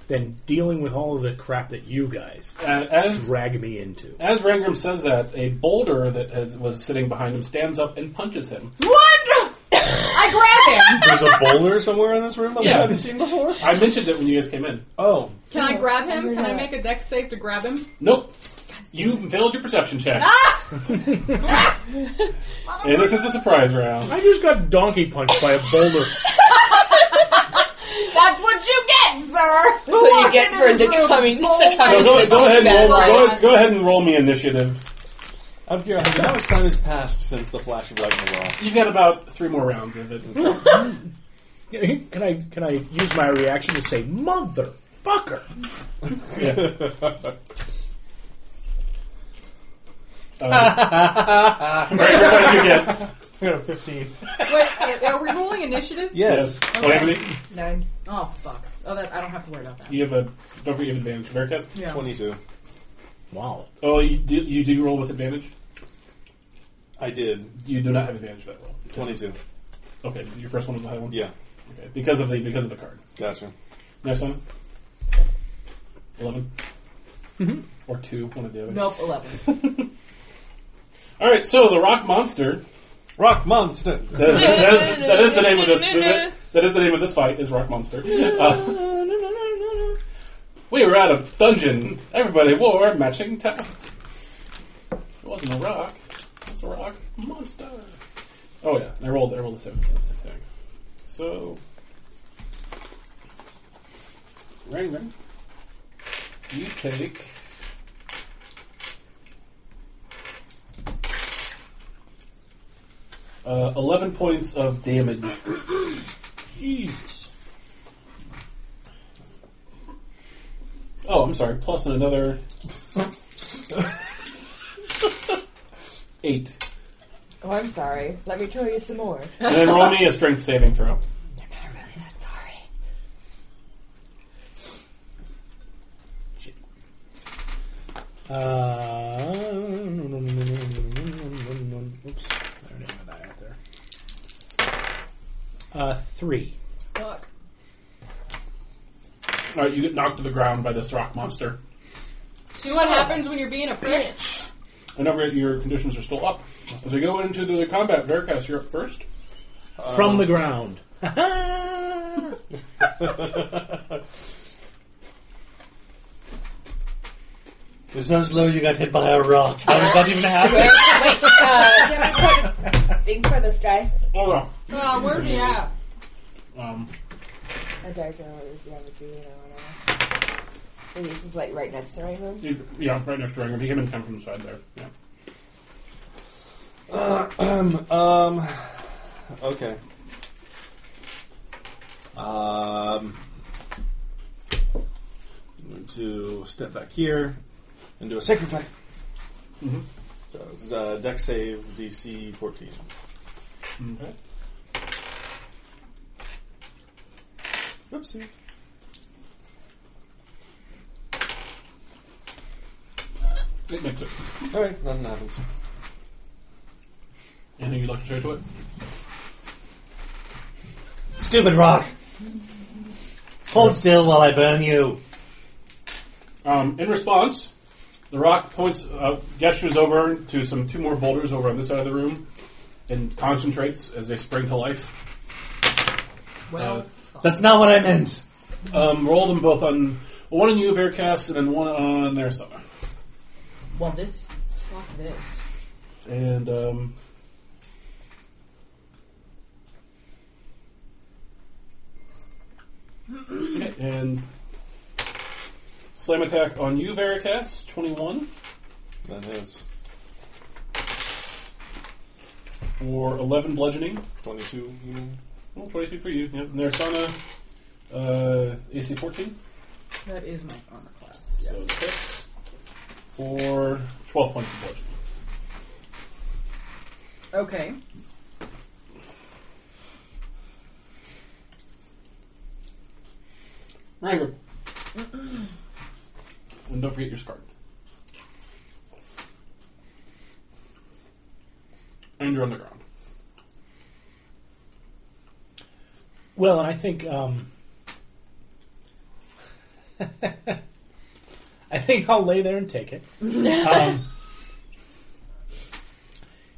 Speaker 4: than dealing with all of the crap that you guys
Speaker 1: And Uh, as
Speaker 4: drag me into.
Speaker 1: as Rangram says that, a boulder that has, was sitting behind him stands up and punches him.
Speaker 3: What? I grab him.
Speaker 5: There's a boulder somewhere in this room that
Speaker 1: Yeah.
Speaker 5: we haven't seen before.
Speaker 1: I mentioned it when you guys came in.
Speaker 5: Oh,
Speaker 3: Can I grab him? Can I make a deck save to grab him?
Speaker 1: Nope. You failed your perception check. and this is a surprise round.
Speaker 4: I just got donkey punched by a boulder.
Speaker 3: That's what you get, sir.
Speaker 2: That's what you get for succumbing.
Speaker 1: No,
Speaker 2: succumbing
Speaker 1: "Oh, go,
Speaker 2: to
Speaker 1: go ahead
Speaker 2: bad
Speaker 1: and roll,
Speaker 2: luck.
Speaker 1: go, ahead- go ahead and roll me initiative.
Speaker 5: I'm curious. How much time has passed since the flash of lightning rod?
Speaker 1: You got about three more rounds of it.
Speaker 4: can I can I use my reaction to say motherfucker?
Speaker 1: What did Uh, you get?
Speaker 4: I got a fifteen.
Speaker 3: Wait, are we rolling initiative?
Speaker 5: Yes.
Speaker 1: Calamity,
Speaker 2: Nine.
Speaker 3: Oh fuck. Oh, that I don't have to worry about that.
Speaker 1: You have a don't forget you have advantage. Bearcast.
Speaker 3: Yeah.
Speaker 5: Twenty-two.
Speaker 4: Wow.
Speaker 1: Oh, you do, you do roll with advantage.
Speaker 5: I did.
Speaker 1: You do not have advantage for that roll.
Speaker 5: Twenty-two.
Speaker 1: Okay, your first one was the high one.
Speaker 5: Yeah.
Speaker 1: Okay, because of the because of the card.
Speaker 5: Gotcha.
Speaker 1: Next one. 11 Or two, one or the other.
Speaker 3: Nope. Eleven.
Speaker 1: All right, so the rock monster.
Speaker 5: Rock monster.
Speaker 1: That is, that is- that is the name of this. that is the name of this fight. Is rock monster. Uh, we were at a dungeon. Everybody wore matching tabs. It wasn't a rock. It's a rock monster. Oh yeah, I rolled. I rolled a seven. I think. So, Raymond, you take. Uh, 11 points of damage. Jesus. Oh, I'm sorry. Plus another. Eight.
Speaker 2: Oh, I'm sorry. Let me tell you some more. I'm
Speaker 1: And then roll me a strength saving throw.
Speaker 2: not really that sorry.
Speaker 4: Uh, oops. There it is, my die out there. Uh, three.
Speaker 3: Fuck.
Speaker 1: Alright, you get knocked to the ground by this rock monster.
Speaker 3: See what happens when you're being a prick.
Speaker 1: And over it, your conditions are still up. As we go into the combat, Veracast, you're up first.
Speaker 4: From the ground.
Speaker 10: It was so slow you got hit by a rock. How does that even happen?
Speaker 2: Uh, can I put a thing for this guy?
Speaker 1: Hold on.
Speaker 3: Oh, where he at?
Speaker 1: Um,
Speaker 2: My dice are always the other two, you know, and, uh, This is like right next to my room.
Speaker 1: you- yeah, right next to Rangram. He came in come from the side there. Yeah.
Speaker 5: Um. Okay. Um. I'm going to step back here and do a sacred fire. So it's uh, deck save DC 14.
Speaker 1: Okay.
Speaker 5: Oopsie.
Speaker 1: It makes it.
Speaker 5: All right, nothing happens.
Speaker 1: Anything you'd like to show to it?
Speaker 10: Stupid rock. Hold still while I burn you.
Speaker 1: Um, in response, the rock points, uh, gestures over to some two more boulders over on this side of the room, and concentrates as they spring to life.
Speaker 3: Well,
Speaker 10: That's not what I meant.
Speaker 1: Um, roll them both on one on you, Veracast, and then one on their stomach.
Speaker 3: well, this. Fuck this.
Speaker 1: And um, okay, and slam attack on you, Veracast, twenty-one
Speaker 5: That hits.
Speaker 1: for eleven bludgeoning.
Speaker 5: 22. mm,
Speaker 1: Well, 22 for you. Yep. Narsana, uh, AC 14.
Speaker 3: That is my armor class.
Speaker 1: So six for 12 points of bludgeoning.
Speaker 3: Okay.
Speaker 1: Wrangler. and don't forget your scarf. And you're on the ground.
Speaker 4: Well, and I think um, I think I'll lay there and take it. um,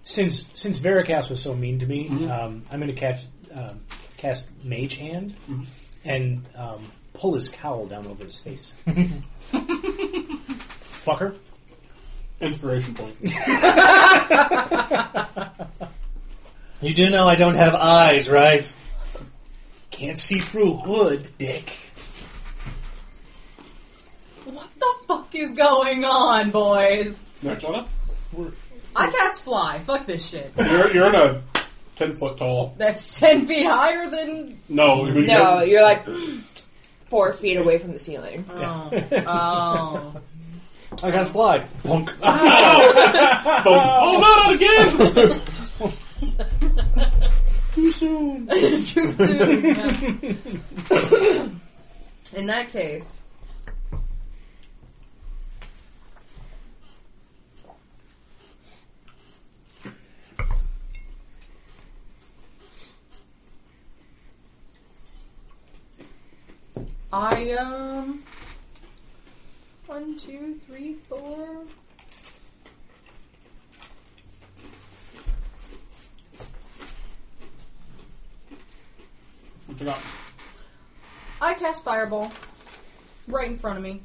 Speaker 4: since since Veracast was so mean to me, um, I'm going to catch um, cast Mage Hand and um, pull his cowl down over his face. Fucker.
Speaker 1: Inspiration point.
Speaker 10: You do know I don't have eyes, right?
Speaker 4: Can't see through hood, dick.
Speaker 3: What the fuck is going on, boys?
Speaker 1: Next one up.
Speaker 3: I cast fly. Fuck this shit.
Speaker 1: You're, you're in a 10 foot tall.
Speaker 3: That's ten feet higher than.
Speaker 1: No, you-
Speaker 2: No, you're like four feet away from the ceiling.
Speaker 3: Oh. oh.
Speaker 10: I got fly. Punk.
Speaker 1: So, oh, no, not again!
Speaker 4: Too soon.
Speaker 3: It's too soon. yeah. In that case. I, um. One, two, three, four.
Speaker 1: What you got?
Speaker 3: I cast Fireball. Right in front of me.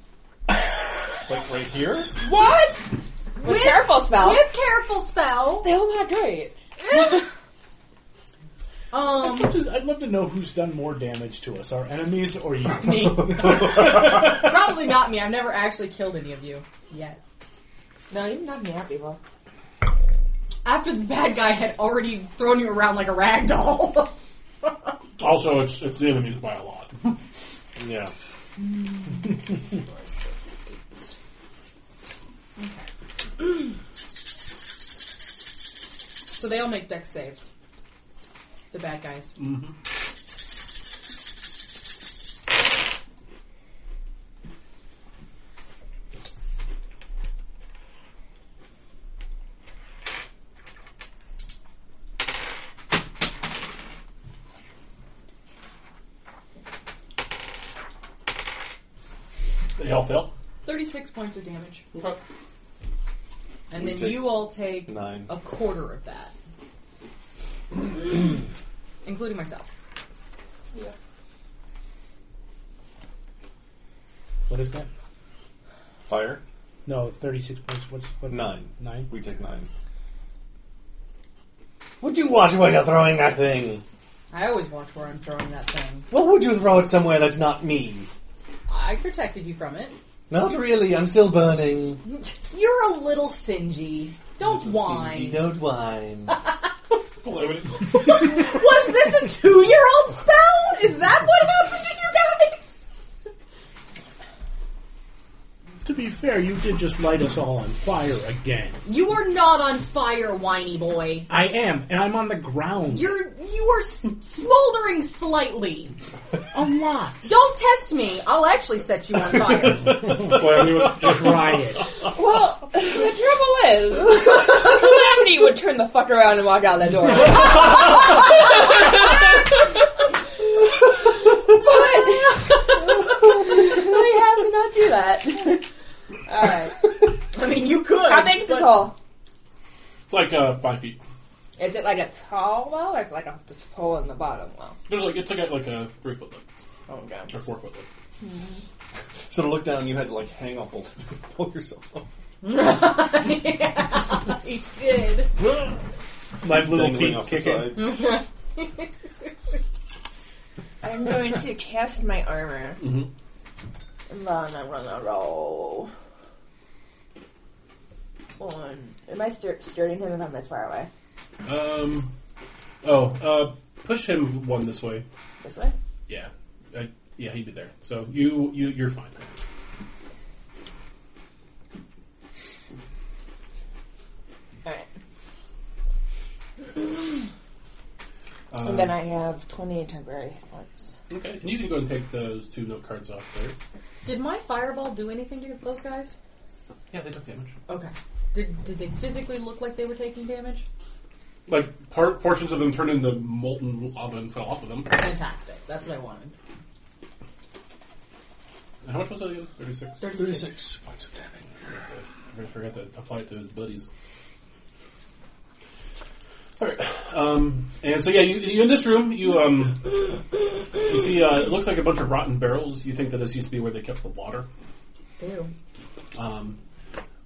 Speaker 5: Like right here?
Speaker 2: What? With careful spell.
Speaker 3: With careful spell.
Speaker 2: Still not great.
Speaker 3: Um,
Speaker 4: Just, I'd love to know who's done more damage to us, our enemies or you.
Speaker 3: me. Probably not me. I've never actually killed any of you yet.
Speaker 2: No, you're not me out, people.
Speaker 3: After the bad guy had already thrown you around like a rag doll.
Speaker 1: Also, it's, it's the enemies by a lot.
Speaker 5: Yeah.
Speaker 3: so they all make deck saves. The bad guys.
Speaker 1: They all fail.
Speaker 3: 36 points of damage.
Speaker 1: Okay.
Speaker 3: And
Speaker 5: We
Speaker 3: then
Speaker 5: take-
Speaker 3: you all take
Speaker 5: Nine.
Speaker 3: a quarter of that. Including myself.
Speaker 4: What is that?
Speaker 5: Fire?
Speaker 4: No, 36 points. What's, what's
Speaker 5: Nine.
Speaker 4: Nine?
Speaker 5: We take nine.
Speaker 10: Would you watch where you're throwing that thing?
Speaker 3: I always watch where I'm throwing that thing.
Speaker 10: Well, would you throw it somewhere that's not me?
Speaker 3: I protected you from it.
Speaker 10: Not really. I'm still burning.
Speaker 3: You're a little singy. Don't
Speaker 10: You
Speaker 3: whine.
Speaker 10: don't whine.
Speaker 3: Was this a two-year-old spell? Is that what happened to you guys?
Speaker 7: To be fair, you did just light us all on fire again.
Speaker 3: You are not on fire, whiny boy.
Speaker 7: I am, and I'm on the ground.
Speaker 3: You're you are s- smoldering slightly.
Speaker 7: A lot.
Speaker 3: Don't test me. I'll actually set you on fire.
Speaker 1: Calamity with-
Speaker 7: Try it.
Speaker 2: Well, the trouble is, Calamity would turn the fuck around and walk out that door. but we have to not do that. All right.
Speaker 3: I mean, you could.
Speaker 2: How big is
Speaker 3: but-
Speaker 2: this hole?
Speaker 1: It's like uh, five feet.
Speaker 2: Is it like a tall well, or is it like a, this hole in the bottom well?
Speaker 1: There's like it's like a, like a three foot loop
Speaker 2: Oh god.
Speaker 1: or four foot loop.
Speaker 5: So to look down, you had to like hang up all to pull yourself up.
Speaker 3: yeah, he did.
Speaker 1: My little
Speaker 5: Dangling
Speaker 1: feet
Speaker 5: off the
Speaker 1: kicking.
Speaker 5: side.
Speaker 2: I'm going to cast my armor.
Speaker 1: Mhm.
Speaker 2: And then I'm gonna roll. One. Am I stir- stirring him if I'm this far away?
Speaker 1: Um. Oh, uh, push him one this way.
Speaker 2: This way?
Speaker 1: Yeah, I, yeah, he'd be there. So you you you're fine.
Speaker 2: Alright.
Speaker 1: Um,
Speaker 2: and then I have 20 temporary points.
Speaker 1: Uh, Okay, and you can go and take those two note cards off there.
Speaker 3: Did my fireball do anything to those guys?
Speaker 1: Yeah, they took damage.
Speaker 3: Okay. Did, did they physically look like they were taking damage?
Speaker 1: Like par- portions of them turned into molten lava and fell off of them.
Speaker 3: Fantastic. That's what I wanted.
Speaker 1: And how much was that again? Thirty-six.
Speaker 3: 36.
Speaker 5: points of damage.
Speaker 1: I forgot to apply it to his buddies. Alright, um, and so yeah, you, you in this room, you um, you see, uh, it looks like a bunch of rotten barrels. You think that this used to be where they kept the water.
Speaker 3: Ew.
Speaker 1: Um,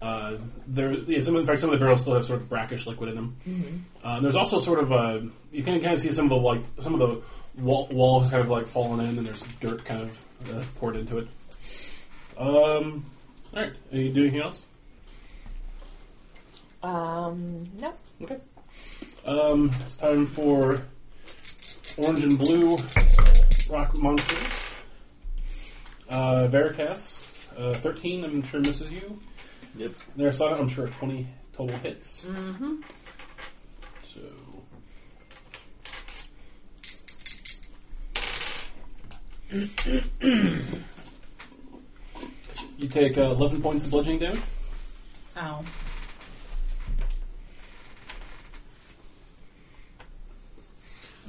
Speaker 1: uh, there, yeah, some of, in fact, some of the barrels still have sort of brackish liquid in them. Uh, there's also sort of uh you can kind of see some of the like some of the wall, wall has kind of like fallen in, and there's dirt kind of uh, poured into it. Um, all right, are you doing anything else?
Speaker 2: Um, no.
Speaker 1: Um, it's time for orange and blue rock monsters. Uh, Veracast, uh, 13, I'm sure misses you.
Speaker 5: Yep.
Speaker 1: Narasana, I'm sure 20 total hits.
Speaker 3: Mm-hmm.
Speaker 1: So. you take uh, 11 points of bludgeoning damage.
Speaker 3: Ow.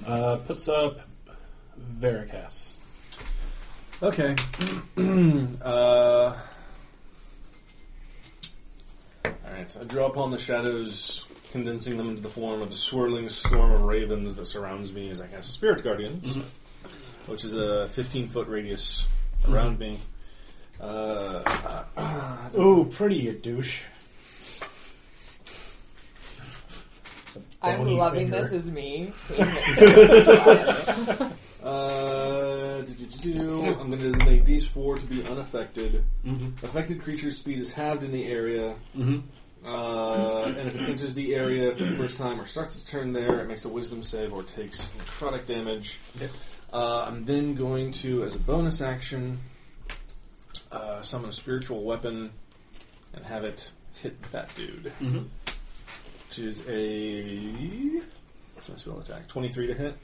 Speaker 1: Uh, puts up Veracast.
Speaker 5: Okay. uh, Alright, I draw upon the shadows, condensing them into the form of a swirling storm of ravens that surrounds me as I cast Spirit Guardians, which is a 15 foot radius around me. Uh,
Speaker 10: Ooh, pretty, you douche.
Speaker 2: I'm
Speaker 10: Bony
Speaker 2: loving
Speaker 10: finger.
Speaker 2: this as me.
Speaker 5: uh, do-do-do-do. I'm going to designate these four to be unaffected.
Speaker 1: Mm-hmm.
Speaker 5: Affected creature's speed is halved in the area,
Speaker 1: Mm-hmm.
Speaker 5: Uh, and if it enters the area for the first time or starts its turn there, it makes a wisdom save or takes necrotic damage.
Speaker 1: Yep.
Speaker 5: Uh, I'm then going to, as a bonus action, uh, summon a spiritual weapon and have it hit that dude,
Speaker 1: Mm-hmm.
Speaker 5: which is a. What's my spell attack? 23 to hit.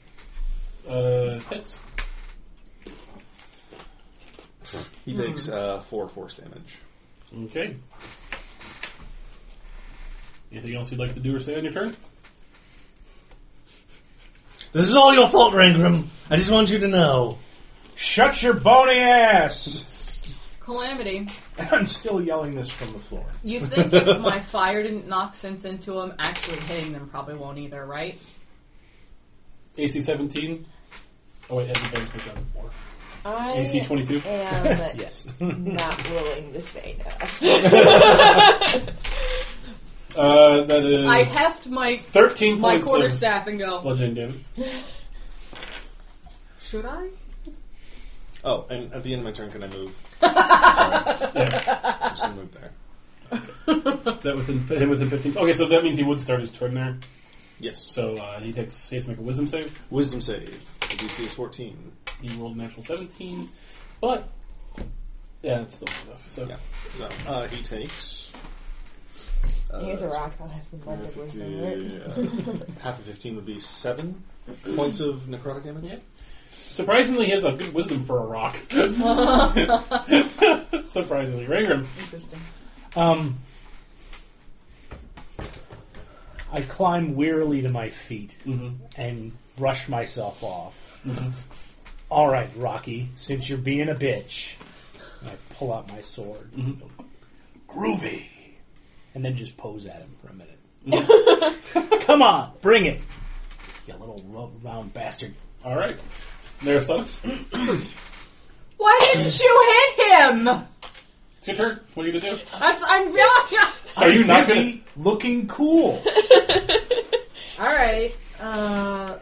Speaker 1: Uh, hits.
Speaker 5: He takes uh, 4 force damage.
Speaker 1: Okay. Anything else you'd like to do or say on your turn?
Speaker 10: This is all your fault, Rangram. I just want you to know.
Speaker 7: Shut your bony ass!
Speaker 3: Calamity.
Speaker 7: I'm still yelling this from the floor.
Speaker 3: You think if my fire didn't knock sense into them, actually hitting them probably won't either, right?
Speaker 1: AC 17. Oh, wait, Evan Ben's picked up four.
Speaker 2: I
Speaker 1: AC 22.
Speaker 2: am
Speaker 10: Yes.
Speaker 2: not willing to say no.
Speaker 1: Uh, that is
Speaker 3: I heft my
Speaker 1: 13
Speaker 3: my
Speaker 1: points
Speaker 3: quarter
Speaker 1: of
Speaker 3: staff and go.
Speaker 1: bludgeoning damage.
Speaker 3: Should I?
Speaker 5: Oh, and at the end of my turn, can I move? Sorry.
Speaker 1: Yeah,
Speaker 5: I'm just going to move there.
Speaker 1: is that within, him within 15? Okay, so that means he would start his turn there.
Speaker 5: Yes.
Speaker 1: So uh, he takes he has to make a wisdom save.
Speaker 5: Wisdom save. The DC is 14.
Speaker 1: He rolled a natural 17. But, yeah, it's still enough. So,
Speaker 5: Yeah. So uh, he takes. uh,
Speaker 2: Here's a rock. I'll have to blend it with some root.
Speaker 5: yeah, Half of 15 would be 7 points of necrotic damage.
Speaker 1: Yeah. surprisingly, he has a good wisdom for a rock. surprisingly. Rangram.
Speaker 3: Interesting.
Speaker 7: Um, I climb wearily to my feet
Speaker 1: Mm-hmm.
Speaker 7: and brush myself off. All right, Rocky, since you're being a bitch, and I pull out my sword.
Speaker 1: Mhm.
Speaker 7: Groovy. And then just pose at him for a minute.
Speaker 1: Mm-hmm.
Speaker 7: Come on, bring it. You little ro- round bastard.
Speaker 1: All right. There's Sonics.
Speaker 3: Why didn't you hit him? That's,
Speaker 1: It's your turn. What are you going to do?
Speaker 3: I'm
Speaker 1: So are you not
Speaker 7: Busy
Speaker 1: going to...
Speaker 7: looking cool?
Speaker 3: All right.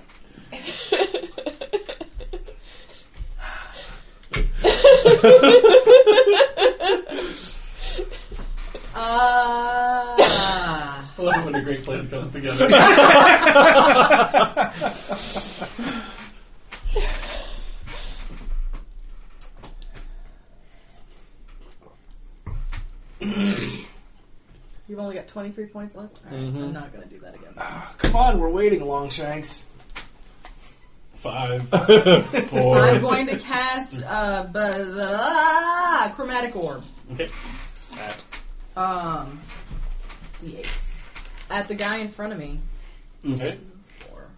Speaker 3: Uh, uh,
Speaker 1: I love it when a great plan comes together.
Speaker 3: you've only got 23 points left. All right, I'm not gonna do that again.
Speaker 7: Come on, we're waiting, Longshanks.
Speaker 1: Five,
Speaker 3: I'm
Speaker 1: four.
Speaker 3: going to cast uh, blah, blah, blah, chromatic orb.
Speaker 1: Okay.
Speaker 3: Um, d8s at the guy in front of me.
Speaker 1: Okay.
Speaker 3: Four.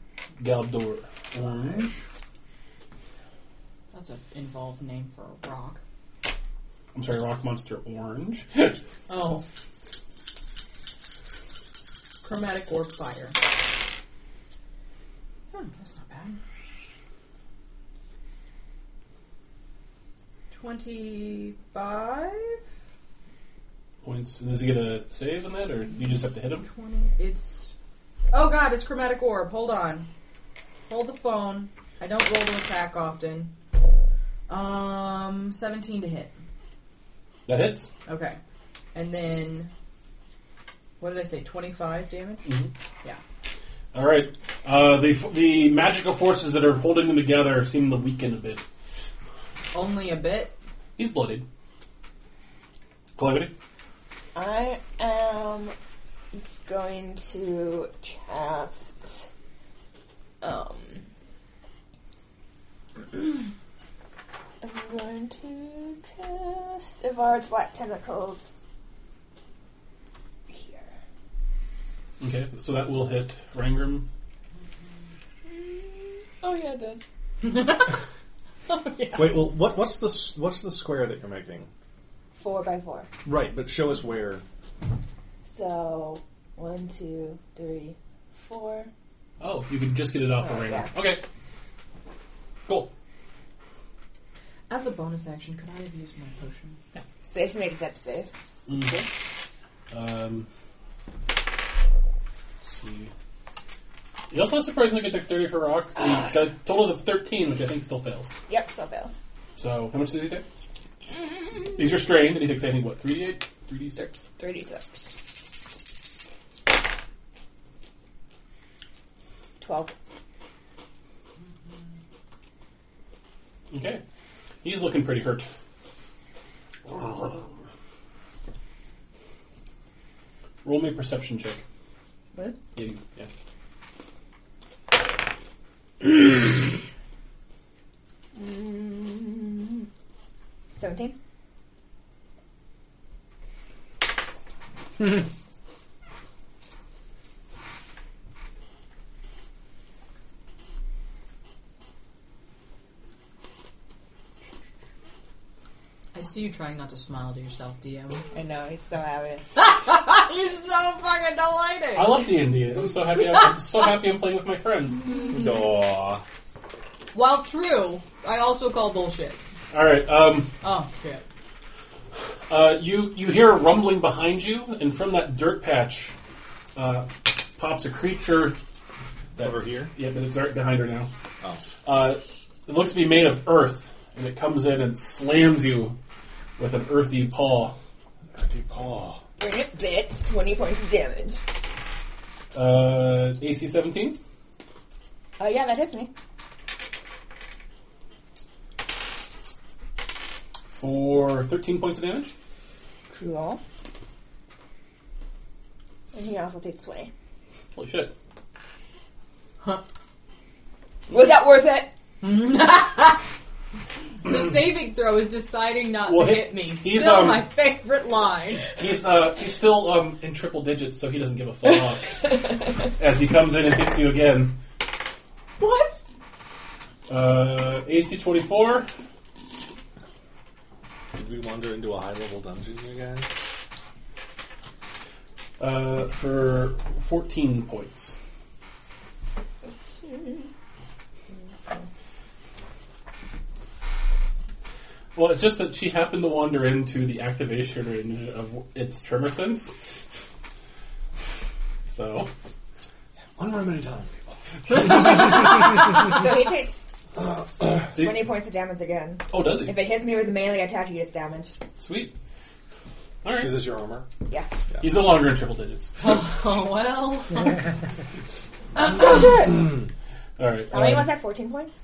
Speaker 1: Galdor. Orange.
Speaker 3: That's an involved name for a rock.
Speaker 1: I'm sorry, rock monster orange.
Speaker 3: Oh. Chromatic orb fire. Hmm, that's not bad. 25?
Speaker 1: Points. Does he get a save on that, or you just have to hit him?
Speaker 3: 20. It's. Oh god, it's chromatic orb. Hold on. Hold the phone. I don't roll to attack often. Um, 17 to hit.
Speaker 1: That hits.
Speaker 3: Okay. And then. What did I say? 25 damage?
Speaker 1: All right. Uh, the f- the magical forces that are holding them together seem to weaken a bit.
Speaker 3: Only a bit?
Speaker 1: He's blooded. Calamity.
Speaker 2: I am going to cast. Um, I'm going to cast Ivard's Black Tentacles here.
Speaker 1: Okay, so that will hit Rangram.
Speaker 2: Oh yeah, it does.
Speaker 5: Wait, well, what, what's the s- what's the square that you're making?
Speaker 2: Four by four.
Speaker 5: Right, but show us where.
Speaker 2: So one, two, three, four.
Speaker 1: Oh, you can just get it off of
Speaker 2: Oh,
Speaker 1: Rangram.
Speaker 2: yeah.
Speaker 1: Okay. Cool.
Speaker 3: As a bonus action, could I have used my potion?
Speaker 2: So it's made a death save.
Speaker 1: Okay. Um, let's see. You also have surprisingly good dexterity for rock. He
Speaker 2: Ah,
Speaker 1: got a total of 13, which I think still fails.
Speaker 2: Yep, still fails.
Speaker 1: So, how much does he take?
Speaker 2: Mm-hmm.
Speaker 1: These are strained, and he takes, I think, what, 3d8? 3d6?
Speaker 2: Three d six. Twelve.
Speaker 1: Okay. He's looking pretty hurt.
Speaker 2: Oh.
Speaker 1: Roll me a perception check.
Speaker 2: What?
Speaker 1: Yeah. you- yeah.
Speaker 2: Seventeen.
Speaker 3: I see you trying not to smile to yourself, DM.
Speaker 2: I know he's so happy.
Speaker 3: He's so fucking delighted.
Speaker 1: I love D&D. I'm so happy I'm, I'm so happy I'm playing with my friends.
Speaker 2: Mm-hmm.
Speaker 5: Duh.
Speaker 3: While true, I also call bullshit.
Speaker 1: All right. Um,
Speaker 3: Oh shit.
Speaker 1: Uh, you you hear a rumbling behind you, and from that dirt patch uh, pops a creature. That,
Speaker 5: Over here?
Speaker 1: Yeah, but it's right behind her now.
Speaker 5: Oh.
Speaker 1: Uh, it looks to be made of earth, and it comes in and slams you with an earthy paw.
Speaker 5: Dirty paw.
Speaker 2: Bring it, bitch. Twenty points of damage.
Speaker 1: Uh, AC 17?
Speaker 2: Oh yeah, that hits me.
Speaker 1: For 13 points of damage?
Speaker 2: Cool. And he also takes twenty.
Speaker 1: Holy shit.
Speaker 2: Was that worth it?
Speaker 3: The saving throw is deciding not
Speaker 1: Well,
Speaker 3: to
Speaker 1: he-
Speaker 3: hit me.
Speaker 1: he's,
Speaker 3: Still
Speaker 1: um,
Speaker 3: my favorite line.
Speaker 1: He's uh, he's still um, in triple digits, so he doesn't give a fuck. As he comes in and hits you again.
Speaker 3: What?
Speaker 1: Uh, AC 24?
Speaker 5: Did we wander into a high level dungeon, you guys?
Speaker 1: Uh, for 14 points. Well, it's just that she happened to wander into the activation range of its tremor sense. So,
Speaker 5: One room at a time, people.
Speaker 2: so he takes
Speaker 1: See-
Speaker 2: twenty points of damage again.
Speaker 1: oh, does he?
Speaker 2: If it hits me with a melee attack, you just damage.
Speaker 1: Sweet. All right.
Speaker 5: Is this your armor?
Speaker 2: Yeah.
Speaker 1: He's no longer in triple digits. All
Speaker 3: Oh well.
Speaker 2: So good.
Speaker 1: right.
Speaker 2: How many
Speaker 1: um,
Speaker 2: was that? Fourteen points.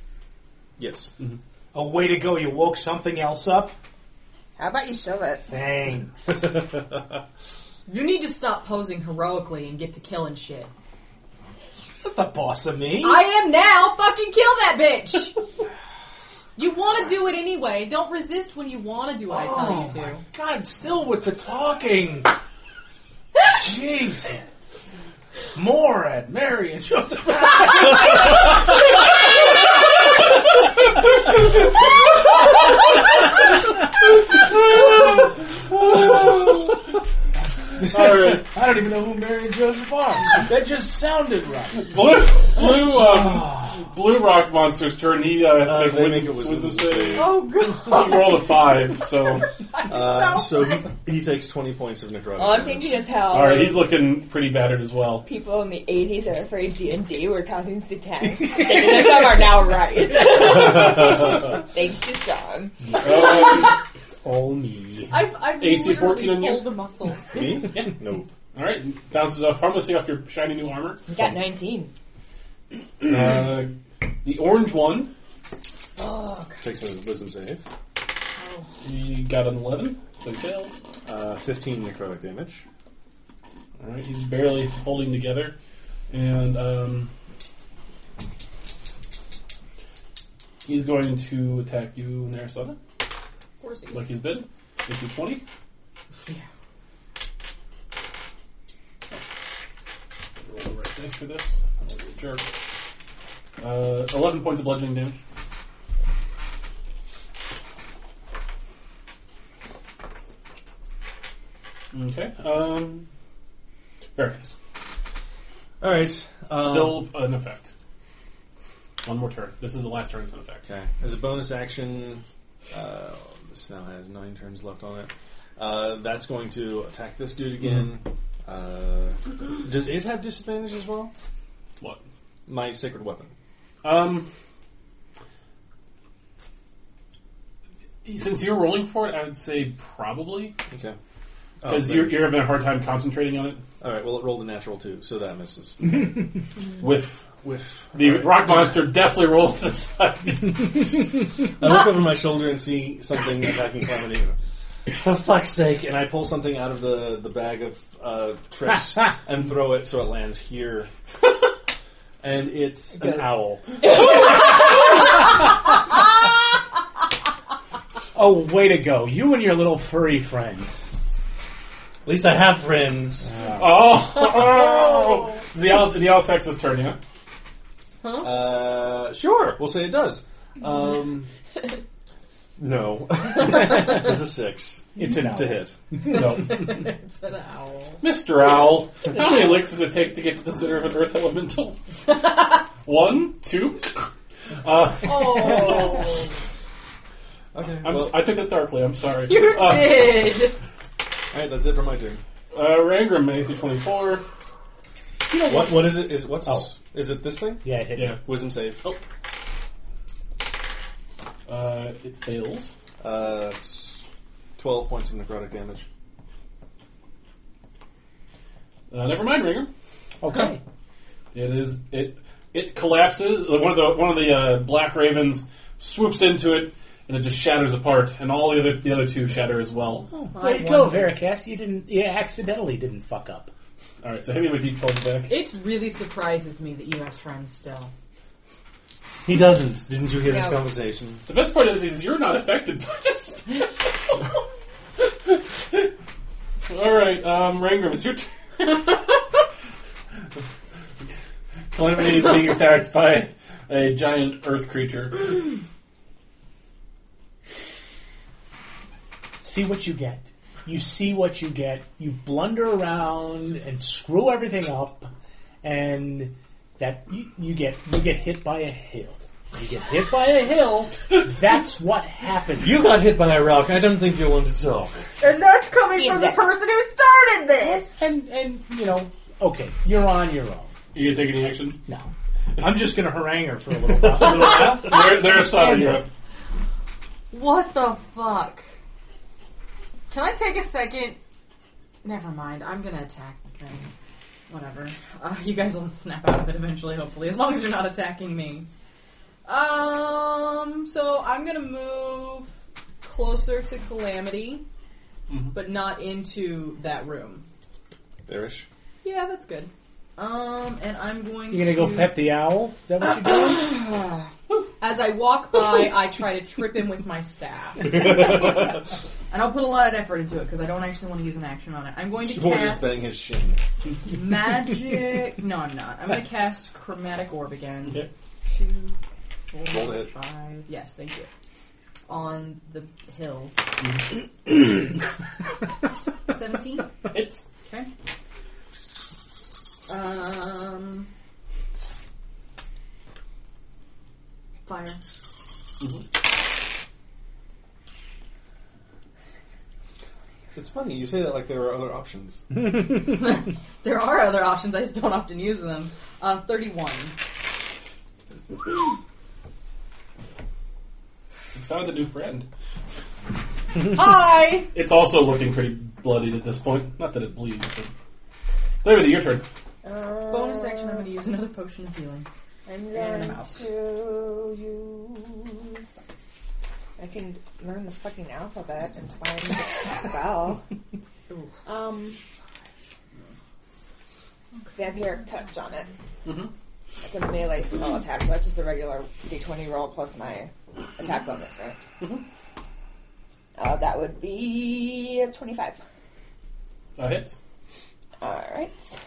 Speaker 5: Yes.
Speaker 7: Oh, way to go! You woke something else up.
Speaker 2: How about you shove it?
Speaker 7: Thanks.
Speaker 3: You need to stop posing heroically and get to killing shit.
Speaker 10: Not the boss of me.
Speaker 3: I am now. Fucking kill that bitch. you want to do it anyway. Don't resist when you want to do what I tell you to.
Speaker 10: God, still with the talking. Jeez. Morad, Mary, and Joseph.
Speaker 1: All right.
Speaker 7: I don't even know who Mary and Joseph are. That just sounded right.
Speaker 1: Blue, blue, um, blue rock monster's turn. He uh, has to
Speaker 5: Uh,
Speaker 1: make
Speaker 5: they
Speaker 1: wisdom,
Speaker 5: make a wisdom
Speaker 1: wisdom
Speaker 5: save.
Speaker 1: save.
Speaker 3: Oh god.
Speaker 1: He rolled a five, so
Speaker 5: Uh, so he, he takes 20 points of necrotic.
Speaker 2: All Oh, I'm thinking is how
Speaker 1: all right, he's looking pretty battered as well.
Speaker 2: people in the 80s are afraid D&D were causing satanic things that are now right. Thanks to Sean.
Speaker 1: Um,
Speaker 7: It's all me.
Speaker 3: I've, I've
Speaker 1: AC 14
Speaker 3: literally
Speaker 1: on you?
Speaker 3: pulled a muscle.
Speaker 5: Me? No.
Speaker 1: all right, bounces off harmlessly off your shiny new armor.
Speaker 2: You got 19.
Speaker 1: Uh, the orange one,
Speaker 5: Takes a wisdom save.
Speaker 1: he got an eleven, so he fails.
Speaker 5: Uh, 15 necrotic damage.
Speaker 1: All right, he's barely holding together, and um, he's going to attack you, Narasana,
Speaker 3: Of course it is.
Speaker 1: like he's been. Is he twenty?
Speaker 3: Yeah.
Speaker 1: Roll right dice for this. I'll be a jerk. Uh, 11 points of bludgeoning damage. Okay. Um, various.
Speaker 5: Alright. Um,
Speaker 1: Still an effect. One more turn. This is the last turn it's an effect.
Speaker 5: Okay. As a bonus action, uh, this now has nine turns left on it. Uh, that's going to attack this dude again.
Speaker 1: Mm-hmm.
Speaker 5: Uh, does it have disadvantage as well?
Speaker 1: What?
Speaker 5: My sacred weapon.
Speaker 1: Um, since you're rolling for it, I would say probably.
Speaker 5: Okay. Oh,
Speaker 1: Because
Speaker 5: there.
Speaker 1: you're, you're having a hard time concentrating on it.
Speaker 5: All right. Well, it rolled a natural two, so that misses.
Speaker 1: With
Speaker 5: With
Speaker 1: Mm-hmm. The
Speaker 5: all right.
Speaker 1: rock monster definitely rolls to the side.
Speaker 5: I look
Speaker 1: Ah!
Speaker 5: over my shoulder and see something attacking Calamity. For fuck's sake! And I pull something out of the, the bag of uh, tricks and throw it so it lands here. And it's an owl.
Speaker 7: Oh, way to go. You and your little furry friends.
Speaker 5: At least I have friends.
Speaker 1: oh, oh. the Al- the Alfex's turn, yeah.
Speaker 5: Uh, sure, we'll say it does. Um, no, this is six
Speaker 7: It's
Speaker 5: to
Speaker 7: an owl.
Speaker 5: hit.
Speaker 1: No,
Speaker 3: It's an owl.
Speaker 1: Mr. Owl. How many licks does it take to get to the center of an Earth elemental? One, two. Uh,
Speaker 3: Oh,
Speaker 5: Okay,
Speaker 1: I'm,
Speaker 5: well,
Speaker 1: I took that darkly. I'm sorry.
Speaker 3: you
Speaker 1: Uh,
Speaker 3: did.
Speaker 5: all right, that's it for my turn.
Speaker 1: uh, Rangram, AC 24.
Speaker 5: What what is it? Is what's
Speaker 7: Oh.
Speaker 5: is it this thing?
Speaker 7: Yeah, it hit
Speaker 1: Yeah.
Speaker 5: Wisdom save.
Speaker 1: Oh. Uh, it fails.
Speaker 5: Uh, it's twelve points of necrotic damage.
Speaker 1: Uh, never mind, Rangram.
Speaker 7: Okay.
Speaker 1: It is it it collapses. One of the one of the uh, black ravens swoops into it, and it just shatters apart, and all the other the other two shatter as well.
Speaker 7: Oh, way to go, Veracast. You didn't. You accidentally didn't fuck up.
Speaker 1: All right, so hit me with d12 back.
Speaker 3: It really surprises me that you have friends still.
Speaker 5: He doesn't. Didn't you hear
Speaker 3: No.
Speaker 5: this conversation?
Speaker 1: The best part is, is you're not affected by this. all right, um, Rangram, it's your turn. Calamity is being attacked by a giant earth creature.
Speaker 7: See what you get. You see what you get. You blunder around and screw everything up, and that you, you get you get hit by a hill. You get hit by a hill. That's what happens.
Speaker 5: You got hit by a rock. I don't think you want to talk.
Speaker 9: And that's coming from the person who started this.
Speaker 7: and and you know, okay, you're on your own.
Speaker 1: You gonna take any actions?
Speaker 7: No, I'm just gonna harangue her for a little while. a little while.
Speaker 1: There, there's Sada, you're up.
Speaker 3: What the fuck? Can I take a second? Never mind. I'm gonna attack the thing. Whatever. Uh, you guys will snap out of it eventually, hopefully, as long as you're not attacking me. Um. So I'm gonna move closer to Calamity, but not into that room.
Speaker 5: There-ish.
Speaker 3: Yeah, that's good. Um, and I'm going
Speaker 13: You gonna go
Speaker 3: to-
Speaker 13: pet the owl? Is that what you're doing?
Speaker 3: As I walk by, I try to trip him with my staff. and I'll put a lot of effort into it because I don't actually want to use an action on it. I'm going to
Speaker 5: You won't just
Speaker 3: cast
Speaker 5: bang his shin.
Speaker 3: magic. No, I'm not. I'm going to cast chromatic orb again.
Speaker 5: Okay.
Speaker 3: Two,
Speaker 5: Roll
Speaker 3: four,
Speaker 5: to hit.
Speaker 3: five. Yes, thank you. On the hill. Seventeen.
Speaker 1: Hits.
Speaker 3: Okay. Um. Fire.
Speaker 5: It's funny, you say that like there are other options.
Speaker 3: There are other options. I just don't often use them. Uh, Thirty-one.
Speaker 1: It's found a new friend.
Speaker 3: Hi.
Speaker 1: It's also looking pretty bloodied at this point. Not that it bleeds, but. David, your turn.
Speaker 3: Bonus action. I'm going to use another potion of healing.
Speaker 2: I'm
Speaker 3: Yeah,
Speaker 2: going
Speaker 3: I'm out.
Speaker 2: to use. I can learn the fucking alphabet and find the spell. um, vampiric touch on it.
Speaker 1: Mhm.
Speaker 2: It's a melee spell attack, so that's just the regular d20 roll plus my attack bonus, right? Uh, that would be 25.
Speaker 1: Uh, hits.
Speaker 2: Alright.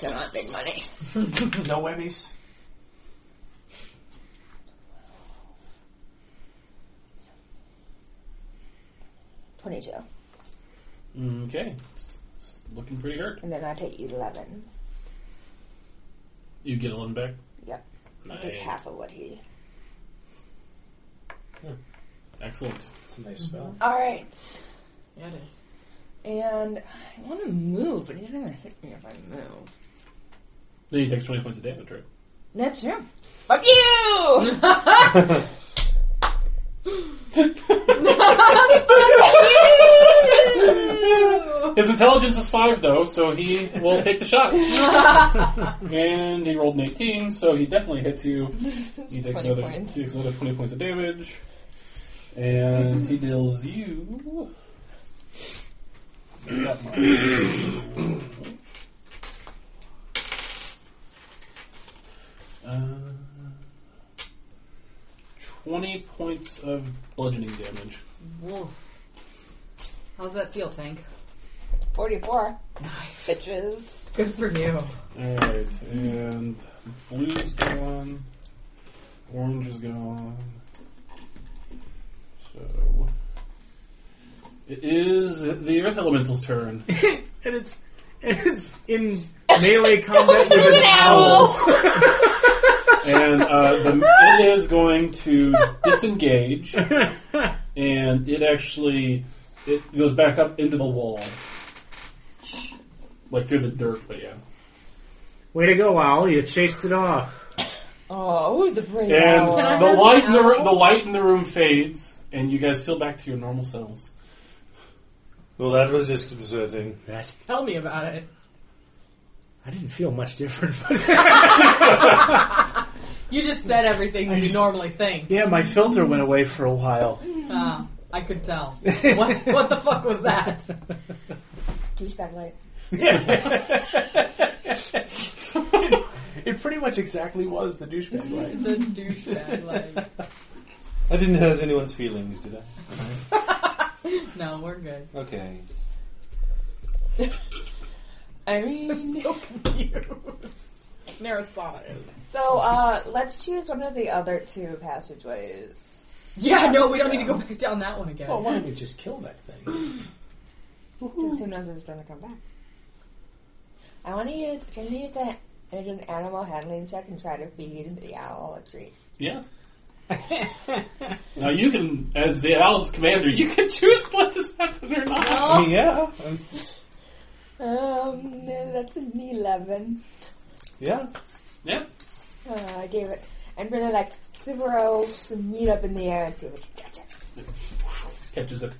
Speaker 2: Come on, big money.
Speaker 14: No whammies.
Speaker 2: Twenty-two,
Speaker 1: Okay. It's, it's looking pretty hurt.
Speaker 2: and then I take eleven.
Speaker 1: You get a limb back.
Speaker 2: Yep, I take half of what he.
Speaker 1: Excellent.
Speaker 14: It's a nice spell.
Speaker 2: All right,
Speaker 3: Yeah, it is.
Speaker 2: and I want to move, but he's gonna hit me if I move.
Speaker 1: Then you take 20 points of damage, right?
Speaker 2: That's true. Fuck you!
Speaker 1: His intelligence is 5, though, so he will take the shot. and he rolled an 18, so he definitely hits you. He takes
Speaker 2: 20
Speaker 1: another,
Speaker 2: points.
Speaker 1: he takes another 20 points of damage. And he deals you. that much. Uh, 20 points of bludgeoning damage.
Speaker 3: Woof. How's that feel, Tank?
Speaker 2: Forty-four, bitches.
Speaker 3: Good for you.
Speaker 1: Alright, and blue's gone, orange is gone. So it is the earth elemental's turn.
Speaker 7: And it's and it's in melee combat with an owl.
Speaker 1: and uh, the, it is going to disengage, and it actually it goes back up into the wall, like through the dirt. But yeah,
Speaker 7: Way to go, owl! You chased it off.
Speaker 2: Oh, who's a brave owl?
Speaker 1: and the
Speaker 3: have
Speaker 1: light in the
Speaker 3: an
Speaker 1: ro-
Speaker 3: owl?
Speaker 1: the light in the room fades, and you guys feel back to your normal selves.
Speaker 5: Well, that was disconcerting.
Speaker 7: That's,
Speaker 3: Tell me about it.
Speaker 7: I didn't feel much different. But
Speaker 3: You just said everything you normally think.
Speaker 7: yeah, my filter went away for a while.
Speaker 3: Ah, I could tell. What, what the fuck was that?
Speaker 2: Douchebag light.
Speaker 14: It pretty much exactly was the douchebag light.
Speaker 3: The douchebag. Like,
Speaker 5: I didn't hurt anyone's feelings, did
Speaker 3: no, we're good.
Speaker 5: I? Okay.
Speaker 2: I mean,
Speaker 3: So confused. Narasana is.
Speaker 2: so uh, let's choose one of the other two passageways.
Speaker 3: Yeah, no, we don't need to go back down that one again.
Speaker 13: Well, why don't we just kill that thing?
Speaker 2: 'Cause who knows if it's going to come back? I want to use. Can we use that? There's an animal handling check and try to feed the owl a treat.
Speaker 1: Yeah. now you can, as the owl's commander, you can choose to let this happen or not.
Speaker 7: Oh,
Speaker 5: Yeah. um,
Speaker 2: Um, that's an eleven.
Speaker 5: Yeah.
Speaker 1: Yeah.
Speaker 2: Uh, I gave it. I'm gonna like throw some meat up in the air and see if we can catch it.
Speaker 1: Catches it.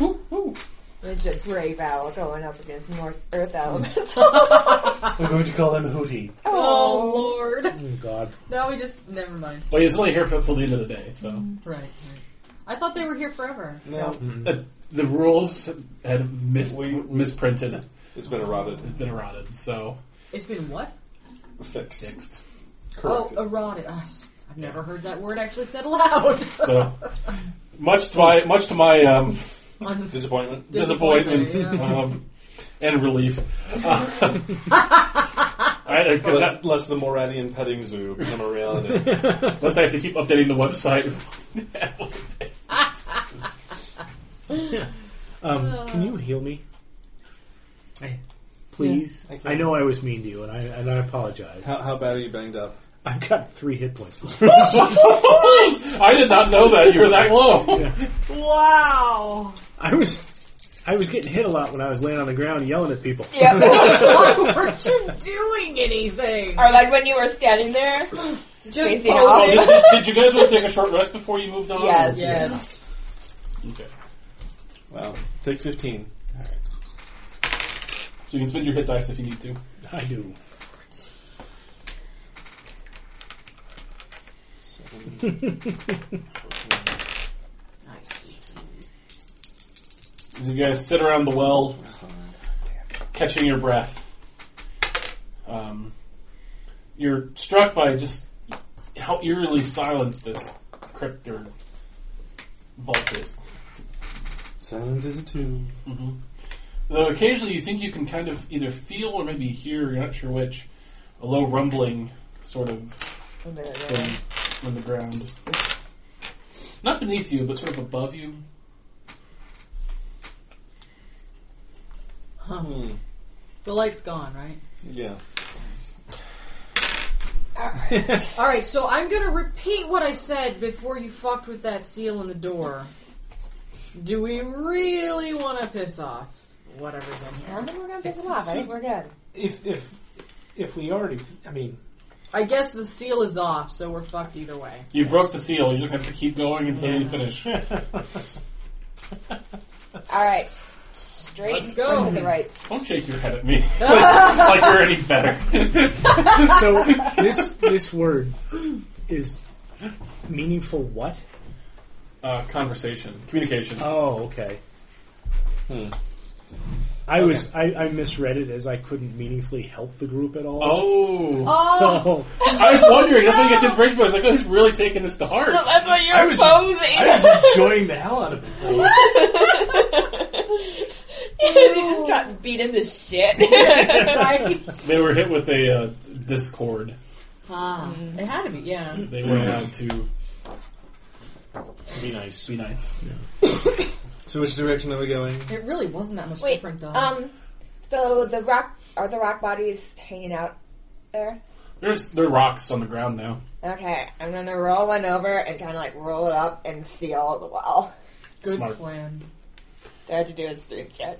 Speaker 1: Woo, woo.
Speaker 2: It's a brave owl going up against North Earth Elemental.
Speaker 14: I'm going to call him Hootie.
Speaker 3: Oh, Lord.
Speaker 7: Oh God!
Speaker 3: No, we just. Never mind.
Speaker 1: But he's only here for till the end of the day, so
Speaker 3: Right. right. I thought they were here forever.
Speaker 5: No. Mm-hmm.
Speaker 1: Uh, the rules had mis-
Speaker 5: We-
Speaker 1: misprinted,
Speaker 5: It's been eroded.
Speaker 1: been eroded, so
Speaker 3: It's been what?
Speaker 5: Fixed.
Speaker 1: fixed.
Speaker 5: Corrected.
Speaker 3: Oh, eroded. Ah, I've never heard that word actually said aloud.
Speaker 1: So much to my much to my um,
Speaker 3: On-
Speaker 5: Disappointment.
Speaker 1: disappointment,
Speaker 3: Disappointment, yeah.
Speaker 1: um, and relief. Because
Speaker 5: Less, less the Moradian petting zoo become a reality.
Speaker 1: unless I have to keep updating the website.
Speaker 7: Um, can you heal me? I, please.
Speaker 5: Yeah, I can.
Speaker 7: I, know I was mean to you, and I and I apologize.
Speaker 5: how, how bad are you banged up?
Speaker 7: I've got three hit points.
Speaker 1: I did not know that you were that low.
Speaker 15: Wow.
Speaker 7: I was. I was getting hit a lot when I was laying on the ground yelling at people.
Speaker 3: Why weren't you doing anything?
Speaker 2: Or like when you were standing there, just, facing
Speaker 3: pose
Speaker 2: off.
Speaker 1: Well, Oh, did, did- did you guys want to take a short rest before you moved on?
Speaker 2: Yes.
Speaker 3: Yes.
Speaker 1: Okay.
Speaker 5: Wow. Take 15.
Speaker 1: So you can spend your hit dice if you need to.
Speaker 7: I do.
Speaker 3: Nice.
Speaker 1: As you guys sit around the well, catching your breath, um, you're struck by just how eerily silent this crypt or vault is.
Speaker 5: Silent is a tomb.
Speaker 1: Though occasionally you think you can kind of either feel or maybe hear, you're not sure which, a low rumbling sort of thing on the ground. Not beneath you, but sort of above you.
Speaker 5: Hmm.
Speaker 3: The light's gone, right?
Speaker 5: Yeah.
Speaker 3: All right, so I'm gonna repeat what I said before you fucked with that seal in the door. Do we really want to piss off whatever's in
Speaker 2: I don't
Speaker 3: here?
Speaker 2: think we're gonna piss him off. I think we're good.
Speaker 4: If if if we already, I mean,
Speaker 3: I guess the seal is off, so we're fucked either way.
Speaker 1: You broke the seal, you're going to have to keep going until you finish.
Speaker 2: All right, straight.
Speaker 3: Let's go.
Speaker 2: To the right.
Speaker 1: Don't shake your head at me like you're any better.
Speaker 7: So this this word is meaningful. What?
Speaker 1: uh, conversation, communication.
Speaker 7: Oh, okay.
Speaker 5: Hmm.
Speaker 7: I was I, I misread it as I couldn't meaningfully help the group at all.
Speaker 1: oh,
Speaker 7: So
Speaker 1: I was wondering. That's why you get the inspiration. But I was like, oh, he's really taking this to heart.
Speaker 2: That's what
Speaker 7: I
Speaker 2: you're
Speaker 7: was-
Speaker 2: posing.
Speaker 7: I was enjoying the hell out of it. though.
Speaker 2: you just got beat into shit.
Speaker 3: Oh. Right?
Speaker 1: They were hit with a uh, discord.
Speaker 3: Ah,
Speaker 2: Mm-hmm.
Speaker 3: it had to be, yeah.
Speaker 1: They weren't allowed to
Speaker 5: Be nice.
Speaker 1: be nice.
Speaker 5: So which direction are we going?
Speaker 3: It really wasn't that much
Speaker 2: Wait,
Speaker 3: different, though.
Speaker 2: um, so the rock are the rock bodies hanging out there?
Speaker 1: There's there are rocks on the ground now.
Speaker 2: Okay, I'm gonna roll one over and kind of like roll it up and seal the wall.
Speaker 3: Good
Speaker 1: Smart.
Speaker 3: plan.
Speaker 2: Do I have to do a stream check?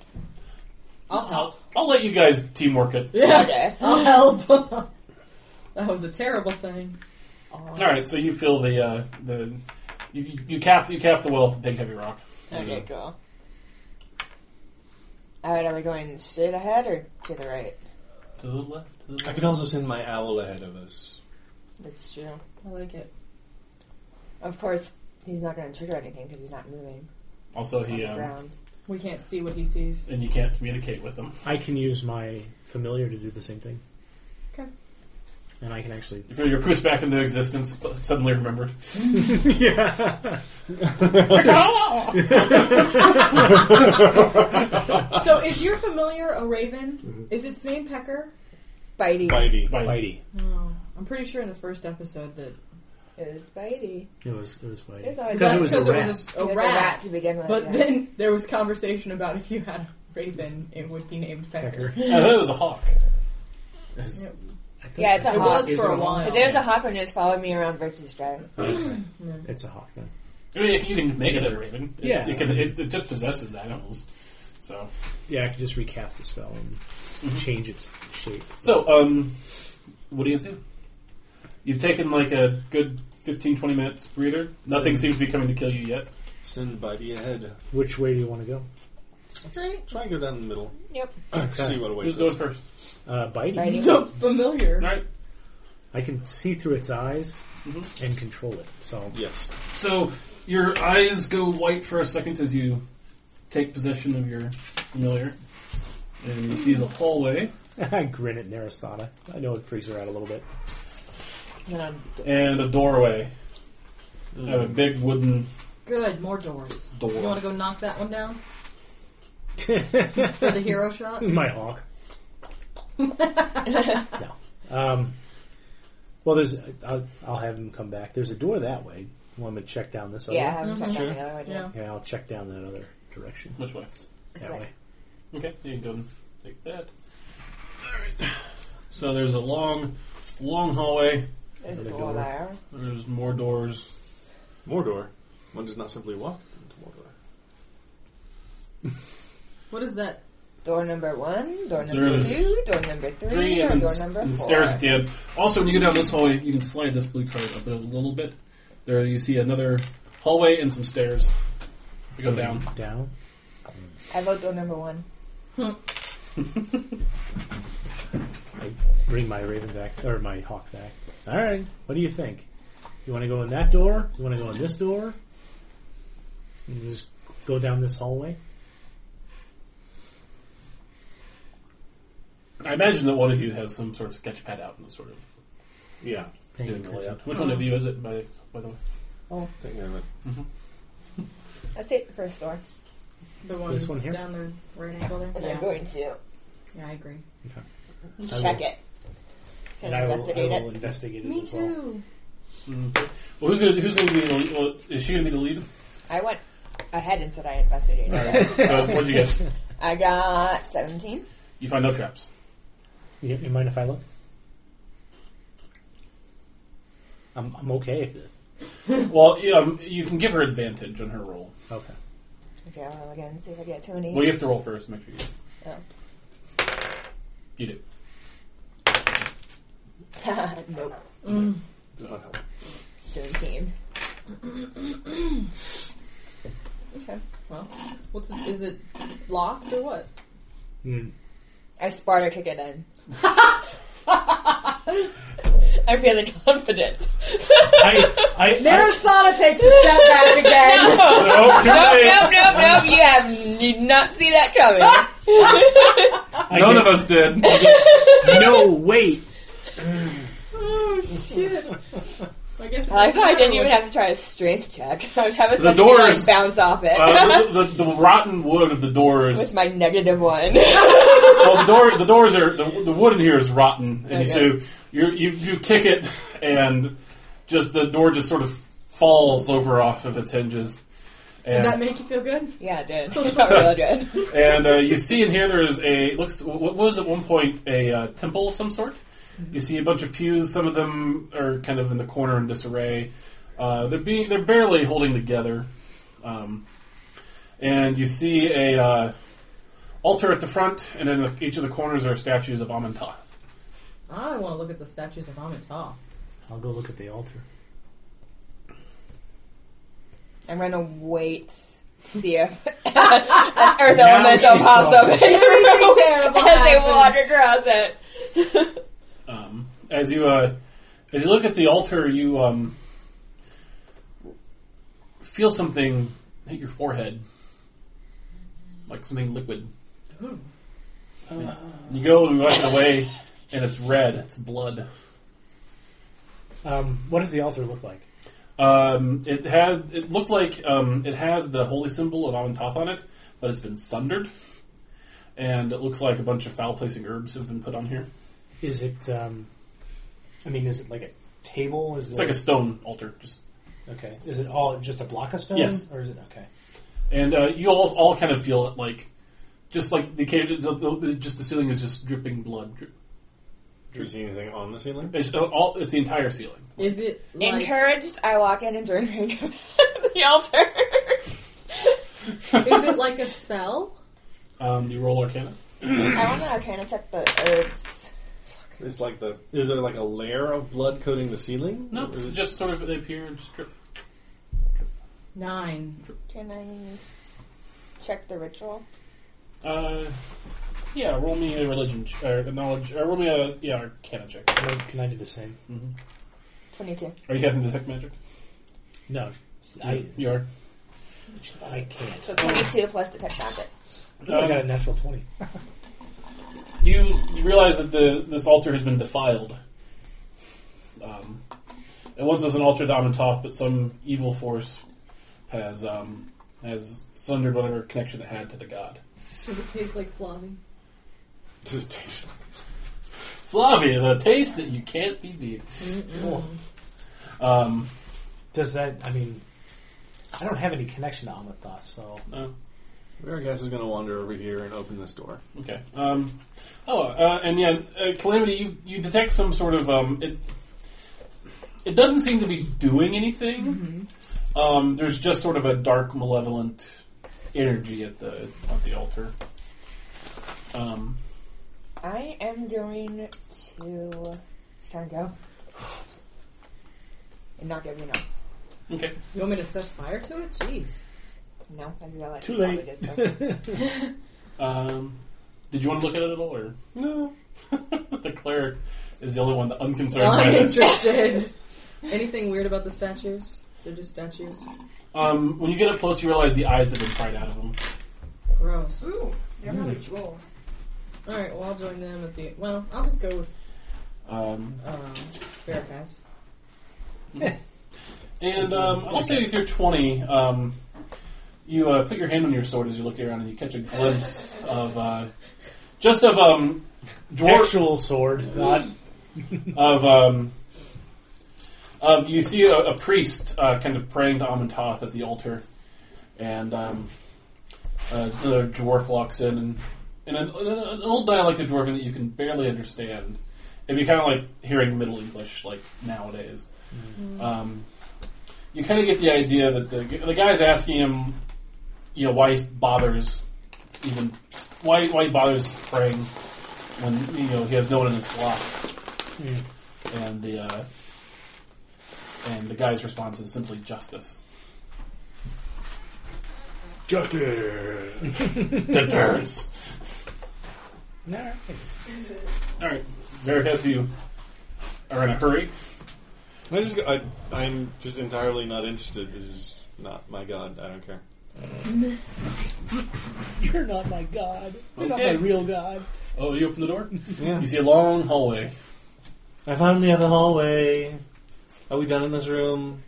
Speaker 3: I'll help.
Speaker 1: I'll let you guys teamwork it.
Speaker 2: Okay.
Speaker 3: I'll help. that was a terrible thing.
Speaker 1: All right, so you feel the uh, the you, you- you cap you cap the well with a big heavy rock.
Speaker 2: Okay, cool. Alright, are we going straight ahead or to the right?
Speaker 1: To the left. To the
Speaker 5: I
Speaker 1: left.
Speaker 5: could also send my owl ahead of us.
Speaker 2: That's true.
Speaker 3: I like it.
Speaker 2: Of course, he's not gonna trigger anything because he's not moving
Speaker 1: Also,
Speaker 2: on
Speaker 1: he
Speaker 2: the
Speaker 1: um,
Speaker 2: ground.
Speaker 3: We can't see what he sees.
Speaker 1: and you can't communicate with him.
Speaker 7: I can use my familiar to do the same thing.
Speaker 3: Okay.
Speaker 7: And I can actually.
Speaker 1: You feel your cruise back into existence. Suddenly remembered.
Speaker 7: yeah.
Speaker 3: So is your familiar a raven?
Speaker 7: Mm-hmm.
Speaker 3: Is its name Pecker?
Speaker 2: Bitey.
Speaker 5: Bitey.
Speaker 1: Bye.
Speaker 7: Whitey.
Speaker 3: No. I'm pretty sure in the first episode that
Speaker 2: It was Bitey.
Speaker 7: It was it was Whitey.
Speaker 2: It's always
Speaker 7: Because it
Speaker 2: That's
Speaker 7: was a rat.
Speaker 3: s-
Speaker 2: He was a rat to begin with.
Speaker 3: But
Speaker 2: yeah.
Speaker 3: then there was conversation about if you had a raven, it would be named Pecker.
Speaker 7: Pecker.
Speaker 1: I thought it was a hawk.
Speaker 7: I think
Speaker 2: Yeah, it's a
Speaker 3: It
Speaker 2: hawk.
Speaker 3: was
Speaker 7: Is
Speaker 3: for a
Speaker 7: it a hawk?
Speaker 3: while.
Speaker 2: Because there's a hawk when he was following me around Virtue's Drive.
Speaker 7: It's a hawk then.
Speaker 1: I mean, you can make it a raven. It-
Speaker 7: Yeah.
Speaker 1: it, can. It, it just possesses animals. So,
Speaker 7: Yeah, I could just recast the spell and
Speaker 1: Mm-hmm.
Speaker 7: change its shape.
Speaker 1: so um, what do you guys do? You've taken like a good 15, 20 minutes breather. Nothing seems to be coming to kill you yet.
Speaker 5: Send Bitey ahead.
Speaker 7: Which way do you want to go?
Speaker 3: Great.
Speaker 5: Try and go down the middle.
Speaker 2: Yep.
Speaker 5: See what
Speaker 1: Who's
Speaker 5: awaits
Speaker 1: going
Speaker 5: us.
Speaker 1: first?
Speaker 7: Uh, Bitey.
Speaker 2: Bitey.
Speaker 3: So familiar.
Speaker 1: All right.
Speaker 7: I can see through its eyes
Speaker 1: Mhm.
Speaker 7: and control it. So
Speaker 5: Yes.
Speaker 1: So Your eyes go white for a second as you take possession of your familiar, and he sees a hallway.
Speaker 7: I grin at Narasana. I know it freaks her out a little bit.
Speaker 1: and a doorway. I have a big wooden
Speaker 3: Good, more doors.
Speaker 1: Door.
Speaker 3: Mm. You want to go knock that one down? For the hero shot?
Speaker 7: My hawk. no. Um, well, there's. I'll, I'll have him come back. The's a door that way. You want me to check down this other?
Speaker 2: Yeah, I haven't checked
Speaker 3: Mhm.
Speaker 2: out the other one yet.
Speaker 3: Yeah.
Speaker 7: Yeah, I'll check down that other direction.
Speaker 1: which way?
Speaker 7: That way.
Speaker 1: Okay, you can go and take that. Alright. So there's a long, long hallway.
Speaker 2: There's a
Speaker 7: Another
Speaker 2: door
Speaker 7: door.
Speaker 2: there.
Speaker 1: There's more doors.
Speaker 5: Mordor. One does not simply walk into Mordor.
Speaker 3: What is that?
Speaker 2: Door number one, door number
Speaker 1: There's
Speaker 2: two, door number three,
Speaker 1: Three
Speaker 2: or
Speaker 1: and,
Speaker 2: door
Speaker 1: s-
Speaker 2: number
Speaker 1: and
Speaker 2: four.
Speaker 1: stairs at the end. Also, when you go down this hallway, you can slide this blue card up a little bit. There you see another hallway and some stairs. You go down.
Speaker 7: Down.
Speaker 2: I vote door number one.
Speaker 7: Bring my raven back or my hawk back. All right. What do you think? You want to go in that door? You want to go in this door? And just go down this hallway.
Speaker 1: I imagine that one of you has some sort of sketch pad out and sort of
Speaker 5: Yeah.
Speaker 7: Hang
Speaker 1: doing
Speaker 7: on,
Speaker 1: the
Speaker 7: Chris.
Speaker 1: layout. Which one of you is it, by, the- by the way?
Speaker 5: Oh, take care of it.
Speaker 2: Let's take the first door.
Speaker 3: The one,
Speaker 7: This one here?
Speaker 3: down the right angle there?
Speaker 2: And I'm
Speaker 3: Yeah.
Speaker 2: going to
Speaker 3: yeah, I agree.
Speaker 2: check it. And
Speaker 7: And I will, I
Speaker 2: investigate
Speaker 7: will
Speaker 2: it.
Speaker 7: investigate it
Speaker 3: Me
Speaker 7: as well.
Speaker 3: too.
Speaker 1: Mm. Well, who's gonna who's gonna be the lead? Well, is she gonna be the lead?
Speaker 2: I went ahead and said I investigated
Speaker 1: All
Speaker 2: it.
Speaker 1: right. so what'd you get?
Speaker 2: I got 17.
Speaker 1: You find no traps.
Speaker 7: You, you mind if I look? I'm, I'm okay if this.
Speaker 1: Well, you, um, you can give her advantage on her roll.
Speaker 7: Okay.
Speaker 2: Okay, I'll roll again and see if I get 20.
Speaker 1: Well, you have to roll first. Make sure you.
Speaker 2: Oh.
Speaker 1: You do.
Speaker 2: nope.
Speaker 5: Does not help.
Speaker 2: 17. okay.
Speaker 3: What's it, is it locked or what?
Speaker 7: Mm.
Speaker 2: I Sparta kick it in. I'm feeling confident.
Speaker 7: I, I, I,
Speaker 15: Narasana takes a step back again.
Speaker 2: nope,
Speaker 1: Oh, too late.
Speaker 2: nope, nope, nope. You have you did not see that coming.
Speaker 7: I
Speaker 1: None of
Speaker 7: get-
Speaker 1: us did.
Speaker 7: No, wait.
Speaker 3: I guess
Speaker 2: I like
Speaker 3: oh, it
Speaker 2: how I
Speaker 3: doesn't
Speaker 2: didn't even
Speaker 3: matter
Speaker 2: have to try a strength check. I was having
Speaker 1: The
Speaker 2: something to, like,
Speaker 1: doors-
Speaker 2: bounce off it
Speaker 1: Uh, the, the, the rotten wood of the
Speaker 2: with
Speaker 1: doors.
Speaker 2: my negative one.
Speaker 1: Well, the door the doors are the, the wood in here is rotten, and so you you you kick it, and just the door just sort of falls over off of its hinges.
Speaker 3: what-
Speaker 1: And
Speaker 3: Did that make you feel good?
Speaker 2: yeah, it did. It felt really good.
Speaker 1: And uh, you see in here there is a it looks what was at one point a uh, temple of some sort.
Speaker 3: Mm-hmm.
Speaker 1: You see a bunch of pews. Some of them are kind of in the corner in disarray. Uh, they're being they're barely holding together. Um, and you see a uh, altar at the front, and in the, each of the corners are statues of Amentoth.
Speaker 3: I want to look at the statues of Amitabh.
Speaker 7: I'll go look at the altar.
Speaker 2: I'm gonna wait to see if an earth
Speaker 7: Now
Speaker 2: elemental
Speaker 7: she's
Speaker 2: pops up
Speaker 7: talking.
Speaker 2: in the room
Speaker 15: terrible
Speaker 2: as they
Speaker 15: happens.
Speaker 2: walk across it.
Speaker 1: Um, as you uh, as you look at the altar, you um, feel something hit your forehead, like something liquid. You go and wipe it away, and it's red. It's blood.
Speaker 7: Um, what does the altar look like?
Speaker 1: Um, it had it looked like um, it has the holy symbol of Amentoth on it, but it's been sundered, and it looks like a bunch of foul placing herbs have been put on here.
Speaker 7: Is it? Um, I mean, is it like a table? Is
Speaker 1: It's
Speaker 7: it
Speaker 1: like a stone altar, just
Speaker 7: okay? Is it all just a block of stone?
Speaker 1: Yes.
Speaker 7: Or is it okay?
Speaker 1: and uh, you all all kind of feel it, like just like the cave, the- the- just the ceiling is just dripping blood. Dri-
Speaker 5: Do you see anything on the ceiling?
Speaker 1: It's all it's the entire ceiling.
Speaker 3: Is it like,
Speaker 2: Encouraged, I walk in and join Ring of the altar.
Speaker 3: is it like a spell?
Speaker 1: Um, the roll arcana.
Speaker 2: I wanna arcana check the herbs.
Speaker 5: It's like the. Is there like a layer of blood coating the ceiling?
Speaker 1: No,
Speaker 5: Or is it-
Speaker 1: just sort of they appear and just drip.
Speaker 3: Nine.
Speaker 2: Can I check the ritual?
Speaker 1: Uh, yeah, roll me a religion ch- or a knowledge. Or roll me a yeah arcana check.
Speaker 7: Can I, can I do the same?
Speaker 2: Twenty-two.
Speaker 1: Are you casting detect magic?
Speaker 7: No. I,
Speaker 1: You are.
Speaker 7: I can't.
Speaker 2: So
Speaker 7: Oh,
Speaker 2: 22 plus detect magic.
Speaker 7: I got a natural 20.
Speaker 1: You you realize that the this altar has been defiled. Um, it once was an altar to Amentoth, but some evil force has um, has sundered whatever connection it had to the god.
Speaker 3: Does it taste like fluffy?
Speaker 1: This tastes. Flavia, the taste that you can't be beat. Um,
Speaker 7: Does that, I mean, I don't have any connection to Amathoth, so.
Speaker 1: no.
Speaker 5: Vargas is going to wander over here and open this door.
Speaker 1: Okay. Um, oh, uh, and yeah, uh, Calamity, you, you detect some sort of um, it. It doesn't seem to be doing anything. Um, there's just sort of a dark, malevolent energy at the at the altar. Um,
Speaker 2: I am going to just kind of go and not give you no.
Speaker 1: okay.
Speaker 3: You want me to set fire to it? Jeez.
Speaker 2: No, I realize
Speaker 7: Too
Speaker 2: it's probably
Speaker 7: late.
Speaker 2: just like-
Speaker 1: Um, did you want to look at it at all, or no? the cleric is the only one that unconcerned by this.
Speaker 3: Uninterested. Anything weird about the statues? They're just statues.
Speaker 1: Um, when you get up close, you realize the eyes have been pried out of them.
Speaker 3: Gross.
Speaker 9: Ooh, they're not mm. trolls.
Speaker 3: All right. Well, I'll join them at the. Well, I'll just go with
Speaker 1: Um,
Speaker 3: um, Veracast.
Speaker 1: And um, I'll say if you're 20, um, you uh, put your hand on your sword as you're looking around, and you catch a glimpse of uh, just of um, dwarf
Speaker 7: Actual sword, not.
Speaker 1: of um, of you see a, a priest uh, kind of praying to Amentoth at the altar, and um, uh, another dwarf walks in, and in an, in an old dialect of dwarven that you can barely understand. It'd be kind of like hearing Middle English, like nowadays. Um, you kind of get the idea that the the guy's asking him, you know, why he bothers even why why he bothers praying when you know he has no one in his flock
Speaker 7: Hmm.
Speaker 1: and the uh, and the guy's response is simply justice.
Speaker 5: Justice!
Speaker 1: Deterrence.
Speaker 7: Alright.
Speaker 1: All right, Veracast, you are in a hurry.
Speaker 5: I just, I, I'm just entirely not interested. This is not my god. I don't care.
Speaker 7: You're not my god. You're not my
Speaker 1: Okay.
Speaker 7: real god.
Speaker 1: Oh, you open the door.
Speaker 10: Yeah.
Speaker 1: You see a long hallway.
Speaker 10: I found the other hallway. Are we done in this room?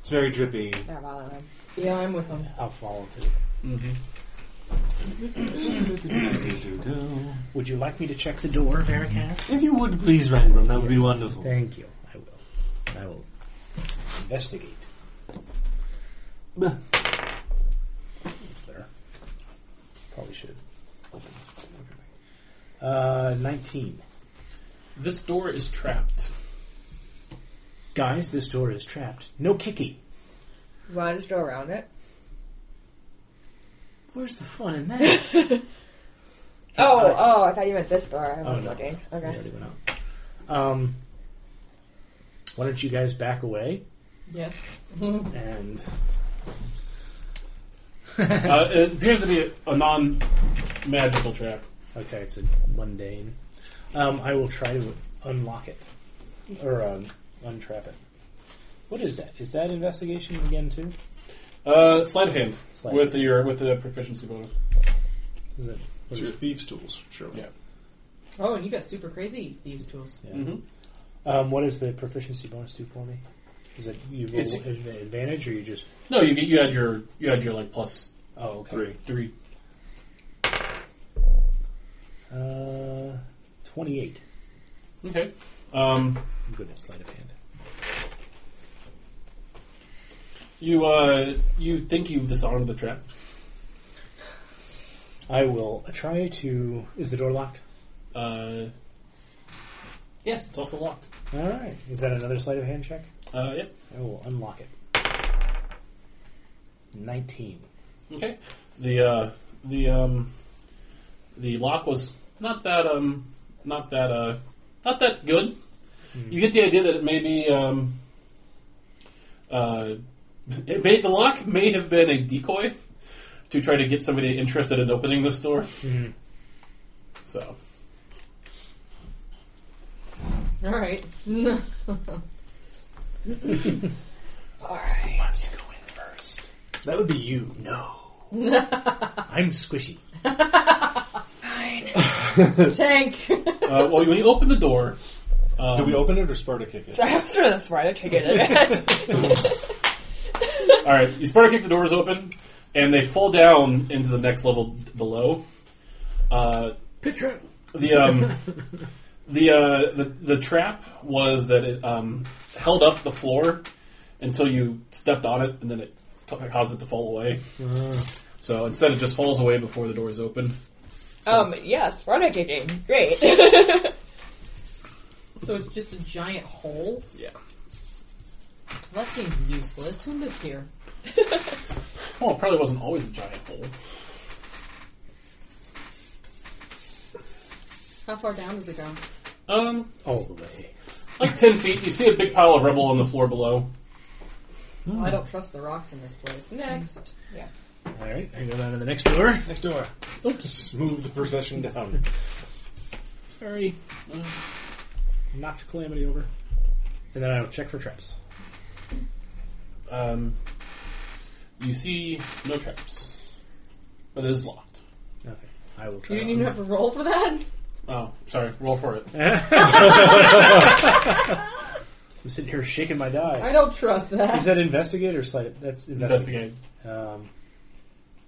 Speaker 10: It's very drippy.
Speaker 2: not all of them.
Speaker 3: Yeah, I'm with them.
Speaker 7: I'll follow too.
Speaker 1: Mm-hmm.
Speaker 10: if
Speaker 7: Would you like me to check the door, Veracast?
Speaker 10: you would please, Randrum, that would be
Speaker 7: Yes.
Speaker 10: wonderful.
Speaker 7: Thank you. I will. I will investigate.
Speaker 10: Bah.
Speaker 7: That's better. Probably should. Uh, 19.
Speaker 1: This door is trapped.
Speaker 7: Guys, this door is trapped. No kiki.
Speaker 2: You want to just go around it?
Speaker 7: Where's the fun in that?
Speaker 2: Oh,
Speaker 7: I-
Speaker 2: oh, I thought you meant this door. I
Speaker 7: Oh,
Speaker 2: was
Speaker 7: no.
Speaker 2: looking.
Speaker 7: We
Speaker 2: Okay.
Speaker 7: already went out. Um, why don't you guys back away
Speaker 3: Yes.
Speaker 7: and
Speaker 1: uh, it appears to be a, a non-magical trap.
Speaker 7: okay, it's a mundane. Um, I will try to unlock it or um, untrap it. What is that? Is that investigation again too?
Speaker 1: Uh, sleight of hand
Speaker 7: Sleight.
Speaker 1: with your with the proficiency bonus.
Speaker 7: Is it? what
Speaker 5: It's
Speaker 7: is
Speaker 5: your
Speaker 7: it?
Speaker 5: thieves' tools, surely.
Speaker 1: Yeah.
Speaker 3: Oh, and you got super crazy thieves tools.
Speaker 7: Yeah.
Speaker 1: Mm-hmm.
Speaker 7: Um, what is the proficiency bonus do for me? Is it you roll
Speaker 1: It's-
Speaker 7: an advantage or you just?
Speaker 1: No, you get you had your you had your like plus
Speaker 7: Oh, okay.
Speaker 5: Three.
Speaker 1: three.
Speaker 7: Uh, twenty-eight.
Speaker 1: Okay. Um,
Speaker 7: I'm good at sleight of hand.
Speaker 1: you uh, you think you've disarmed the trap?
Speaker 7: I will try to. Is the door locked?
Speaker 1: Uh, yes, it's also locked.
Speaker 7: All right. Is that another sleight of hand check?
Speaker 1: Uh, yep.
Speaker 7: I will unlock it. 19.
Speaker 1: Okay. The uh, the um, the lock was not that um, not that uh, not that good.
Speaker 5: Hmm.
Speaker 1: You get the idea that it may be um, uh, it may the lock may have been a decoy to try to get somebody interested in opening this door.
Speaker 5: Hmm.
Speaker 7: Mhm.
Speaker 1: So
Speaker 3: All right.
Speaker 2: Alright.
Speaker 7: Wants to go in That would be you. No. I'm squishy.
Speaker 15: Tank.
Speaker 1: Uh, well, when you open the door, um,
Speaker 5: Do we open it or Sparta kick it?
Speaker 15: After this, right? I take it.
Speaker 1: All right, you Sparta kick the doors open, and they fall down into the next level d- below. Uh,
Speaker 7: Picture.
Speaker 1: the um, the, uh, the the trap was that it um, held up the floor until you stepped on it, and then it ca- caused it to fall away. So instead, it just falls away before the door is opened.
Speaker 2: Um, yes, Sparta kicking. Great.
Speaker 3: So it's just a giant hole?
Speaker 1: Yeah.
Speaker 3: That seems useless. Who lived here?
Speaker 1: Well, it probably wasn't always a giant hole.
Speaker 3: How far down does it go?
Speaker 1: Um,
Speaker 7: All the way.
Speaker 1: like ten feet, you see a big pile of rubble on the floor below.
Speaker 3: Well, I don't trust the rocks in this place. Next.
Speaker 7: All right, I go down to the next door.
Speaker 5: Next door. Oops. Move the procession down.
Speaker 7: Sorry. Uh, knocked Calamity over. And then I'll check for traps.
Speaker 1: Um, you see no traps, but it is locked.
Speaker 7: Okay. I will
Speaker 3: You
Speaker 7: try.
Speaker 3: didn't even have to roll for that?
Speaker 1: Oh, sorry. Roll for it.
Speaker 7: I'm sitting here shaking my
Speaker 3: I
Speaker 7: die.
Speaker 3: don't trust that.
Speaker 7: Is that investigate or slight? That's investigate.
Speaker 1: Investigate.
Speaker 7: Um,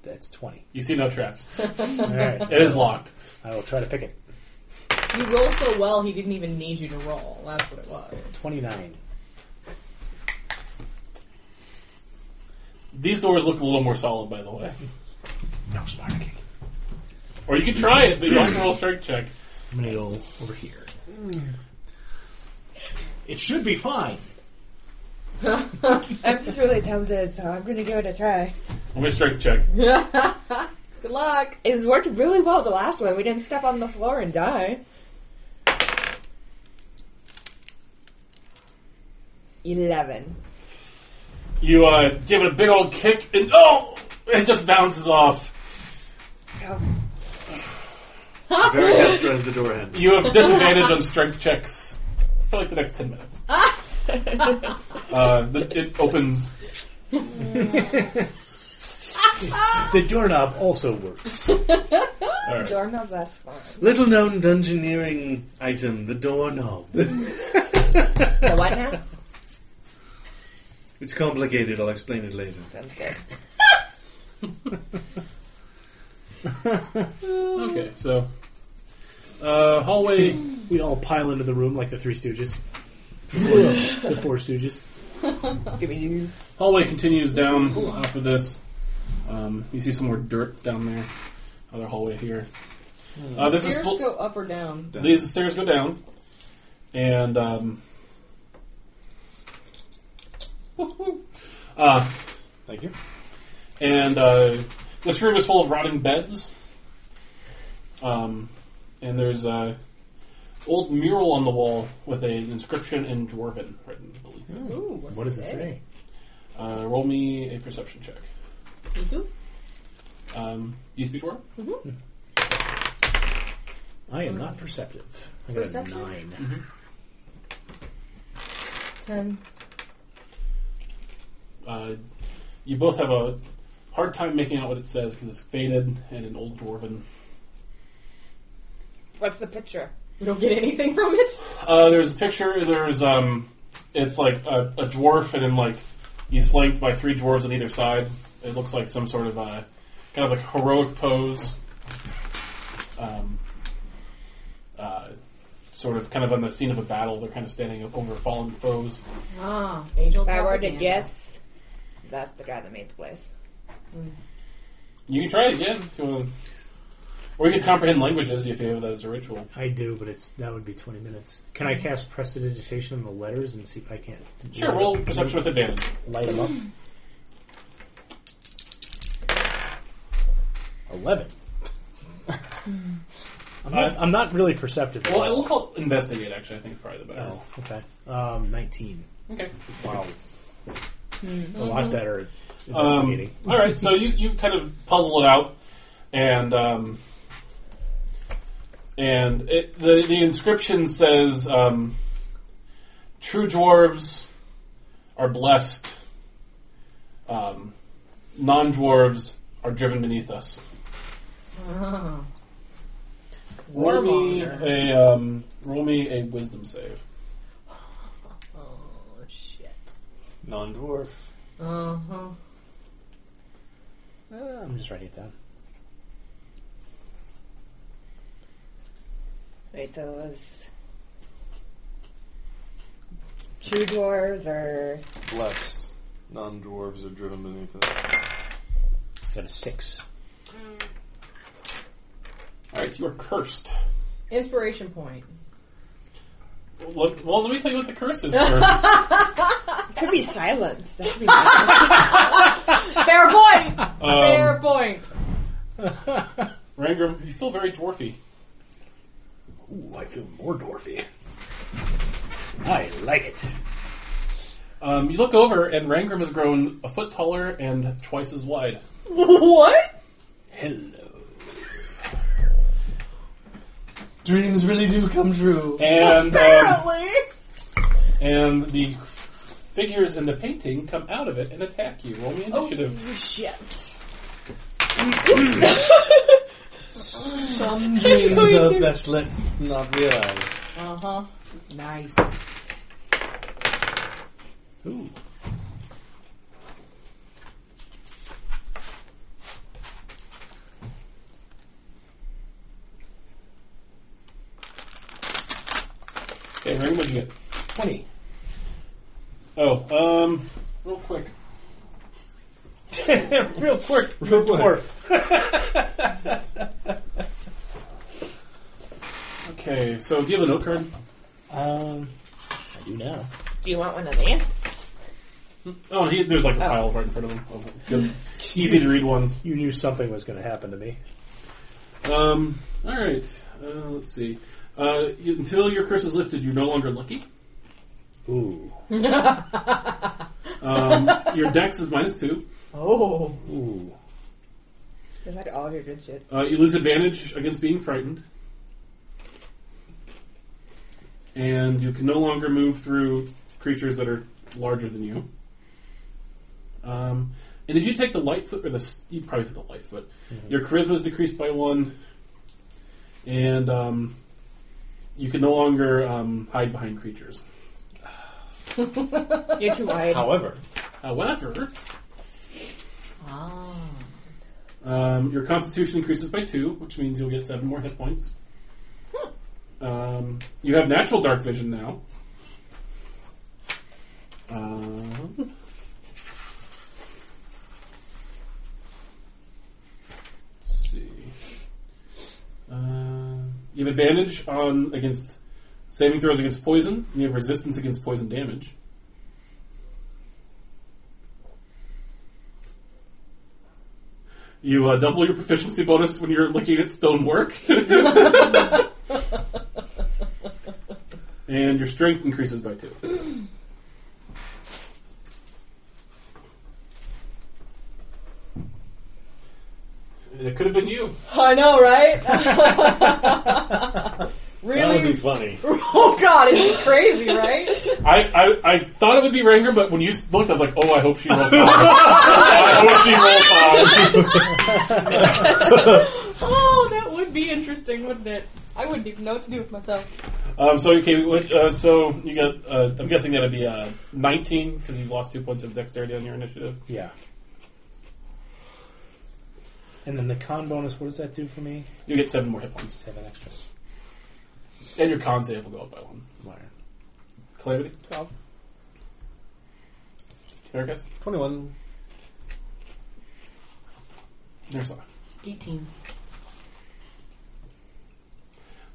Speaker 7: that's 20.
Speaker 1: You see no traps.
Speaker 7: All right.
Speaker 1: It is locked.
Speaker 7: I will try to pick it.
Speaker 3: You roll so well, he didn't even need you to roll. That's what it was.
Speaker 7: 29.
Speaker 1: These doors look a little more solid, by the way.
Speaker 7: No spider kick.
Speaker 1: Or you can try it, but you have to roll a strength check.
Speaker 7: I'm going to go over here. It should be fine.
Speaker 2: I'm just really tempted, so I'm gonna give it a try.
Speaker 1: I'm gonna strength check.
Speaker 3: Good luck.
Speaker 2: It worked really well the last one. We didn't step on the floor and die. Eleven.
Speaker 1: You uh, give it a big old kick, and oh, it just bounces off.
Speaker 10: Very Hestra as the door handle.
Speaker 1: You have disadvantage on strength checks for like the next ten minutes. uh, the, it opens.
Speaker 7: The doorknob also works.
Speaker 1: All right.
Speaker 2: Doorknob, that's fine.
Speaker 10: Little known dungeoneering item, the doorknob.
Speaker 2: The what now?
Speaker 10: It's complicated, I'll explain it later.
Speaker 2: Sounds good.
Speaker 1: Okay, so uh, hallway.
Speaker 7: We all pile into the room like the Three Stooges. the Four Stooges.
Speaker 2: Give me you.
Speaker 1: Hallway continues down off of this. Um, you see some more dirt down there. Other hallway here. Uh, this is
Speaker 3: Stairs
Speaker 1: full-
Speaker 3: go up or down.
Speaker 1: These stairs go down, and um, uh,
Speaker 5: Thank you.
Speaker 1: and uh, this room is full of rotting beds. Um, and there's a old mural on the wall with an inscription in Dwarven written. I believe.
Speaker 3: Ooh, what's
Speaker 7: What does it say?
Speaker 1: Uh, roll me a perception check.
Speaker 3: You do? Mm-hmm.
Speaker 1: Um, you speak Dwarven?
Speaker 7: I am not perceptive. I got
Speaker 3: Perception?
Speaker 7: a 9.
Speaker 3: Ten.
Speaker 1: Uh, you both have a hard time making out what it says because it's faded and in old Dwarven.
Speaker 2: What's the picture?
Speaker 3: You don't get anything from it?
Speaker 1: Uh, there's a picture. There's um, it's like a, a dwarf, and then like he's flanked by three dwarves on either side. It looks like some sort of uh, kind of like heroic pose. Um, uh, sort of kind of on the scene of a battle. They're kind of standing up over fallen foes.
Speaker 3: Ah, angel
Speaker 2: If I were to
Speaker 3: propaganda.
Speaker 2: guess, that's the guy that made the place.
Speaker 1: You can try it again if you want. Or you can comprehend languages if you have that as a ritual.
Speaker 7: I do, but it's that would be 20 minutes. Can I cast Prestidigitation on the letters and see if I can't
Speaker 1: Sure, roll perception with advantage.
Speaker 7: light them up? 11. I'm not, I'm not really perceptive. at
Speaker 1: Well,
Speaker 7: all.
Speaker 1: I'll call investigate. Actually, I think is probably the better.
Speaker 7: Oh, okay. Um, 19.
Speaker 1: Okay.
Speaker 7: Wow. A lot better at
Speaker 1: Um,
Speaker 7: Oh, investigating.
Speaker 1: all right. So you you kind of puzzle it out, and um, and it, the the inscription says, um, "True dwarves are blessed. Um, non dwarves are driven beneath us.
Speaker 3: Oh.
Speaker 1: Roll me
Speaker 3: Warmonger.
Speaker 1: a um, roll me a wisdom save.
Speaker 3: Oh, shit.
Speaker 5: Non dwarf.
Speaker 3: Uh huh.
Speaker 7: Uh, I'm just writing it down.
Speaker 2: Wait, so it was true dwarves or
Speaker 5: Blessed. Non dwarves are driven beneath us.
Speaker 7: Got a six.
Speaker 1: All right, you are cursed.
Speaker 15: Inspiration point.
Speaker 1: Well, let, well, let me tell you what the curse is first.
Speaker 2: could be silence. That could be
Speaker 15: Fair point.
Speaker 1: Um,
Speaker 15: Fair point.
Speaker 1: Rangram, you feel very dwarfy.
Speaker 7: Ooh, I feel more dwarfy. I like it.
Speaker 1: Um, you look over, and Rangram has grown a foot taller and twice as wide.
Speaker 15: What?
Speaker 7: Hello.
Speaker 10: Dreams really do come true.
Speaker 1: And um,
Speaker 15: Apparently.
Speaker 1: and the figures in the painting come out of it and attack you. Roll me
Speaker 3: Oh.
Speaker 1: initiative.
Speaker 15: Shit.
Speaker 10: Some dreams are best left not realized.
Speaker 15: Uh
Speaker 3: Uh-huh.
Speaker 15: huh. Nice.
Speaker 7: Ooh.
Speaker 1: Okay, Rangram, what'd you get?
Speaker 7: 20.
Speaker 1: Oh, um, real quick.
Speaker 7: Real quick.
Speaker 10: Real quick.
Speaker 1: Okay, so do you have a note card?
Speaker 7: Um, I do now.
Speaker 2: Do you want one of these?
Speaker 1: Oh, he, there's like a pile right in front of him. of good, easy to read ones.
Speaker 7: You knew something was going to happen to me.
Speaker 1: Um, all right. Uh, let's see. Uh, you, until your curse is lifted, you're no longer lucky.
Speaker 7: Ooh.
Speaker 1: Um, your dex is minus two.
Speaker 15: Oh.
Speaker 7: Ooh.
Speaker 2: Is that all of your good shit?
Speaker 1: Uh, you lose advantage against being frightened. And you can no longer move through creatures that are larger than you. Um, and did you take the light foot or the? s- You probably took the light foot. Your charisma is decreased by one, and um, you can no longer um, hide behind creatures.
Speaker 2: You're too wide.
Speaker 10: However,
Speaker 1: However,
Speaker 3: Ah.
Speaker 1: Um, your constitution increases by two, which means you'll get seven more hit points. Um, you have natural dark vision now. Um, let's see. Uh, you have advantage on against saving throws against poison. And you have resistance against poison damage. You uh, double your proficiency bonus when you're looking at stonework. and your strength increases by two. And it could have been you.
Speaker 15: I know, right?
Speaker 10: that would be
Speaker 15: really?
Speaker 10: funny.
Speaker 15: Oh god, it's crazy, right?
Speaker 1: I, I, I thought it would be Ranger, but when you s- looked, I was like, oh, I hope she rolls high. I hope she rolls high.
Speaker 15: Oh, that would be interesting, wouldn't it? I wouldn't even know what to do with myself.
Speaker 1: Um, so, okay, what- uh, so you got, uh, I'm guessing that'd be uh, 19 because you lost two points of dexterity on your initiative.
Speaker 7: Yeah. And then the con bonus, what does that do for me?
Speaker 1: You get seven more hit points.
Speaker 7: Just have an extra.
Speaker 1: And your con save will go up by one.
Speaker 7: Liar.
Speaker 1: Calamity? 12. Ericus?
Speaker 10: 21.
Speaker 1: There's a.
Speaker 3: 18.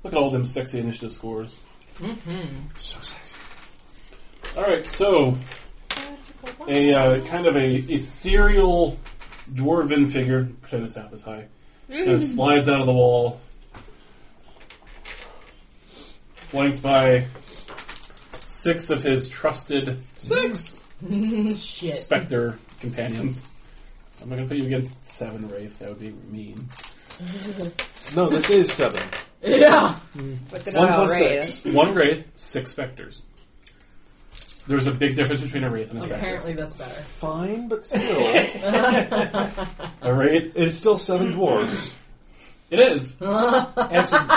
Speaker 1: Look at all them sexy initiative scores.
Speaker 3: Mm-hmm.
Speaker 10: So sexy.
Speaker 1: Alright, so. A uh, kind of a ethereal dwarven figure, pretend it's half as high, kind of slides out of the wall, flanked by six of his trusted six
Speaker 3: Shit.
Speaker 1: specter companions. I'm not gonna put you against seven race. That would be mean.
Speaker 10: No, this is 7.
Speaker 3: Yeah.
Speaker 2: But Oh,
Speaker 10: One plus six.
Speaker 1: One wraith, six specters. There's a big difference between a wraith and a specter.
Speaker 3: Apparently, that's better.
Speaker 5: Fine, but still.
Speaker 1: A wraith?
Speaker 5: It is still seven dwarves.
Speaker 1: It is.
Speaker 7: As an,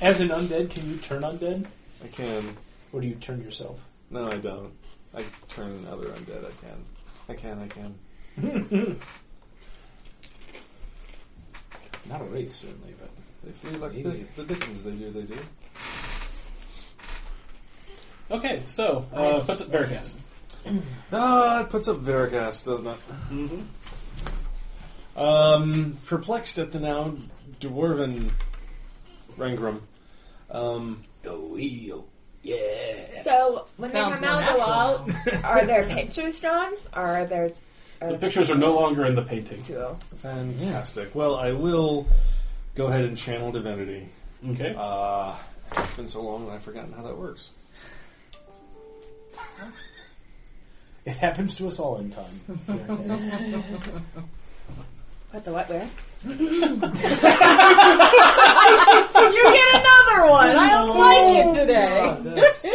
Speaker 7: as an undead, can you turn undead,
Speaker 5: I can.
Speaker 7: or do you turn yourself?
Speaker 5: No, I don't. I turn another undead. I can. I can. I can. Not a wraith, certainly, but they flee like the,
Speaker 7: Maybe.
Speaker 5: the dickens. They do. They do.
Speaker 1: Okay, so uh, puts it Veracast.
Speaker 5: Ah, it puts up Veracast, doesn't it? Mm-hmm. Um, perplexed at the now dwarven Rangram. Um,
Speaker 7: The wheel. Yeah.
Speaker 2: So when
Speaker 3: Sounds
Speaker 2: they come out
Speaker 3: more
Speaker 2: of the wall, are there pictures drawn? Or are there? Are
Speaker 1: The pictures are no longer in the painting.
Speaker 2: Cool.
Speaker 5: fantastic. Well, I will go ahead and channel divinity.
Speaker 1: Okay.
Speaker 5: Uh, it's been so long that I've forgotten how that works.
Speaker 7: It happens to us all in time. Veracast.
Speaker 2: What the what? Where?
Speaker 15: You get another one. I like it today.
Speaker 7: God, that's-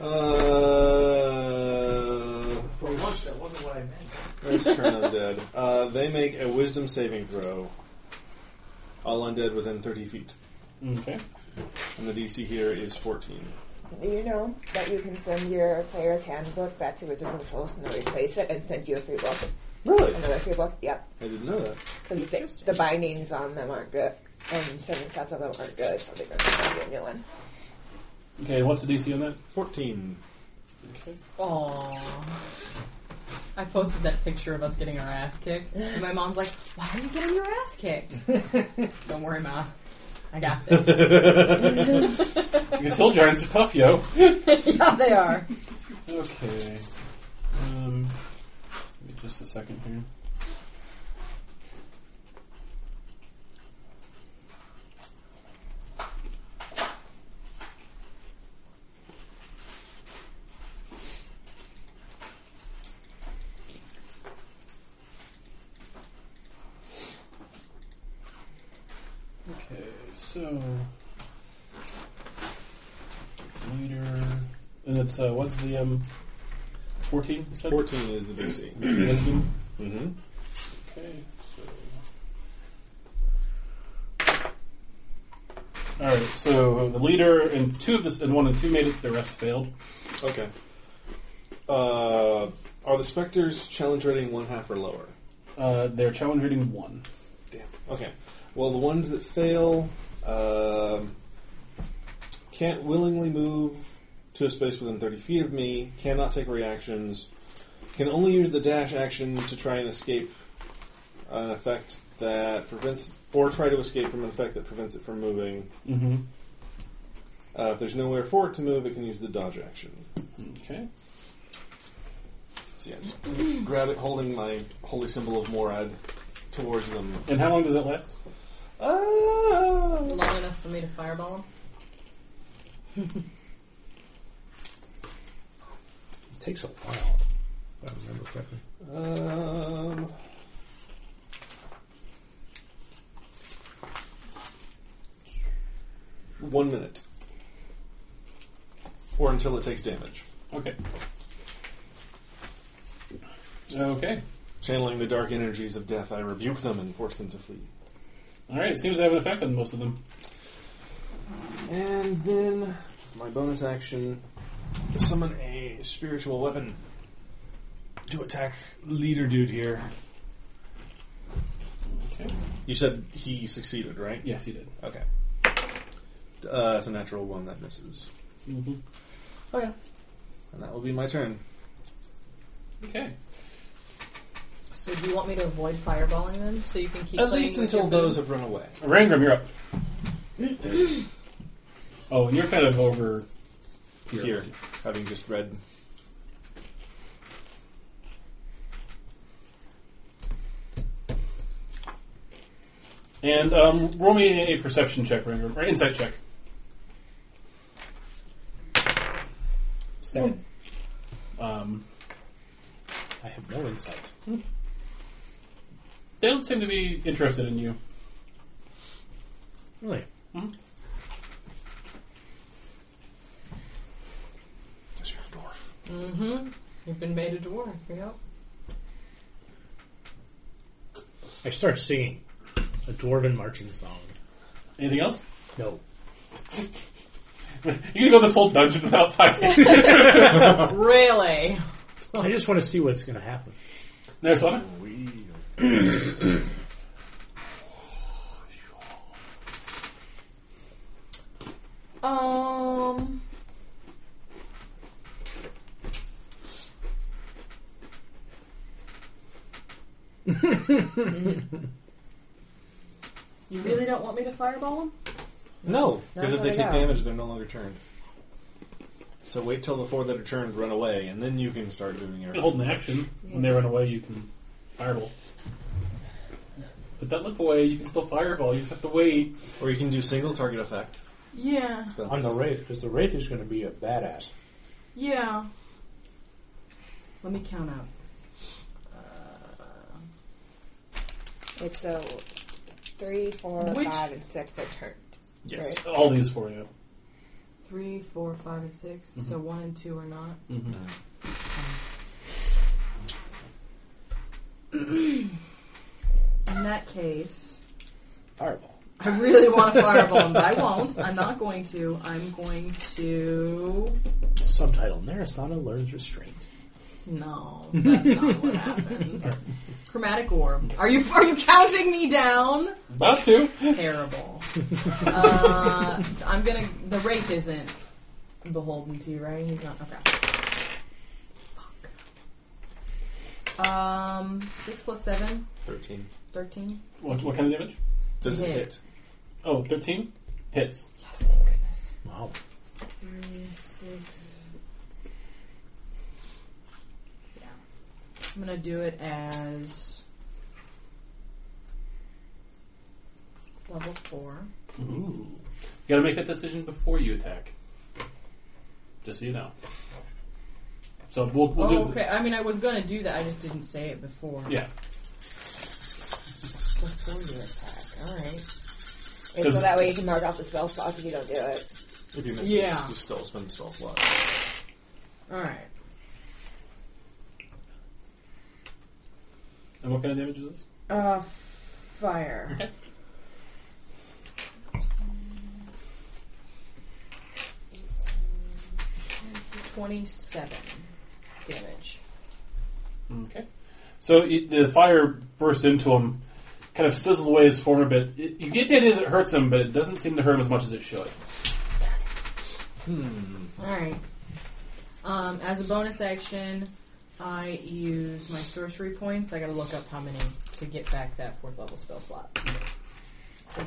Speaker 5: Uh,
Speaker 7: for once, that wasn't what I meant.
Speaker 5: there's turn undead. Uh, they make a wisdom saving throw. All undead within 30 feet.
Speaker 1: Okay.
Speaker 5: And the DC here is 14.
Speaker 2: Do you know that you can send your player's handbook back to Wizards and Trolls and they'll replace it and send you a free book,
Speaker 5: Really?
Speaker 2: another free book? Yep,
Speaker 5: I didn't know that.
Speaker 2: because the, the bindings on them aren't good, and seven sets of them aren't good, so they're going to send you a new one.
Speaker 1: Okay, what's the DC on that?
Speaker 5: 14.
Speaker 1: Okay.
Speaker 3: Aww. I posted that picture of us getting our ass kicked, and my mom's like, "Why are you getting your ass kicked?" Don't worry, ma. I got this.
Speaker 1: Because hill giants are tough, yo.
Speaker 3: yeah, they are.
Speaker 1: Okay. Um, give me just a second here. Okay, so later, and it's uh, what's the um, fourteen? You said
Speaker 5: 14 is the DC.
Speaker 1: Wisdom?
Speaker 5: mm-hmm.
Speaker 1: Okay, so. Alright, so the leader and two of this and one and two made it, the rest failed.
Speaker 5: Okay. Uh, are the Spectres challenge rating one half or lower?
Speaker 1: Uh, they're challenge rating one.
Speaker 5: Damn. Okay. Well, the ones that fail um, can't willingly move to a space within 30 feet of me, cannot take reactions, can only use the dash action to try and escape an effect that prevents, or try to escape from an effect that prevents it from moving.
Speaker 1: Mm-hmm.
Speaker 5: Uh, if there's nowhere for it to move, it can use the dodge action.
Speaker 1: Okay.
Speaker 5: So yeah, just grab it, holding my holy symbol of Morad towards them.
Speaker 1: And how long does that last?
Speaker 5: Ah!
Speaker 3: Long enough for me to fireball 'em.
Speaker 4: It takes a while. If I remember correctly.
Speaker 5: Um, one minute. Or until it takes damage.
Speaker 1: Okay. Okay.
Speaker 5: Channeling the dark energies of death, I rebuke them and force them to flee.
Speaker 1: Alright, it seems to have an effect on most of them.
Speaker 5: And then my bonus action is summon a spiritual weapon to attack leader dude here.
Speaker 1: Okay.
Speaker 5: You said he succeeded, right?
Speaker 1: Yes, he did.
Speaker 5: Okay. Uh, it's a natural one that misses.
Speaker 1: Mm-hmm.
Speaker 5: Okay. And that will be my turn.
Speaker 1: Okay.
Speaker 3: So, do you want me to avoid fireballing them so you can keep?
Speaker 5: At
Speaker 3: playing
Speaker 5: least
Speaker 3: with
Speaker 5: until
Speaker 3: your
Speaker 5: those
Speaker 3: food?
Speaker 5: have run away.
Speaker 1: Rangram, you're up. oh, and you're kind of over
Speaker 5: Here, having just read.
Speaker 1: And um, roll me a perception check, Rangram. Or insight check. Seven. Um,
Speaker 4: I have no insight.
Speaker 1: they don't seem to be interested in you.
Speaker 4: Really?
Speaker 5: Because you're a dwarf.
Speaker 16: Mm-hmm. You've been made a dwarf. Yep.
Speaker 7: I start singing a dwarven marching song.
Speaker 1: Anything else?
Speaker 7: No.
Speaker 1: You gonna go this whole dungeon without fighting?
Speaker 16: Really?
Speaker 7: I just want to see what's going to happen.
Speaker 1: There's something.
Speaker 16: Um. you really don't want me to fireball him?
Speaker 5: No, because if they
Speaker 2: they
Speaker 5: take
Speaker 2: are.
Speaker 5: damage, they're no longer turned. So wait till the four that are turned run away, and then you can start doing your.
Speaker 1: You can hold an action. When they run away, you can fireball. But that look away, you can still fireball. You just have to wait.
Speaker 5: Or you can do single target effect
Speaker 3: Yeah.
Speaker 5: spells.
Speaker 7: On the Wraith, because the Wraith is going to be a badass.
Speaker 3: Yeah. Let me count out.
Speaker 16: Uh,
Speaker 2: It's a three, four, five,
Speaker 3: Which-
Speaker 2: and six are turned.
Speaker 5: Yes.
Speaker 2: Right.
Speaker 1: All these for you.
Speaker 16: Three, four, five, and 6 So one and two are not.
Speaker 3: In that case,
Speaker 7: Fireball.
Speaker 3: I really want to fireball him, but I won't. I'm not going to. I'm going to.
Speaker 7: Subtitle Narasana learns restraint.
Speaker 3: No, that's not what happened. Chromatic orb. Are you are you counting me down?
Speaker 1: About to.
Speaker 3: Terrible. Uh, I'm gonna. The wraith isn't beholden to you, right? He's not. Okay. Fuck. Um, six plus seven,
Speaker 5: Thirteen
Speaker 3: thirteen.
Speaker 1: What, what kind of damage?
Speaker 5: doesn't
Speaker 3: Hit.
Speaker 5: hit.
Speaker 1: Oh, 13? Hits.
Speaker 3: Yes, thank goodness.
Speaker 7: Wow.
Speaker 3: Three, six. Yeah. I'm gonna do it as level four.
Speaker 1: Ooh. You gotta make that decision before you attack. Just so you know. So we'll, we'll
Speaker 3: Oh,
Speaker 1: do.
Speaker 3: okay. I mean, I was gonna do that. I just didn't say it before.
Speaker 1: Yeah.
Speaker 3: Before you attack. All right.
Speaker 2: And so that way you can mark off the spell slots if you don't do it.
Speaker 5: If you miss,
Speaker 3: Yeah.
Speaker 5: you still spend spell slot.
Speaker 3: All right.
Speaker 1: And what kind of damage is this?
Speaker 3: Uh, fire.
Speaker 1: Okay.
Speaker 3: Twenty-seven damage.
Speaker 1: Okay. So it, the fire bursts into him, kind of sizzles away his form a bit. It- you get the idea that it hurts him, but it doesn't seem to hurt him as much as it should.
Speaker 3: All right. Um, as a bonus action, I use my sorcery points. I got to look up how many to get back that fourth level spell slot.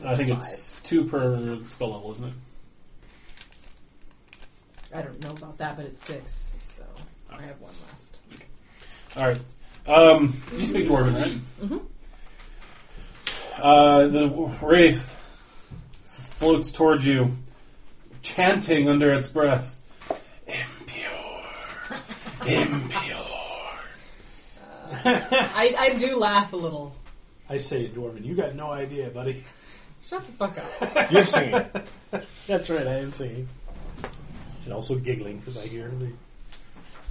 Speaker 1: I think it's two per spell level, isn't it?
Speaker 3: I don't know about that, but it's six, so I have one left.
Speaker 1: All right. Um, you speak Dwarven, right? Mm-hmm. Uh, the w- wraith floats towards you, chanting under its breath, "Impure, impure."
Speaker 3: I, I do laugh a little.
Speaker 7: I say, Dwarven, you got no idea, buddy.
Speaker 3: Shut the fuck up.
Speaker 5: You're singing. it.
Speaker 7: That's right, I am singing. And also giggling because I hear the.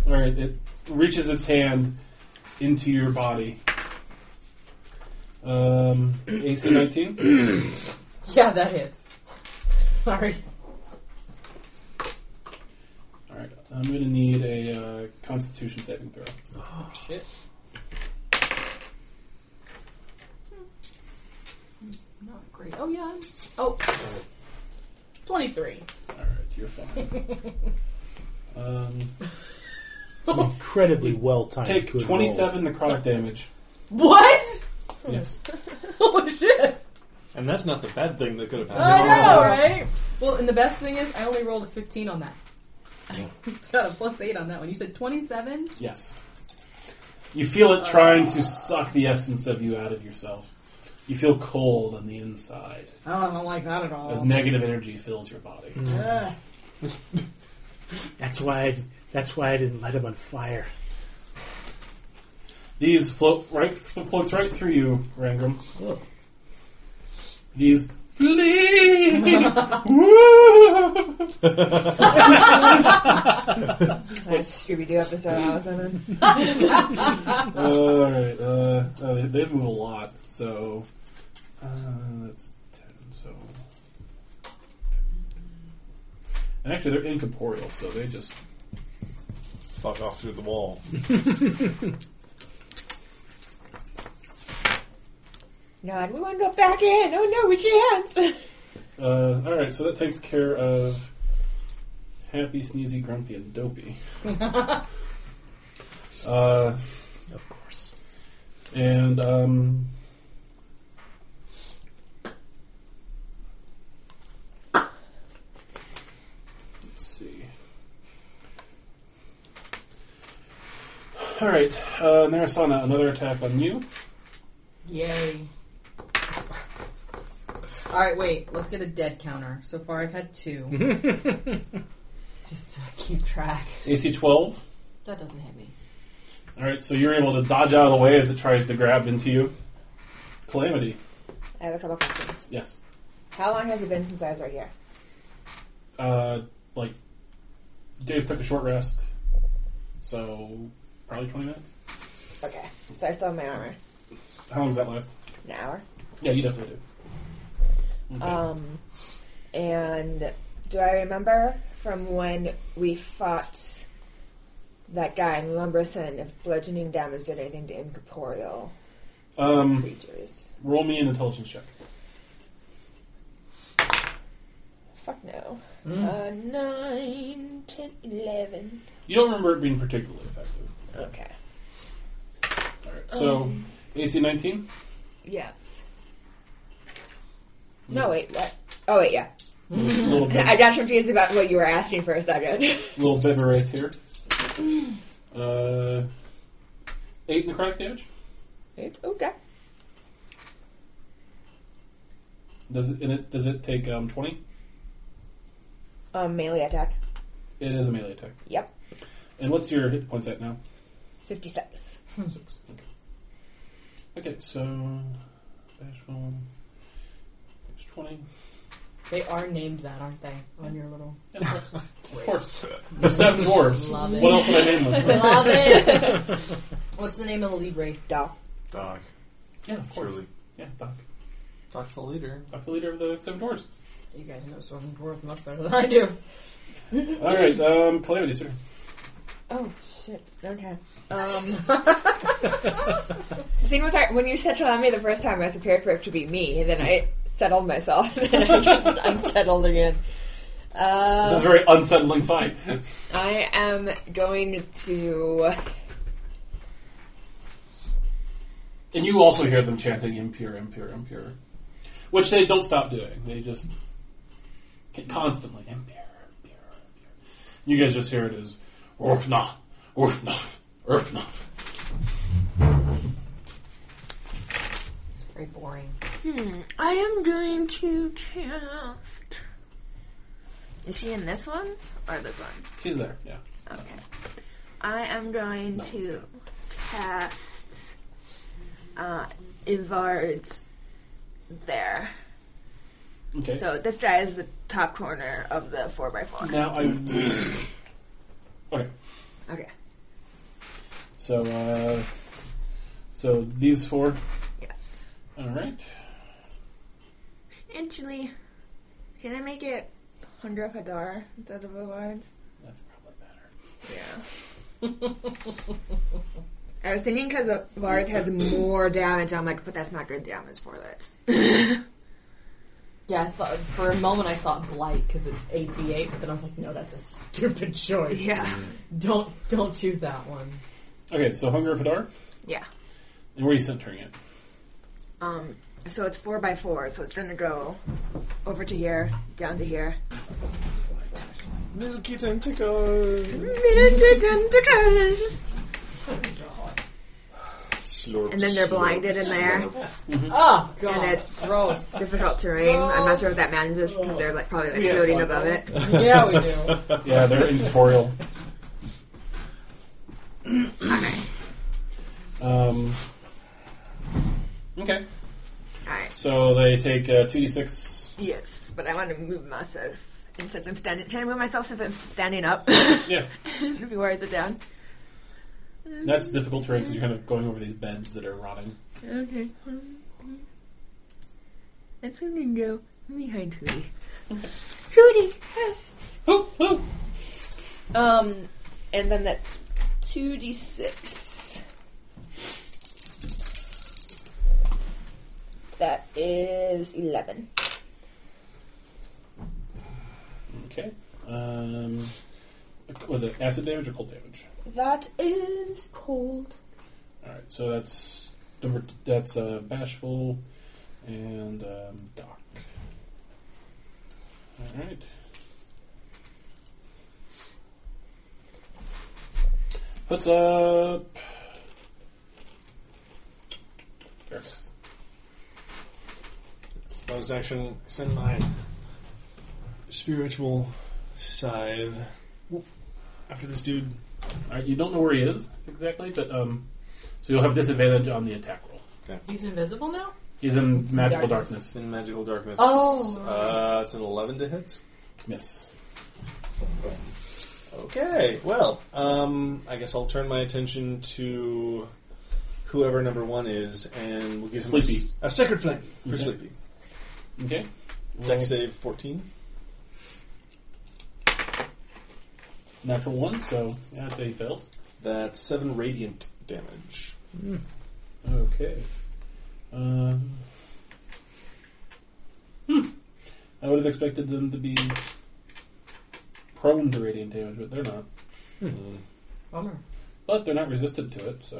Speaker 1: All right, it reaches its hand into your body. Um, AC 19.
Speaker 3: yeah, that hits. Sorry.
Speaker 1: All right, I'm going to need a uh, Constitution saving throw.
Speaker 3: Shit. Not great. Oh, yeah. I'm- Oh. 23.
Speaker 1: All right, you're fine. um,
Speaker 7: It's an incredibly well timed.
Speaker 1: take 27 necrotic damage.
Speaker 3: What?
Speaker 1: Yes.
Speaker 3: Oh, shit.
Speaker 5: And that's not the bad thing that could have
Speaker 3: I
Speaker 5: happened.
Speaker 3: know, right? Well, and the best thing is, I only rolled a 15 on that. Got a plus 8 on that one. You said 27?
Speaker 1: Yes. You feel it trying
Speaker 3: Uh.
Speaker 1: to suck the essence of you out of yourself. You feel cold on the inside
Speaker 3: Oh, I don't like that at
Speaker 1: as negative energy fills your body.
Speaker 3: Ugh.
Speaker 7: That's why. I, that's why I didn't light him on fire.
Speaker 1: These float right floats right through you, Rangram. These Please!
Speaker 2: That Scooby Doo episode I was in.
Speaker 1: All right. Uh, uh, they- they move a lot, so uh, that's ten. So, and actually, they're incorporeal, so they just
Speaker 5: Fuck off through the wall.
Speaker 2: God, we want to go back in. Oh no, we can't.
Speaker 1: Uh, all right, so that takes care of happy, sneezy, grumpy, and dopey. uh, of course. And um, let's see. All right, uh, Narasana, another attack on you.
Speaker 15: Yay. Alright, wait. Let's get a dead counter. So far, I've had two. Just to keep track.
Speaker 1: AC twelve.
Speaker 15: That doesn't hit me.
Speaker 1: All right, so you're able to dodge out of the way as it tries to grab into you. Calamity.
Speaker 2: I have a couple questions.
Speaker 1: Yes.
Speaker 2: How long has it been since I was right here?
Speaker 1: Uh, like, Dave took a short rest, so probably 20 minutes.
Speaker 2: Okay, so I still have my armor.
Speaker 1: How long does that last?
Speaker 2: An hour.
Speaker 1: Yeah, you definitely do. Okay.
Speaker 2: Um, and do I remember from when we fought that guy in Lumberson if bludgeoning damage did anything to incorporeal
Speaker 1: Um,
Speaker 2: creatures?
Speaker 1: roll me an intelligence check.
Speaker 2: Fuck no. Uh, 9, 10, 11.
Speaker 1: You don't remember it being particularly effective.
Speaker 2: Okay.
Speaker 1: All right, so AC 19.
Speaker 2: Yes. No, wait, what? Oh, wait, yeah.
Speaker 1: little
Speaker 2: I
Speaker 1: bit,
Speaker 2: got confused about what you were asking for a second.
Speaker 1: little bit right here. Uh, eight necrotic damage.
Speaker 2: it's okay.
Speaker 1: Does it? And it does it take um 20?
Speaker 2: Um, melee attack.
Speaker 1: It is a melee attack.
Speaker 2: Yep.
Speaker 1: And what's your hit points at now?
Speaker 2: 56.
Speaker 1: Six. Okay. Okay, so bashful. It's twenty.
Speaker 15: They are named that, aren't they? On your little.
Speaker 1: Of course. There's seven dwarves.
Speaker 15: Love it.
Speaker 1: What else would I name them?
Speaker 15: Love it! What's the name of the lead race?
Speaker 2: Duh.
Speaker 5: Dog.
Speaker 1: yeah, of course.
Speaker 5: Surely.
Speaker 1: Yeah, Doc.
Speaker 10: Doc's the leader.
Speaker 1: Doc's the leader of the seven dwarves.
Speaker 15: You guys know Swords and Dwarves much better than I do.
Speaker 1: All right, um, Calamity, sir.
Speaker 2: Oh shit. Okay. Um. the thing was, I, when you said Chalami the first time, I was prepared for it to be me, and then I settled myself, and then I got unsettled again.
Speaker 8: Um,
Speaker 1: This is a
Speaker 2: Uh,
Speaker 1: very unsettling fight.
Speaker 2: I am going to.
Speaker 1: and you also hear them chanting impure, impure, impure. Which they don't stop doing. They just constantly impure, impure, impure. You guys just hear it as Orfnaf, Orfnaf, Orfnaf.
Speaker 15: Very boring.
Speaker 8: I am going to cast. Is she in this one or this one?
Speaker 1: She's there, yeah.
Speaker 8: Okay. I am going
Speaker 1: No, it's
Speaker 8: to cast uh, Ivard's there.
Speaker 1: Okay.
Speaker 8: So this guy is the top corner of the 4x4.
Speaker 1: now I. okay.
Speaker 8: Okay.
Speaker 1: So, uh, so these four.
Speaker 8: Yes.
Speaker 1: All right.
Speaker 8: Actually, can I make it 100 Hadar instead of Ivard's?
Speaker 1: That's probably better.
Speaker 8: Yeah. I was thinking because Vard has more damage. I'm like, but that's not good damage for this.
Speaker 15: Yeah, I thought for a moment I thought blight because it's AD8, but then I was like, no, that's a stupid choice.
Speaker 8: Yeah.
Speaker 15: Don't don't choose that one.
Speaker 1: Okay, so Hunger of Hadar,
Speaker 8: Yeah.
Speaker 1: and where are you centering it?
Speaker 8: Um. So it's four by four. So it's gonna go over to here, down to here.
Speaker 5: Milky tentacles.
Speaker 8: And
Speaker 5: Slurp,
Speaker 8: then they're
Speaker 5: slurp,
Speaker 8: blinded in there.
Speaker 5: slurp.
Speaker 15: Oh god,
Speaker 8: And it's-
Speaker 15: gross.
Speaker 8: Difficult terrain. I'm not sure if that manages because they're like probably like
Speaker 1: Yeah,
Speaker 8: floating
Speaker 1: fine.
Speaker 8: above it.
Speaker 15: yeah, we do.
Speaker 1: Yeah, they're incorporeal. um. Okay,
Speaker 8: All right.
Speaker 1: so they take uh, 2d6
Speaker 2: Yes, but I want to move myself. And since I'm standing, can I move myself since I'm standing up?
Speaker 1: Yeah.
Speaker 2: Before I sit down.
Speaker 1: That's difficult terrain because you're kind of going over these beds that are rotting.
Speaker 2: Okay. That's gonna go behind Hootie. Hootie, help.
Speaker 17: Um, and then that's two d six. That is eleven.
Speaker 1: Okay. Um, was it acid damage or cold damage?
Speaker 17: That is cold.
Speaker 1: All right, so that's number. That's uh, bashful and um, doc. All right. Puts up. There it is.
Speaker 5: Bonus action, send my spiritual scythe whoop, after this dude.
Speaker 1: All right, you don't know where he is exactly, but um, so you'll have disadvantage on the attack roll.
Speaker 3: He's invisible now?
Speaker 1: He's in magical
Speaker 5: It's
Speaker 1: darkness.
Speaker 5: in magical darkness.
Speaker 3: Oh.
Speaker 5: Uh, it's an 11 to hit.
Speaker 1: Miss.
Speaker 5: Okay, well, um, I guess I'll turn my attention to whoever number one is, and we'll give him a s-
Speaker 1: Sleepy.
Speaker 5: A, sacred flame for
Speaker 1: Okay.
Speaker 5: Sleepy.
Speaker 1: Okay.
Speaker 5: Deck save 14.
Speaker 1: Natural one, so yeah, I'd say he fails.
Speaker 5: That's 7 radiant damage.
Speaker 1: Okay. Um, hmm. I would have expected them to be prone to radiant damage, but they're not.
Speaker 3: Bummer.
Speaker 1: But they're not resistant to it, so.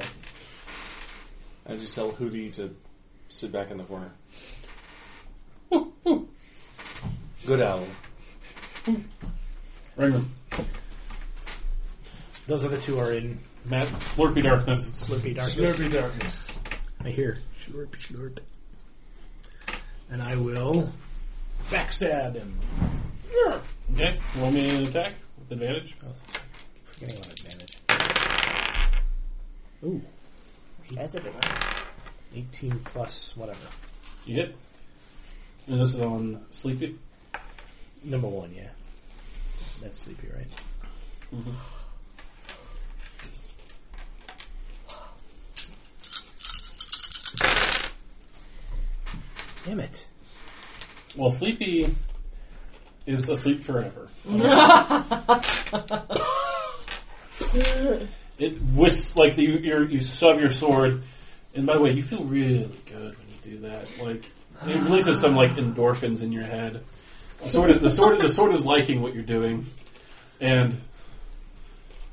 Speaker 5: I just tell Hootie to sit back in the corner. Good owl.
Speaker 1: Ringram.
Speaker 7: Those other two are in
Speaker 1: Matt, slurpy darkness.
Speaker 7: Slurpy Darkness.
Speaker 5: Slurpy darkness.
Speaker 7: I hear. Slurp, slurp. And I will backstab him.
Speaker 1: Okay, roll me an attack with advantage.
Speaker 7: Forgetting one advantage. Ooh,
Speaker 17: That's a big one.
Speaker 7: 18 plus whatever.
Speaker 1: You hit. And this is on Sleepy.
Speaker 7: Number one, yeah. That's sleepy, right? Damn it.
Speaker 1: Well, Sleepy is asleep forever. it whisks like you you're, you shove your sword, and by the way, you feel really good when you do that. Like it releases some like endorphins in your head. The sword is the sword the sword is liking what you're doing, and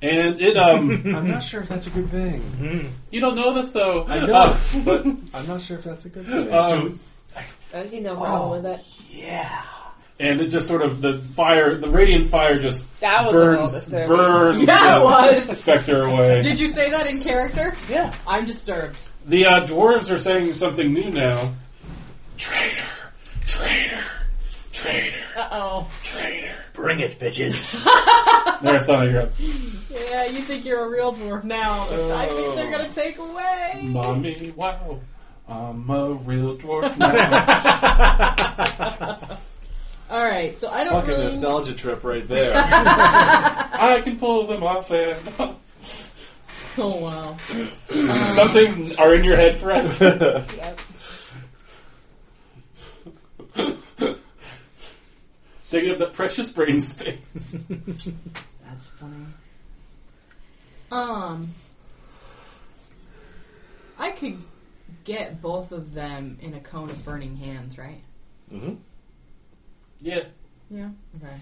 Speaker 1: and it um
Speaker 5: I'm not sure if that's a good thing.
Speaker 1: you don't know this though.
Speaker 5: I know,
Speaker 1: Uh,
Speaker 5: it, but I'm not sure if that's a good thing.
Speaker 1: um,
Speaker 17: I see no
Speaker 15: Oh.
Speaker 17: problem with it.
Speaker 1: and it just sort of the fire, the radiant fire just
Speaker 17: That was
Speaker 1: burns,
Speaker 17: a little disturbing.
Speaker 1: burns
Speaker 3: Yeah, it
Speaker 1: the
Speaker 3: was.
Speaker 1: specter away.
Speaker 3: Did you say that in character?
Speaker 7: Yeah.
Speaker 3: I'm disturbed.
Speaker 1: The uh, dwarves are saying something new now. Traitor! Traitor! Traitor!
Speaker 3: Uh oh.
Speaker 1: Traitor!
Speaker 7: Bring it, bitches.
Speaker 1: There, Sonic, you're up.
Speaker 3: Yeah, you think you're a real dwarf now. but I think they're gonna take away.
Speaker 1: Mommy, wow. I'm a real dwarf now.
Speaker 3: Alright, so I don't
Speaker 5: Fucking
Speaker 3: really.
Speaker 5: nostalgia trip right there.
Speaker 1: I can pull them off and...
Speaker 3: Oh wow.
Speaker 1: Some things are in your head forever. Taking up that precious brain space.
Speaker 3: That's funny. Um, I could get both of them in a cone of burning hands, right?
Speaker 5: hmm
Speaker 1: Yeah.
Speaker 3: Yeah. Okay.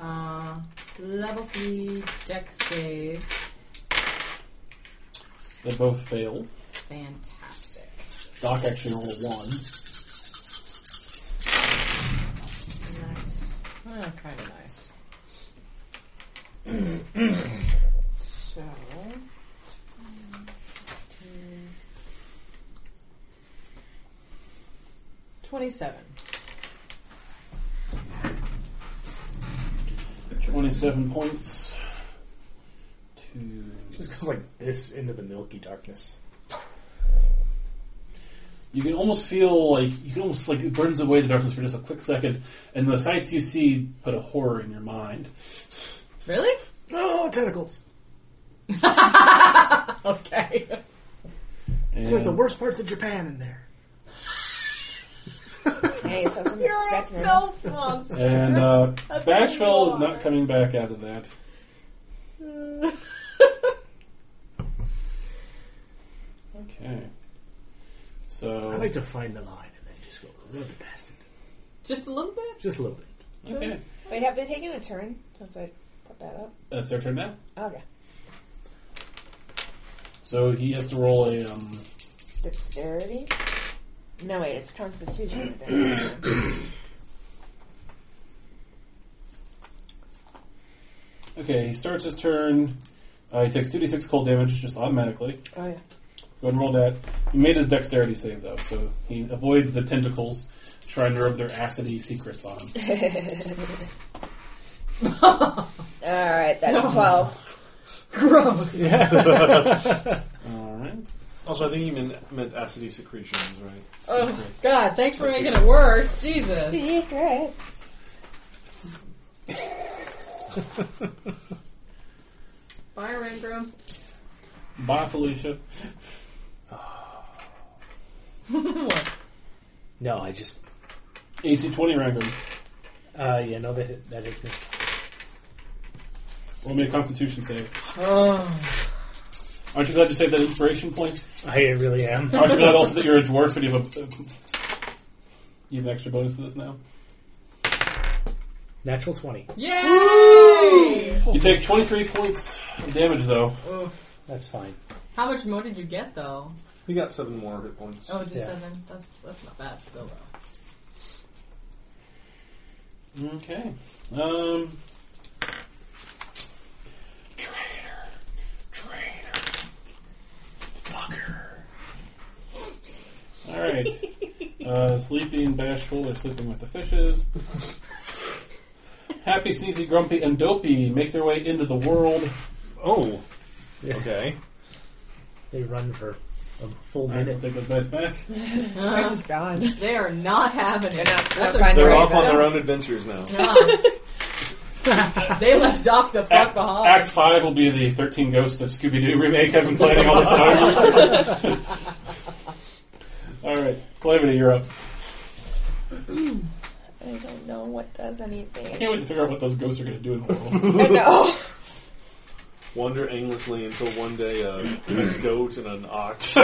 Speaker 3: Uh, level three deck save.
Speaker 1: They both fail.
Speaker 3: Fantastic.
Speaker 1: Doc actually rolled a one.
Speaker 3: Nice. Oh, kind of nice. so. Twenty-seven.
Speaker 1: 27 points. Two.
Speaker 7: Just goes like this into the milky darkness.
Speaker 1: You can almost feel like you can almost like it burns away the darkness for just a quick second, and the sights you see put a horror in your mind.
Speaker 3: Really?
Speaker 7: Oh, tentacles.
Speaker 3: Okay.
Speaker 7: It's like the worst parts of Japan in there.
Speaker 2: Hey, so some respect for
Speaker 18: No monster.
Speaker 1: And uh,
Speaker 18: That's
Speaker 1: Bashfell is
Speaker 18: horror.
Speaker 1: not coming back out of that. okay. So
Speaker 7: I like to find the line and then just go a little bit past it.
Speaker 3: Just a little bit?
Speaker 7: Just a little bit.
Speaker 1: okay,
Speaker 2: Wait, have they taken a turn since I put that up? Oh,
Speaker 1: that's their turn now.
Speaker 2: Okay.
Speaker 1: So he has to roll a um,
Speaker 2: Dexterity? No, wait, it's Constitution. that doesn't count.
Speaker 1: Okay, he starts his turn. Uh, he takes 2d6 cold damage just automatically.
Speaker 2: oh, yeah.
Speaker 1: Go ahead and roll that. He made his dexterity save, though, so he avoids the tentacles trying to rub their acidy secrets on him.
Speaker 2: Alright, that's 12.
Speaker 3: Gross.
Speaker 1: Alright.
Speaker 5: Also, I think he meant, meant acidy secretions, right?
Speaker 3: Oh, God, thanks for making it worse. Jesus.
Speaker 2: Secrets.
Speaker 3: Fire Ingram.
Speaker 1: Bye, Felicia.
Speaker 7: No, I just.
Speaker 1: AC 20 random.
Speaker 7: Uh, yeah, no, that, hit, that hits me.
Speaker 1: Roll me a constitution save.
Speaker 3: Oh.
Speaker 1: Aren't you glad you saved that inspiration point?
Speaker 7: I really am.
Speaker 1: Aren't you glad also that you're a dwarf and you have a. You have an extra bonus to this now?
Speaker 7: Natural 20.
Speaker 3: Yay!
Speaker 1: You take 23 points of damage, though.
Speaker 3: Oof.
Speaker 7: That's fine.
Speaker 3: How much more did you get, though?
Speaker 5: He got seven more hit points.
Speaker 3: Oh, just
Speaker 7: Yeah.
Speaker 3: seven. That's that's not bad still, though.
Speaker 1: Okay. Um. Traitor. Traitor. Fucker. Alright. Uh, sleepy and bashful are sleeping with the fishes. Happy, sneezy, grumpy, and dopey make their way into the world.
Speaker 5: Oh,
Speaker 7: Yeah.
Speaker 5: okay.
Speaker 7: They run for a full
Speaker 1: Alright, we'll
Speaker 7: minute.
Speaker 1: take those dice back.
Speaker 3: Uh,
Speaker 2: gone.
Speaker 3: they are not having it. That's a-
Speaker 5: They're off on their own adventures now.
Speaker 3: No. they left Doc the fuck
Speaker 1: Act,
Speaker 3: behind.
Speaker 1: Act 5 will be the 13 Ghosts of Scooby Doo remake I've been planning all this time. Alright, Calamity, you're up.
Speaker 2: I don't know what does
Speaker 1: I
Speaker 2: anything.
Speaker 1: can't wait to figure out what those ghosts are going to do in the world.
Speaker 2: I know.
Speaker 5: Wander aimlessly until one day a, a goat and an ox.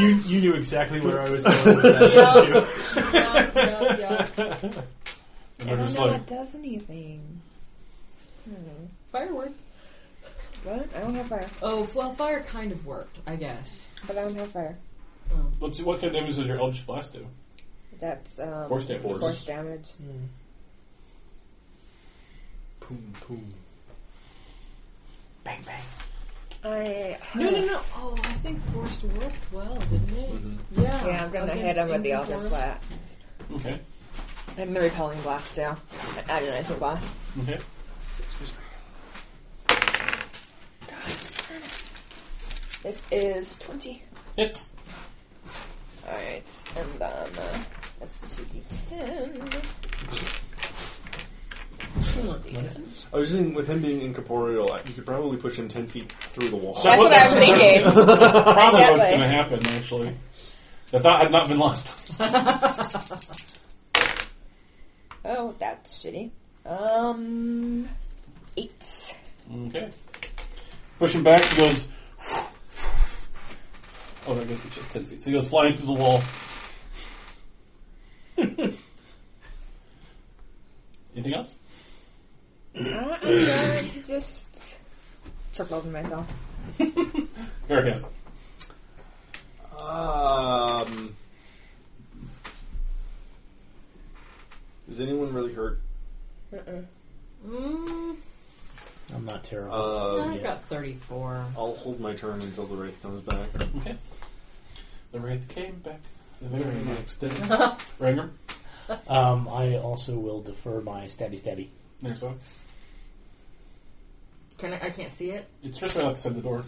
Speaker 19: You you knew exactly where I was going with that. didn't you?
Speaker 3: Yeah, yeah, yeah.
Speaker 1: And
Speaker 2: I
Speaker 1: they're
Speaker 2: don't
Speaker 1: just
Speaker 2: know
Speaker 1: like,
Speaker 2: what does anything. Hmm.
Speaker 3: Firework.
Speaker 2: What? I don't have fire.
Speaker 3: Oh, well, fire kind of worked, I guess.
Speaker 2: But I don't have fire.
Speaker 1: let's see, what kind of damage does your Eldritch Blast do?
Speaker 2: That's um,
Speaker 1: Force damage.
Speaker 5: Force.
Speaker 2: force damage.
Speaker 5: Poom, poom.
Speaker 7: Bang, bang.
Speaker 2: I
Speaker 3: No, no, no. Oh, I think Forced worked well, didn't it? Yeah.
Speaker 2: Yeah, I'm gonna
Speaker 3: Against
Speaker 2: hit him with the
Speaker 3: Ingram.
Speaker 2: office blast.
Speaker 1: Okay,
Speaker 2: And the repelling blast now. Agonizing blast.
Speaker 1: okay.
Speaker 2: This is twenty.
Speaker 1: Hits.
Speaker 2: Alright, and then uh, that's two D ten.
Speaker 5: I was thinking with him being incorporeal, like, you could probably push him ten feet through the wall.
Speaker 2: That's what I'm thinking.
Speaker 1: Probably what's
Speaker 2: Exactly.
Speaker 1: going to happen, actually. The thought had not been lost.
Speaker 2: Oh, that's shitty. Um, eight.
Speaker 1: Okay. Push him back, he goes. Oh, I guess it's just 10 feet. So he goes flying through the wall. Anything else?
Speaker 2: Uh, I'm going to just chuckle over myself.
Speaker 1: Veracast.
Speaker 5: Um, is anyone really hurt?
Speaker 3: Mm,
Speaker 7: I'm not terrible.
Speaker 5: Um,
Speaker 1: Oh,
Speaker 3: I've got 34.
Speaker 5: I'll hold my turn until the wraith comes back.
Speaker 1: Okay. The wraith came back the very next day. Ranger,
Speaker 7: Um, I also will defer my stabby stabby.
Speaker 1: there's one.
Speaker 3: Can I, I can't see it.
Speaker 1: It's just right outside the door.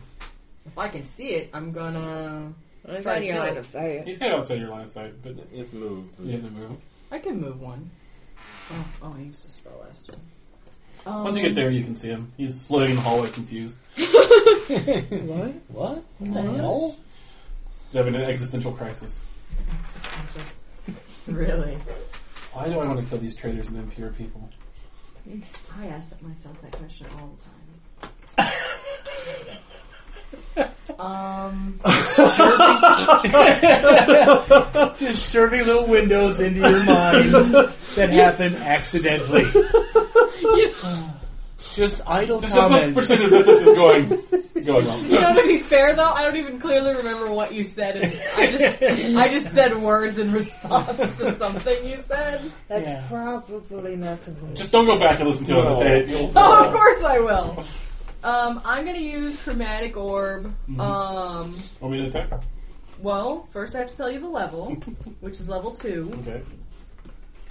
Speaker 3: If I can see it, I'm gonna
Speaker 2: It's
Speaker 1: Sorry,
Speaker 2: on your
Speaker 1: Kira.
Speaker 2: line of sight.
Speaker 1: He's kind of outside your line of sight, but
Speaker 5: you have to move.
Speaker 1: You have to move.
Speaker 3: I can move one. Oh, oh I used a spell last turn. Um,
Speaker 1: Once you get there, you can see him. He's floating in the hallway, confused.
Speaker 3: What?
Speaker 7: What?
Speaker 3: What the hell?
Speaker 1: He's having an existential crisis.
Speaker 3: Existential. Really?
Speaker 1: Why do I want to kill these traitors and impure people?
Speaker 3: I ask that myself that question all the time. um,
Speaker 7: Disturbing little windows into your mind that happen accidentally. Just idle
Speaker 1: Just, just let's
Speaker 7: comments.
Speaker 1: pretend as if this is going going
Speaker 3: you know,
Speaker 1: on.
Speaker 3: to be fair though, I don't even clearly remember what you said. I just, I just said words in response to something you said.
Speaker 2: That's
Speaker 7: Yeah.
Speaker 2: probably not something.
Speaker 1: Just don't go back and listen to it Mm. on the tape. You'll-
Speaker 3: Oh, of course I will. Um, I'm gonna use chromatic orb.
Speaker 1: Mm-hmm.
Speaker 3: Um,
Speaker 1: Want me to attack?
Speaker 3: well, first I have to tell you the level, which is level two.
Speaker 1: Okay.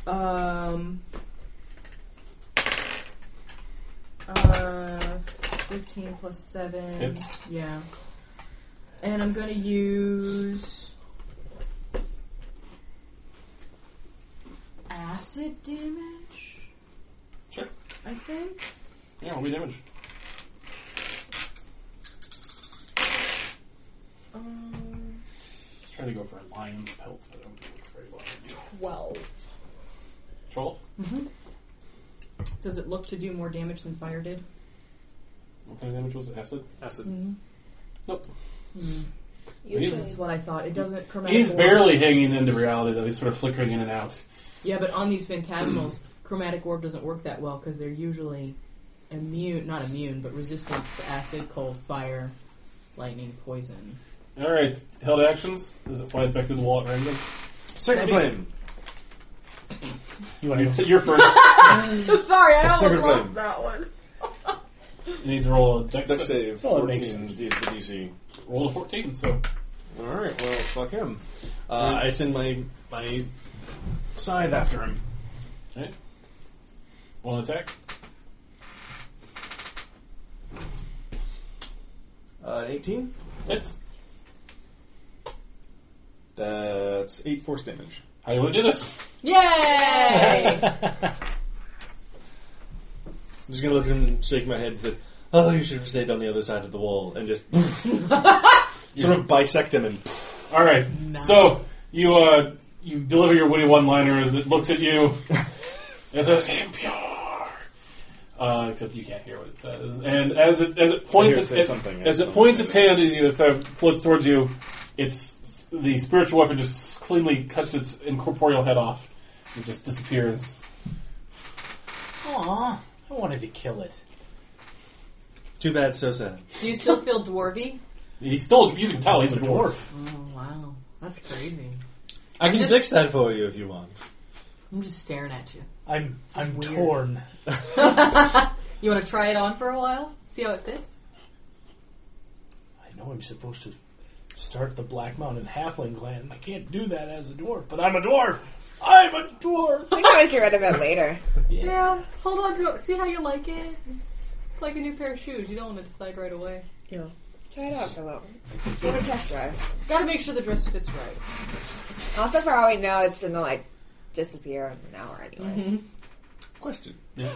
Speaker 3: Um. Uh, fifteen plus seven.
Speaker 1: Hits.
Speaker 3: Yeah. And I'm gonna use acid damage.
Speaker 1: Sure.
Speaker 3: I think.
Speaker 1: Yeah, we'll be damaged.
Speaker 3: Um,
Speaker 1: Let's try to go for a lion's pelt, but I don't think it's very well.
Speaker 3: twelve.
Speaker 1: Troll?
Speaker 3: Does it look to do more damage than fire did?
Speaker 1: What kind of damage was it? Acid?
Speaker 5: Acid.
Speaker 3: Mm.
Speaker 1: Nope.
Speaker 3: Hmm. This
Speaker 1: He's,
Speaker 3: is what I thought. It doesn't. Chromatic
Speaker 1: he's
Speaker 3: orb-
Speaker 1: barely hanging into reality, though. He's sort of flickering in and out.
Speaker 3: Yeah, but on these phantasmals, chromatic orb doesn't work that well because they're usually immune, not immune, but resistance to acid, cold, fire, lightning, poison.
Speaker 1: Alright, held actions as it flies back through the wall at random.
Speaker 5: Sacred flame.
Speaker 7: You want
Speaker 1: You're,
Speaker 7: to
Speaker 1: you're first.
Speaker 3: Sorry, I
Speaker 5: Sacred flame.
Speaker 3: that one.
Speaker 1: You need to roll a dex,
Speaker 5: Deck save.
Speaker 7: Well, it makes
Speaker 5: 14 is the DC.
Speaker 1: Roll a 14, so.
Speaker 5: All right. Well, fuck him. Uh, I send my my scythe after him.
Speaker 1: Okay. One attack.
Speaker 5: Uh, 18.
Speaker 1: Hits.
Speaker 5: That's eight force damage.
Speaker 1: How do you want to do this?
Speaker 3: Yay!
Speaker 5: I'm just gonna look at him and shake my head and say, "Oh, you should have stayed on the other side of the wall," and just sort of bisect him and
Speaker 1: All right.
Speaker 3: Nice.
Speaker 1: So you uh, you deliver your witty one-liner as it looks at you. It says impure. Uh, except you can't hear what it says, and as it as it points
Speaker 5: hear it
Speaker 1: its
Speaker 5: say
Speaker 1: it-
Speaker 5: something.
Speaker 1: as it points its hand at you, it kind of floats towards you. It's the spiritual weapon just cleanly cuts its incorporeal head off. It just disappears.
Speaker 7: Aw, I wanted to kill it.
Speaker 5: too bad, so sad.
Speaker 3: Do you still feel dwarvy?
Speaker 1: He's still you can tell he's a dwarf.
Speaker 3: Oh wow, that's crazy.
Speaker 5: I can
Speaker 3: Just-
Speaker 5: fix that for you if you want.
Speaker 3: I'm just staring at you.
Speaker 7: I'm
Speaker 3: is
Speaker 7: I'm
Speaker 3: weird.
Speaker 7: torn.
Speaker 3: You want to try it on for a while? See how it fits?
Speaker 7: I know I'm supposed to start the Black Mountain Halfling clan. I can't do that as a dwarf, but I'm a dwarf. I'm a dwarf.
Speaker 2: We can make you rid of it later.
Speaker 3: Yeah. Hold on to it. See how you like it. It's like a new pair of shoes. You don't want to decide right away.
Speaker 2: Try it out for a little. Give it a test drive.
Speaker 3: Got to make sure the dress fits right.
Speaker 2: Also, for all we know, it's gonna like disappear in an hour anyway.
Speaker 5: Question.
Speaker 1: Yeah.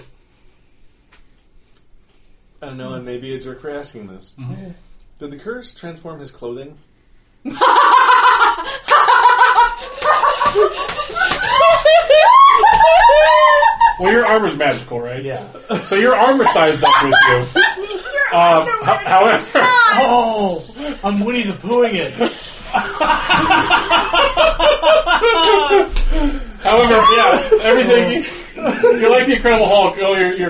Speaker 5: I don't know. I may be a jerk for asking this. Did the curse transform his clothing?
Speaker 1: Well, your armor's magical, right?
Speaker 7: Yeah.
Speaker 1: So your armor sized up with you. um, ho- however,
Speaker 7: Oh, I'm Winnie the Poohing it.
Speaker 1: However, yeah, everything. You, you're like the Incredible Hulk. Oh, your, your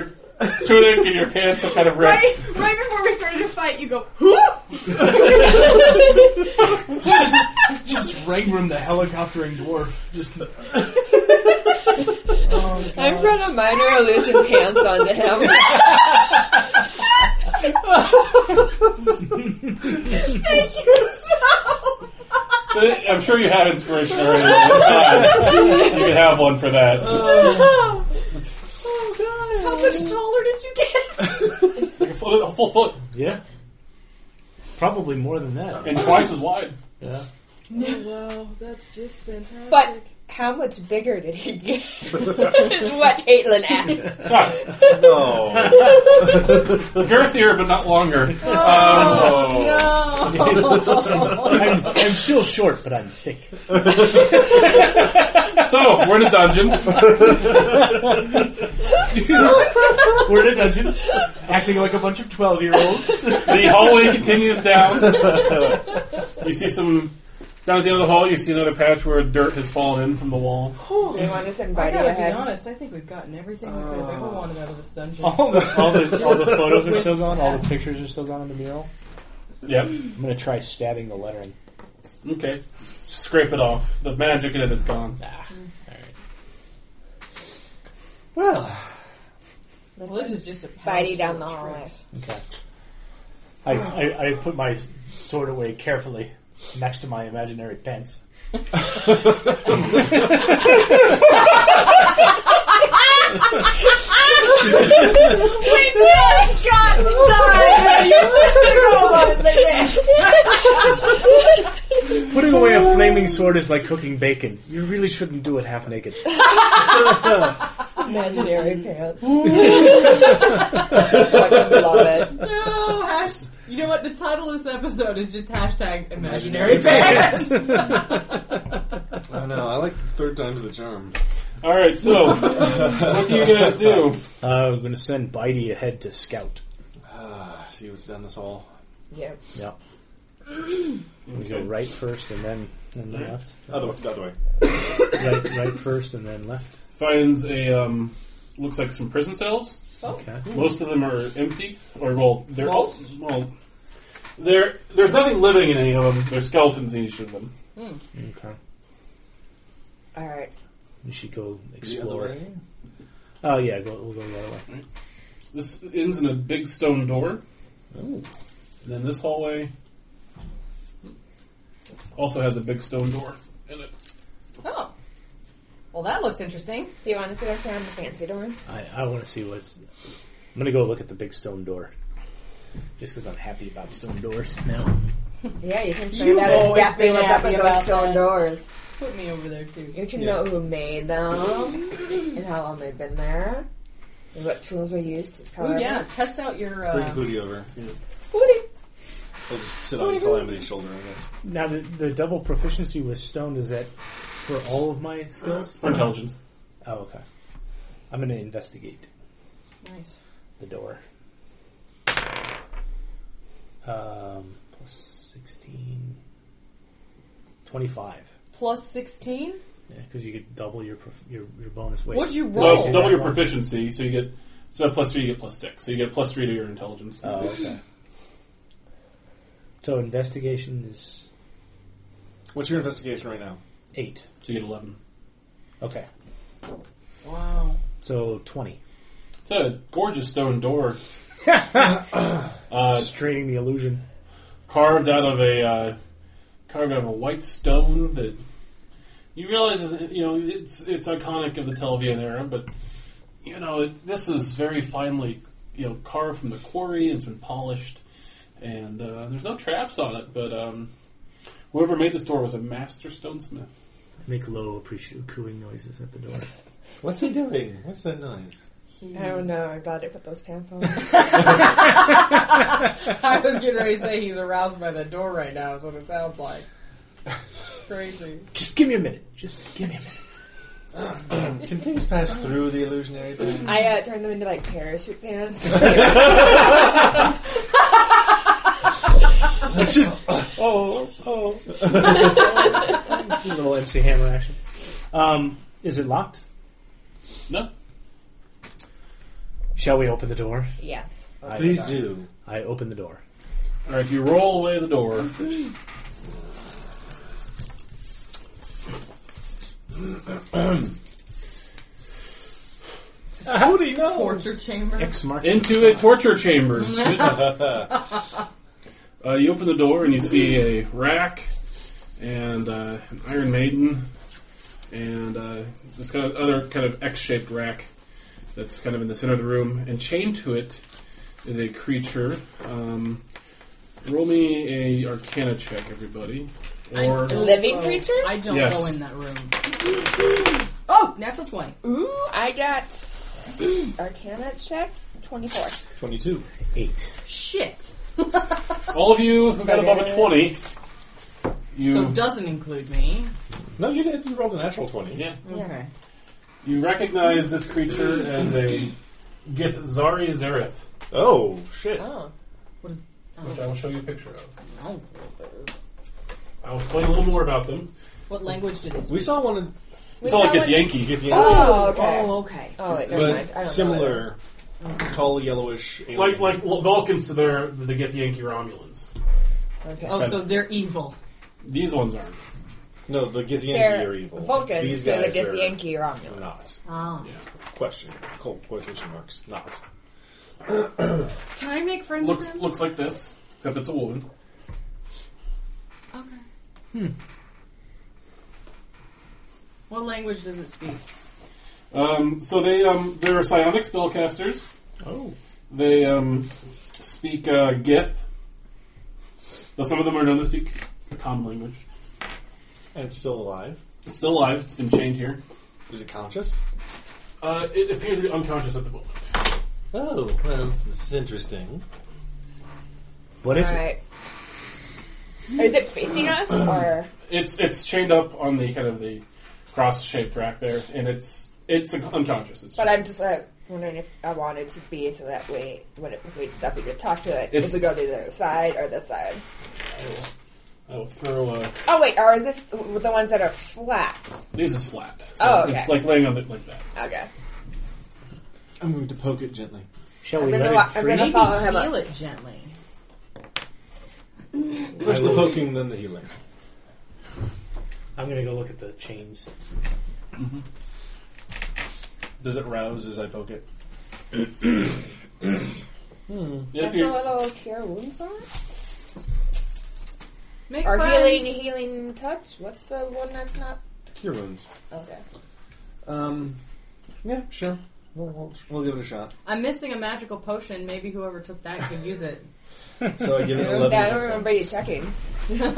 Speaker 1: tunic and your pants are kind of red.
Speaker 3: right before we started to fight, you go, whoo!
Speaker 7: Just, just Rangram the helicoptering dwarf. Just
Speaker 2: I'm gonna minor illusion pants onto him.
Speaker 1: I'm sure you have inspiration already. It's fine. you can have one for that.
Speaker 3: Oh, How much taller did you get?
Speaker 1: Like a, full, a full foot
Speaker 7: yeah. Probably more than that.
Speaker 1: and twice as wide.
Speaker 7: Yeah.
Speaker 15: Oh, wow, that's just fantastic.
Speaker 2: But how much bigger did he get? is what Caitlin asked.
Speaker 5: No.
Speaker 1: Girthier, but not longer.
Speaker 2: Oh.
Speaker 7: I'm, I'm still short, but I'm thick.
Speaker 1: Um, so we're in a dungeon.
Speaker 7: We're in a dungeon, acting like a bunch of twelve-year-olds.
Speaker 1: The hallway continues down. You see some down at the end of the hall. You see another patch where dirt has fallen in from the wall.
Speaker 2: They want to send
Speaker 15: I
Speaker 2: Buddy Oh.
Speaker 15: gotta be
Speaker 2: ahead.
Speaker 15: honest, I think we've gotten everything we could have ever wanted out of this dungeon.
Speaker 2: Oh.
Speaker 7: All the, all the, all the photos are still gone. All the pictures are still gone on the mural.
Speaker 1: Yep.
Speaker 7: I'm gonna try stabbing the lettering.
Speaker 1: Okay. Scrape it off. The magic in it, it's gone.
Speaker 7: ah. Well,
Speaker 15: Well, this is just a
Speaker 2: Bitey
Speaker 15: house
Speaker 2: down
Speaker 15: full
Speaker 2: the
Speaker 15: of
Speaker 2: hallway.
Speaker 15: tricks.
Speaker 7: okay. I, I, I put my sword away carefully next to my imaginary pants.
Speaker 9: We just got done. You pushed the goal button again.
Speaker 7: Putting away a flaming sword is like cooking bacon. You really shouldn't do it half naked.
Speaker 2: Imaginary pants. Fucking love it.
Speaker 15: No, hash. You know what? The title of this episode is just hashtag imaginary parents.
Speaker 5: I know. I like third time's the charm.
Speaker 1: All right. So what do you guys do?
Speaker 7: Uh, I'm gonna send Bitey ahead to scout.
Speaker 5: Ah, see what's down this hall.
Speaker 2: Yep.
Speaker 7: Yeah. We go right first and then and then left.
Speaker 5: Other way. Other way.
Speaker 7: Right, right first and then left.
Speaker 1: Finds a um, looks like some prison cells.
Speaker 7: Okay.
Speaker 1: Most of them are empty, or well, they're all well. There, there's nothing living in any of them. There's skeletons in each of them.
Speaker 7: Okay.
Speaker 2: All right.
Speaker 7: We should go
Speaker 5: The other
Speaker 7: explore.
Speaker 5: way.
Speaker 7: Oh yeah, go, we'll go the other way.
Speaker 1: This ends in a big stone door. And then this hallway also has a big stone door in it.
Speaker 15: oh. Well, that looks interesting.
Speaker 2: Do you want to sit back down the fancy doors?
Speaker 7: I, I want to see what's. I'm gonna go look at the big stone door. Just because I'm happy about stone doors now.
Speaker 2: Yeah, you can
Speaker 15: You've
Speaker 2: find out
Speaker 15: always
Speaker 2: exactly
Speaker 15: been
Speaker 2: what's up
Speaker 15: happy
Speaker 2: with those
Speaker 15: about
Speaker 2: stone
Speaker 15: that.
Speaker 2: doors.
Speaker 15: Put me over there, too.
Speaker 2: You can know who made them and how long they've been there. And what tools were used to
Speaker 15: Oh,
Speaker 2: cover
Speaker 15: yeah. Test out your.
Speaker 5: Bring
Speaker 15: Uh,
Speaker 5: Hootie over. He'll just sit on Calamity's shoulder, I guess.
Speaker 7: Now the, the double proficiency with stone is that for all of my skills.
Speaker 1: For intelligence.
Speaker 7: Oh okay. I'm gonna investigate
Speaker 15: nice.
Speaker 7: the door. Um, plus 16. 25.
Speaker 15: Plus 16?
Speaker 7: Yeah, because you could double your prof- your, your bonus weight.
Speaker 15: What'd you
Speaker 7: So
Speaker 15: roll?
Speaker 7: you
Speaker 1: So
Speaker 7: did
Speaker 1: double
Speaker 7: that
Speaker 1: your
Speaker 7: wrong.
Speaker 1: proficiency, so you get so plus three, you get plus six. So you get plus three to your intelligence.
Speaker 7: Oh, okay. So investigation is
Speaker 5: What's your investigation right now?
Speaker 7: eight.
Speaker 1: So you get eleven.
Speaker 7: Okay.
Speaker 15: Wow.
Speaker 7: So twenty.
Speaker 1: It's a gorgeous stone door. uh,
Speaker 7: Straining the illusion.
Speaker 1: carved out of a uh, carved out of a white stone that you realize is you know it's it's iconic of the Telvian era, but you know it, this is very finely you know carved from the quarry and it's been polished, and uh, there's no traps on it. But um, whoever made this door was a master stonesmith.
Speaker 7: Make low appreciative cooing noises at the door.
Speaker 10: What's he doing? What's that noise?
Speaker 2: I don't know. I'm glad I put those pants on.
Speaker 15: I was getting ready to say he's aroused by the door right now, is what it sounds like. It's crazy.
Speaker 7: Just give me a minute. Just give me a minute.
Speaker 10: Can things pass through the illusionary thing?
Speaker 2: I uh, turned them into like parachute pants.
Speaker 7: It's just oh oh. A little MC Hammer action. Um, is it locked?
Speaker 1: No,
Speaker 7: Shall we open the door?
Speaker 2: yes.
Speaker 10: Please do.
Speaker 7: I open the door.
Speaker 1: all right, you roll away the door.
Speaker 7: How do you
Speaker 15: Torture chamber.
Speaker 7: X marks the
Speaker 1: into a
Speaker 7: spot.
Speaker 1: torture chamber. uh, you open the door and you see a rack and uh, an Iron Maiden and uh, this kind of other kind of X-shaped rack that's kind of in the center of the room. And chained to it is a creature. Um, roll me a Arcana check, everybody. Or
Speaker 3: don't
Speaker 2: Living
Speaker 3: go-
Speaker 2: creature?
Speaker 3: I don't
Speaker 1: Yes.
Speaker 3: go in that room. oh, natural twenty.
Speaker 2: Ooh, I got s- Arcana check twenty four.
Speaker 5: 22.
Speaker 7: Eight.
Speaker 3: Shit.
Speaker 1: all of you who got above a twenty, you
Speaker 3: So it doesn't include me.
Speaker 5: No, you did. You rolled a natural 20.
Speaker 1: yeah,
Speaker 3: Okay.
Speaker 1: you recognize this creature as a Githzari Zerith,
Speaker 5: Oh, shit.
Speaker 3: Oh. What is?
Speaker 1: which I will show you a picture of.
Speaker 3: Oh.
Speaker 1: I will explain a little more about them.
Speaker 3: What language did they speak?
Speaker 5: We saw one in
Speaker 1: It's all like Gith Yankee.
Speaker 5: Gith Yankee,
Speaker 2: Oh, okay.
Speaker 3: Oh, okay.
Speaker 2: Oh, wait, never mind. I don't
Speaker 5: but
Speaker 2: know
Speaker 5: similar, tall, yellowish. Alien.
Speaker 1: like like Vulcans to their the Gith Yankee Romulans.
Speaker 2: that. Okay.
Speaker 3: Oh, so they're evil.
Speaker 1: These ones aren't.
Speaker 5: No, the Gith Yankee
Speaker 2: They're
Speaker 5: are evil.
Speaker 2: Vulcans
Speaker 5: These
Speaker 2: to the
Speaker 5: guys
Speaker 2: Gith
Speaker 5: are
Speaker 2: Yankee Romulans.
Speaker 5: Not.
Speaker 3: Ah.
Speaker 1: Yeah.
Speaker 5: Question. Cold quotation marks. Not.
Speaker 3: Can I make friends
Speaker 1: Looks
Speaker 3: with them?
Speaker 1: looks like this, except it's a woman.
Speaker 3: Okay. Hmm. What language does it speak?
Speaker 1: Um, so they um, they're psionic spellcasters.
Speaker 7: Oh.
Speaker 1: They um, speak uh, Gith. Though some of them are known to speak a common language.
Speaker 5: And it's still alive.
Speaker 1: It's still alive. It's been chained here.
Speaker 5: Is it conscious?
Speaker 1: Uh, it appears to be unconscious at the moment.
Speaker 20: Oh, well, this is interesting.
Speaker 7: What is it?
Speaker 2: Alright. Is it facing us or
Speaker 1: It's it's chained up on the kind of the cross shaped rack there, and it's it's unconscious. It's
Speaker 2: but
Speaker 1: just-
Speaker 2: I'm just like wondering if I wanted to be so that way when it, if we decide to talk to it,
Speaker 1: It's-
Speaker 2: if we go to the other side or this side.
Speaker 1: I will throw a.
Speaker 2: Oh wait, or is this the ones that are flat?
Speaker 1: This is flat. So
Speaker 2: Oh, okay.
Speaker 1: It's like laying on it like that.
Speaker 2: Okay.
Speaker 5: I'm going to poke it gently.
Speaker 7: Shall
Speaker 2: I'm
Speaker 7: we
Speaker 2: gonna,
Speaker 7: let
Speaker 2: wa-
Speaker 7: it
Speaker 2: I'm
Speaker 7: free?
Speaker 2: gonna follow him
Speaker 3: Feel
Speaker 2: up.
Speaker 3: it gently.
Speaker 5: First the poking, then the healing.
Speaker 7: I'm going to go look at the chains.
Speaker 5: Does it rouse as I poke it?
Speaker 1: It
Speaker 2: That's a
Speaker 1: appear-
Speaker 2: little cure wounds on it?
Speaker 3: Make
Speaker 2: Or
Speaker 3: friends.
Speaker 2: healing healing touch? What's the one that's not
Speaker 5: Cure wounds.
Speaker 2: okay.
Speaker 5: Um, yeah, sure. We'll, we'll, we'll give it a shot.
Speaker 3: I'm missing a magical potion. Maybe whoever took that could use it.
Speaker 5: So I give it
Speaker 2: I
Speaker 5: 11.
Speaker 2: don't, I don't
Speaker 5: hit
Speaker 2: remember you
Speaker 5: points.
Speaker 2: checking.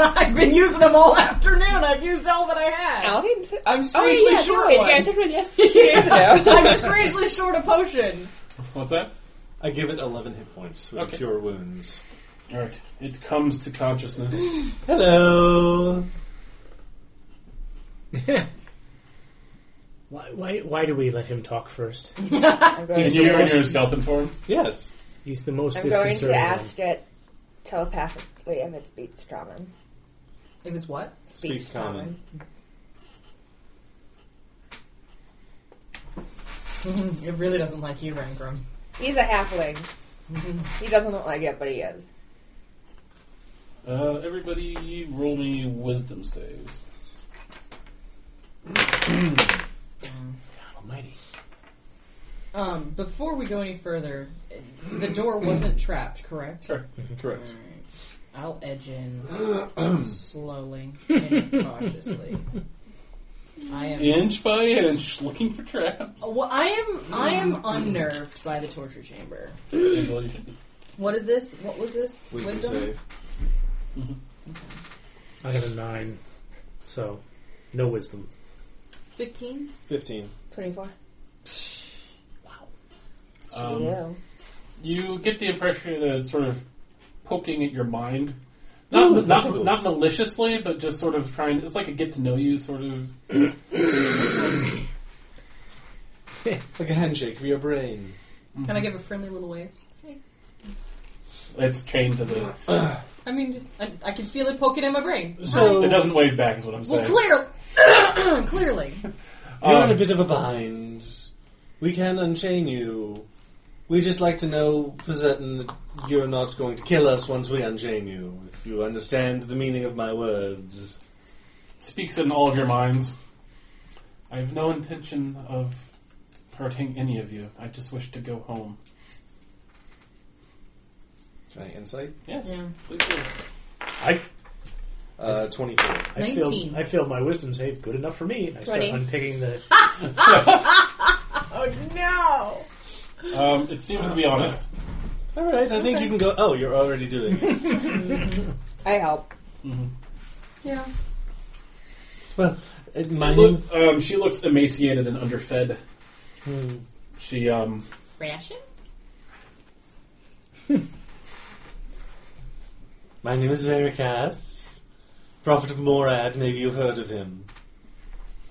Speaker 3: I've been using them all afternoon. I've used all that I had.
Speaker 2: Alvin took-
Speaker 3: I'm
Speaker 2: Oh,
Speaker 3: strangely
Speaker 2: yeah,
Speaker 3: short
Speaker 2: no,
Speaker 3: one.
Speaker 2: yeah, I took one yes, two years ago.
Speaker 3: I'm strangely short a potion.
Speaker 1: What's that?
Speaker 5: I give it 11 hit points with
Speaker 1: Okay.
Speaker 5: the cure wounds.
Speaker 1: All right. It comes to consciousness.
Speaker 20: Hello!
Speaker 7: Why, why, why do we let him talk first?
Speaker 2: I'm going,
Speaker 1: and
Speaker 7: He's
Speaker 2: to,
Speaker 7: the
Speaker 1: you're in your
Speaker 7: most-
Speaker 1: skeleton form.
Speaker 5: Yes.
Speaker 7: He's the most
Speaker 2: I'm going
Speaker 7: disconcerting.
Speaker 2: to ask it telepathically if it speaks common.
Speaker 3: It was what?
Speaker 2: Speaks,
Speaker 5: Speaks common.
Speaker 3: it really doesn't like you, Rankrum.
Speaker 2: He's a halfling. He doesn't look like it, but he is.
Speaker 1: Uh, everybody, roll me wisdom saves.
Speaker 7: one. Almighty.
Speaker 3: Um, before we go any further, the door wasn't trapped, correct?
Speaker 1: Sure. Mm-hmm.
Speaker 5: Correct.
Speaker 3: I'll edge in slowly and cautiously. I am.
Speaker 1: Inch by inch, looking for traps.
Speaker 3: Well, I am. I am unnerved by the torture chamber.
Speaker 1: That's all you should do.
Speaker 3: What is this? What was this?
Speaker 5: Wisdom, save.
Speaker 7: I got a nine, so no wisdom.
Speaker 3: Fifteen.
Speaker 5: 15.
Speaker 2: 24.
Speaker 1: Um,
Speaker 2: yeah.
Speaker 1: You get the impression that it's sort of poking at your mind. Not,
Speaker 5: Ooh,
Speaker 1: not,
Speaker 5: tentacles.
Speaker 1: not maliciously, but just sort of trying. It's like a get to know you sort of.
Speaker 5: Like a handshake via brain.
Speaker 3: Can I give a friendly little wave?
Speaker 1: It's chained to the.
Speaker 3: I mean, just I, I can feel it poking in my brain.
Speaker 20: So,
Speaker 1: It
Speaker 20: you're
Speaker 1: doesn't wave back, is what I'm
Speaker 3: Well,
Speaker 1: saying.
Speaker 3: clear, clearly.
Speaker 1: um,
Speaker 20: in a bit of a bind. We can unchain you. We just like to know for certain that you're not going to kill us once we unchain you, if you understand the meaning of my words.
Speaker 1: speaks in all of your minds. I have no intention of hurting any of you. I just wish to go home.
Speaker 5: Can I insight?
Speaker 1: Yes.
Speaker 3: Yeah.
Speaker 1: please do.
Speaker 7: I,
Speaker 5: Uh, 24.
Speaker 7: I,
Speaker 3: 19.
Speaker 7: feel, I feel my wisdom save good enough for me. and I start
Speaker 2: 20.
Speaker 7: unpicking the.
Speaker 2: Ah!
Speaker 3: Oh,
Speaker 2: No!
Speaker 1: Um, it seems to be honest.
Speaker 20: Alright, I think you can go. Oh, you're already doing it.
Speaker 2: I help.
Speaker 1: Mhm.
Speaker 3: Yeah.
Speaker 5: Uh, My name.
Speaker 1: Look,
Speaker 5: Hmm.
Speaker 1: um, she looks emaciated and underfed. She um,
Speaker 3: Ration?
Speaker 5: My name is Vericas, prophet of Morad. Maybe you've heard of him.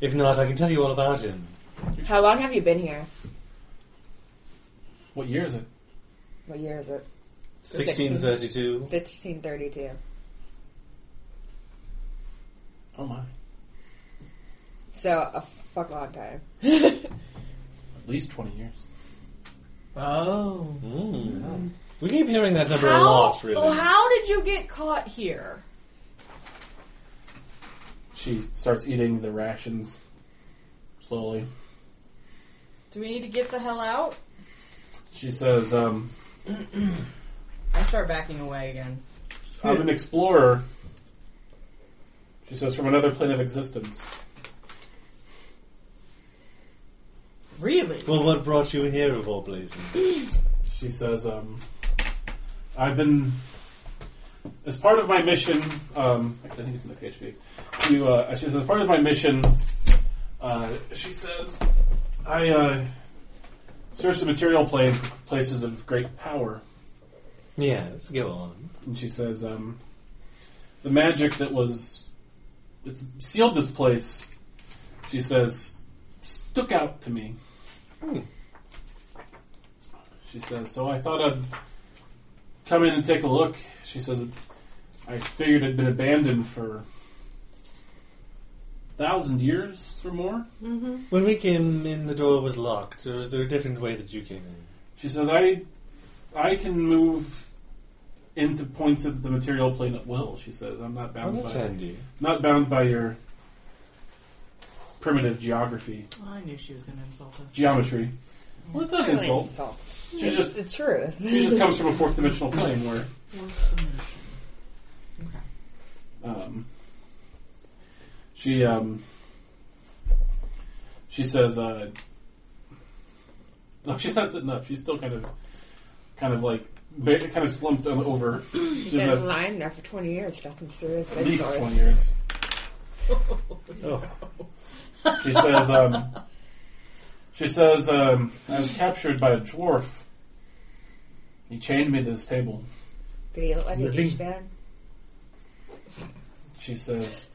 Speaker 5: If not, I can tell you all about him.
Speaker 2: How long have you been here?
Speaker 1: what year is it?
Speaker 2: What year is it?
Speaker 5: 1632.
Speaker 2: 1632.
Speaker 1: Oh my,
Speaker 2: So, a fuck long time.
Speaker 1: at least twenty years.
Speaker 3: Oh.
Speaker 5: Mm. We keep hearing that number a
Speaker 3: How,
Speaker 5: lot, really.
Speaker 2: Oh,
Speaker 3: well, how did you get caught here?
Speaker 1: She starts eating the rations slowly.
Speaker 3: Do we need to get the hell out?
Speaker 1: She says, um,
Speaker 3: I start backing away again.
Speaker 1: "I'm an explorer." She says, "From another plane of existence."
Speaker 3: Really?
Speaker 5: Well, what brought you here, of all places?
Speaker 1: She says, um, I've been, as part of my mission, um, actually, I think it's in the PHP, to, uh, she says, as part of my mission, uh, she says, I, uh, search the material plane for places of great power.
Speaker 5: Yes, go on.
Speaker 1: And she says, um, the magic that was, that's sealed this place, she says, stuck out to me.
Speaker 5: Hmm.
Speaker 1: She says, so I thought I'd come in and take a look. She says, I figured it'd been abandoned for thousand years or more.
Speaker 5: When we came in, the door was locked, or is there a different way that you came in?
Speaker 1: She says, I, I can move into points of the material plane at will. She says, I'm not
Speaker 5: Oh,
Speaker 1: bound
Speaker 5: that's
Speaker 1: by
Speaker 5: handy.
Speaker 1: not bound by your primitive geography,
Speaker 3: I knew she was going to insult us.
Speaker 1: geometry. Well, it's not an insult.
Speaker 2: Insult.
Speaker 1: She just
Speaker 2: The truth.
Speaker 1: she just comes from a fourth dimensional plane where
Speaker 3: Okay.
Speaker 1: um, she um, she says uh, no, she's not sitting up. She's still kind of kind of like very, kind of slumped on- over.
Speaker 2: You've
Speaker 1: She's
Speaker 2: been
Speaker 1: at
Speaker 2: lying there for 20 years. Got some serious bed
Speaker 1: least
Speaker 2: sores.
Speaker 1: twenty years. Oh. She says, um, she says, um, I was captured by a dwarf. He chained me to this table.
Speaker 2: Did he look like a
Speaker 7: Living.
Speaker 2: douchebag?
Speaker 1: She says,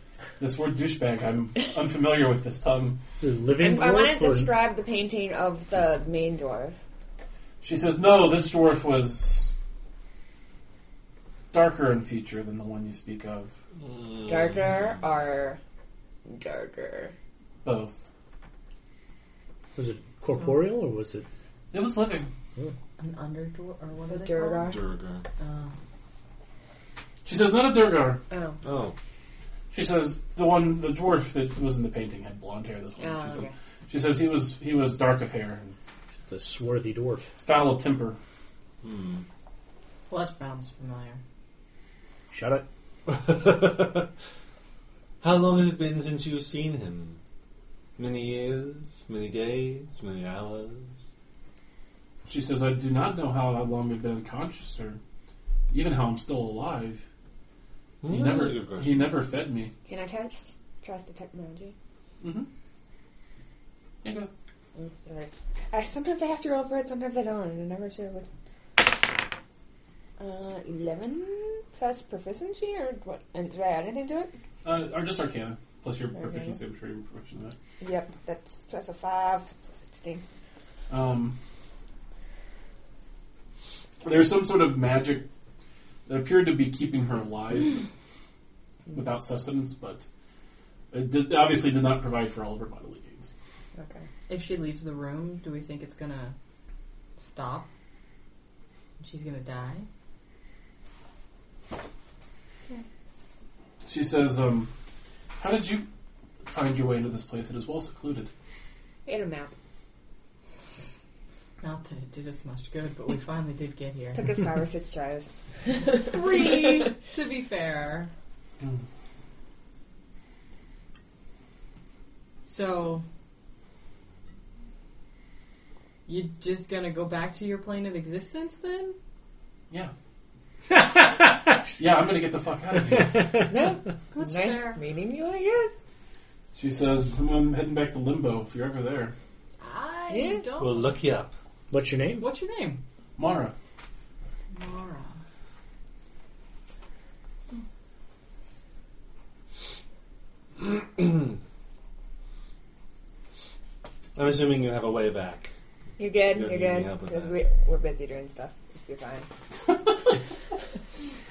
Speaker 1: this word douchebag, I'm unfamiliar with this tongue.
Speaker 7: The living
Speaker 2: And I want to
Speaker 7: dwarf or
Speaker 2: describe the painting of the main dwarf.
Speaker 1: She says, no, this dwarf was darker in feature than the one you speak of. Mm.
Speaker 2: Darker or darker?
Speaker 1: Both.
Speaker 7: was it corporeal or was it?
Speaker 1: It was living.
Speaker 3: An underdwarf or what
Speaker 2: The
Speaker 3: are they Uh,
Speaker 5: Mm.
Speaker 2: dirgar.
Speaker 21: Durga.
Speaker 3: called?
Speaker 1: She says, not a Durgar.
Speaker 2: Oh,
Speaker 21: Oh.
Speaker 1: She says, the one, the dwarf that was in the painting had blonde hair. This
Speaker 2: oh,
Speaker 1: one. she, says,
Speaker 2: okay.
Speaker 1: she says he was he was dark of hair and
Speaker 7: It's a swarthy dwarf.
Speaker 1: foul of temper.
Speaker 21: Hmm.
Speaker 3: Well, that sounds familiar.
Speaker 7: Shut it.
Speaker 5: How long has it been since you've seen him? Many years, many days, many hours.
Speaker 1: She says, I do not know how long I've been unconscious or even how I'm still alive. He
Speaker 5: Hmm, that's a good
Speaker 1: never
Speaker 5: question.
Speaker 1: he never fed me.
Speaker 2: Can I test, trust the technology?
Speaker 1: Mm-hmm. Yeah, go.
Speaker 2: Mm, all right. I, sometimes I have to roll for it, sometimes I don't, and I never sure which. Uh, 11 plus proficiency, or what? And do I add anything to it?
Speaker 1: Uh, or just Arcana. Plus your
Speaker 2: Okay.
Speaker 1: proficiency, I'm sure you're proficient in that.
Speaker 2: Yep, that's plus a 5, so 16.
Speaker 1: Um, there's some sort of magic that appeared to be keeping her alive without sustenance, but it did, obviously did not provide for all of her bodily needs.
Speaker 2: Okay.
Speaker 3: If she leaves the room, do we think it's gonna stop? She's gonna die.
Speaker 1: She says, um, How did you find your way into this place? It is well secluded.
Speaker 2: We had a map.
Speaker 3: Not that it did us much good, but we finally did get here.
Speaker 2: Took us five or six tries.
Speaker 3: Three, to be fair.
Speaker 1: Hmm.
Speaker 3: So, you just gonna go back to your plane of existence then?
Speaker 1: Yeah. yeah, I'm gonna get the fuck out of here.
Speaker 2: No,
Speaker 3: That's
Speaker 2: nice
Speaker 3: fair.
Speaker 2: meeting you, I guess.
Speaker 1: She says, "I'm heading back to Limbo if you're ever there."
Speaker 3: I
Speaker 2: Yeah.
Speaker 3: don't.
Speaker 22: We'll look you up.
Speaker 7: What's your name?
Speaker 3: What's your name?
Speaker 1: Mara,
Speaker 3: Mara.
Speaker 22: I'm assuming you have a way back.
Speaker 2: You're good.
Speaker 22: You don't
Speaker 2: You're
Speaker 22: need any
Speaker 2: good.
Speaker 22: help with
Speaker 2: Because
Speaker 22: that.
Speaker 2: we, we're busy doing stuff. You're fine.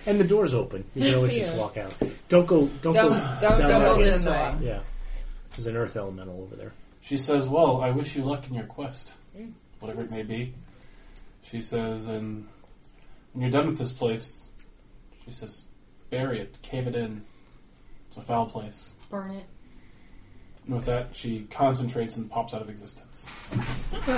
Speaker 7: And the door's open. You can always just
Speaker 3: Yeah.
Speaker 7: walk out. Don't go.
Speaker 2: Don't
Speaker 7: Don't, go.
Speaker 2: don't don't,
Speaker 7: down that
Speaker 2: go
Speaker 7: way.
Speaker 2: this
Speaker 3: way.
Speaker 2: way.
Speaker 7: Yeah. There's an earth elemental over there.
Speaker 1: she says, "Well, I wish you luck in your quest, whatever it may be." She says, "And when you're done with this place," she says, "bury it, cave it in. It's a foul place."
Speaker 3: Burn it.
Speaker 1: And with that, she concentrates and pops out of existence.
Speaker 2: I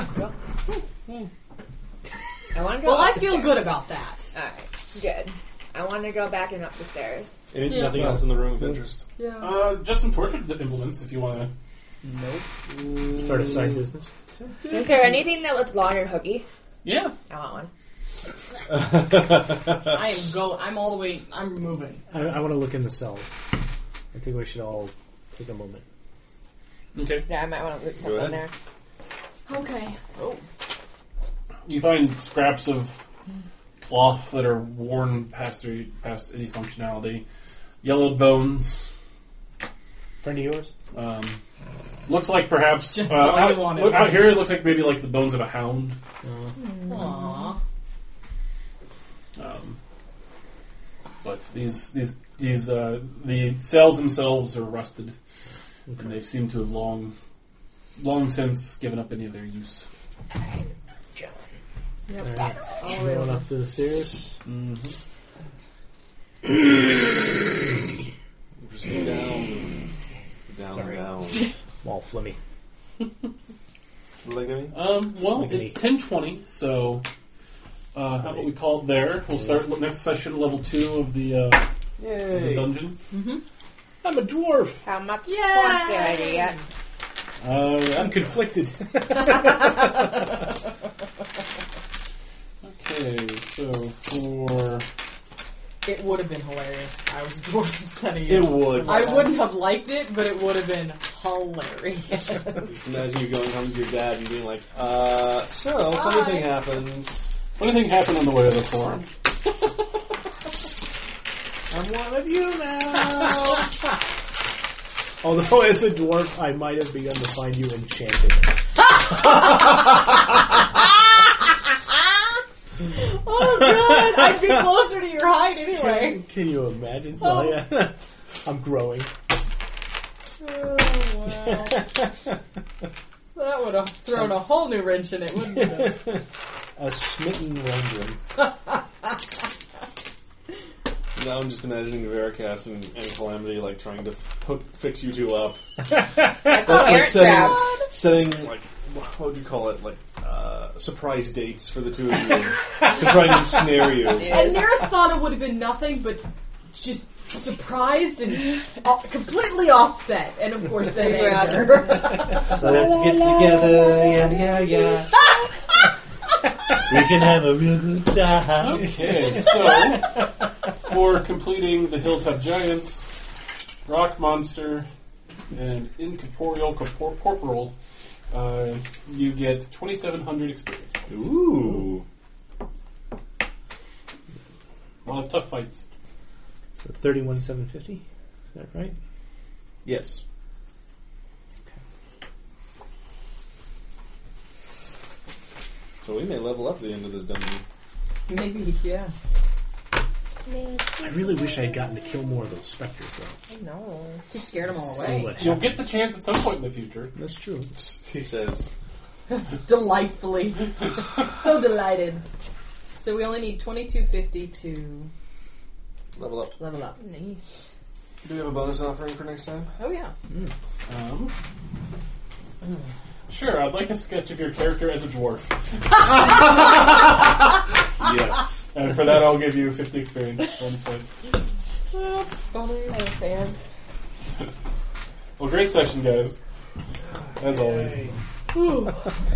Speaker 2: want to go.
Speaker 3: Well, I
Speaker 2: up the
Speaker 3: feel good about that.
Speaker 2: All right, good. I want to go back and up the stairs.
Speaker 5: Any,
Speaker 3: Yeah.
Speaker 5: Nothing else in the room of interest.
Speaker 3: Yeah.
Speaker 1: Uh, just some torture implements, if you want to. Mm.
Speaker 7: Start a side business.
Speaker 2: Is there anything that looks long and hooky?
Speaker 1: Yeah.
Speaker 2: I want one.
Speaker 3: I am go. I'm all the way. I'm moving.
Speaker 7: I, I want to look in the cells. I think we should all take a moment.
Speaker 1: Okay.
Speaker 2: Yeah, I might want to loot
Speaker 5: Go
Speaker 2: something there.
Speaker 3: Okay. Oh.
Speaker 1: You find scraps of cloth that are worn past their, past any functionality. Yellowed bones.
Speaker 7: Friend of yours?
Speaker 1: Um, looks like perhaps
Speaker 3: Just
Speaker 1: uh,
Speaker 3: all I
Speaker 1: out,
Speaker 3: wanted.
Speaker 1: look- out here. It looks like maybe like the bones of a hound.
Speaker 3: Aww.
Speaker 1: Um, but these these these uh, the cells themselves are rusted, and they seem to have long long since given up any of their use.
Speaker 7: Alright. Going up to the stairs.
Speaker 5: Mm-hmm. Just go down, down,
Speaker 7: Sorry.
Speaker 5: down.
Speaker 7: Wall flimmy.
Speaker 5: Like me?
Speaker 1: Um, well,
Speaker 7: Like
Speaker 1: it's
Speaker 7: me.
Speaker 1: ten twenty, so uh, how about we call it there? We'll start next session, level two of the, uh, of the
Speaker 5: Yay!
Speaker 1: dungeon.
Speaker 7: I'm a dwarf.
Speaker 2: How much
Speaker 3: Yay!
Speaker 2: points did I get?
Speaker 1: Uh, I'm conf-
Speaker 7: Conflicted.
Speaker 1: okay, so for
Speaker 3: It would have been hilarious. if I was dwarf instead of
Speaker 5: It
Speaker 3: you.
Speaker 5: would.
Speaker 3: I wouldn't have liked it, but it would have been hilarious.
Speaker 5: Just imagine you going home to your dad and being like, uh, so, funny
Speaker 3: Hi.
Speaker 5: thing happens.
Speaker 1: what do you think happened on the way to the forum?
Speaker 5: I'm one of you now!
Speaker 7: Although as a dwarf, I might have begun to find you enchanted.
Speaker 3: oh god, I'd be closer to your height anyway.
Speaker 7: Can you imagine? Oh, yeah. I'm growing.
Speaker 3: Oh, wow. That would have thrown a whole new wrench in it, wouldn't it?
Speaker 7: A smitten wondering.
Speaker 5: Now I'm just imagining Veracast and, and Calamity like trying to hook, fix you two up.
Speaker 2: Parent
Speaker 5: setting,
Speaker 2: trap.
Speaker 5: setting like what would you call it? Like uh, surprise dates for the two of you to try and snare you.
Speaker 3: And Nearest thought it would have been nothing but just surprised and o- completely offset. And of course, then anger.
Speaker 22: So let's get together, yeah, yeah, yeah. we can have a real good time.
Speaker 1: Okay, so for completing the Hills Have Giants, Rock Monster, and Incorporeal corpor- Corporal, uh, you get 2,700 experience.
Speaker 5: Ooh.
Speaker 1: A lot of tough fights.
Speaker 7: So 31750. Is that right?
Speaker 5: Yes. So we may level up at the end of this dungeon.
Speaker 3: Maybe, yeah.
Speaker 7: I really wish I had gotten to kill more of those specters though.
Speaker 2: No.
Speaker 3: He scared them all
Speaker 7: See
Speaker 3: away.
Speaker 7: what
Speaker 1: You'll
Speaker 7: happens.
Speaker 1: get the chance at some point in the future.
Speaker 7: That's true.
Speaker 5: He says,
Speaker 3: Delightfully. so delighted. So we only need 2250 to
Speaker 5: "Level up."
Speaker 3: level up.
Speaker 5: Do we have a bonus offering for next time?
Speaker 3: Oh, yeah.
Speaker 1: Um, sure, I'd like a sketch of your character as a dwarf.
Speaker 5: yes.
Speaker 1: And for that, I'll give you 50 experience bonus points.
Speaker 3: That's funny. I'm a fan.
Speaker 1: Well, great session, guys. As always.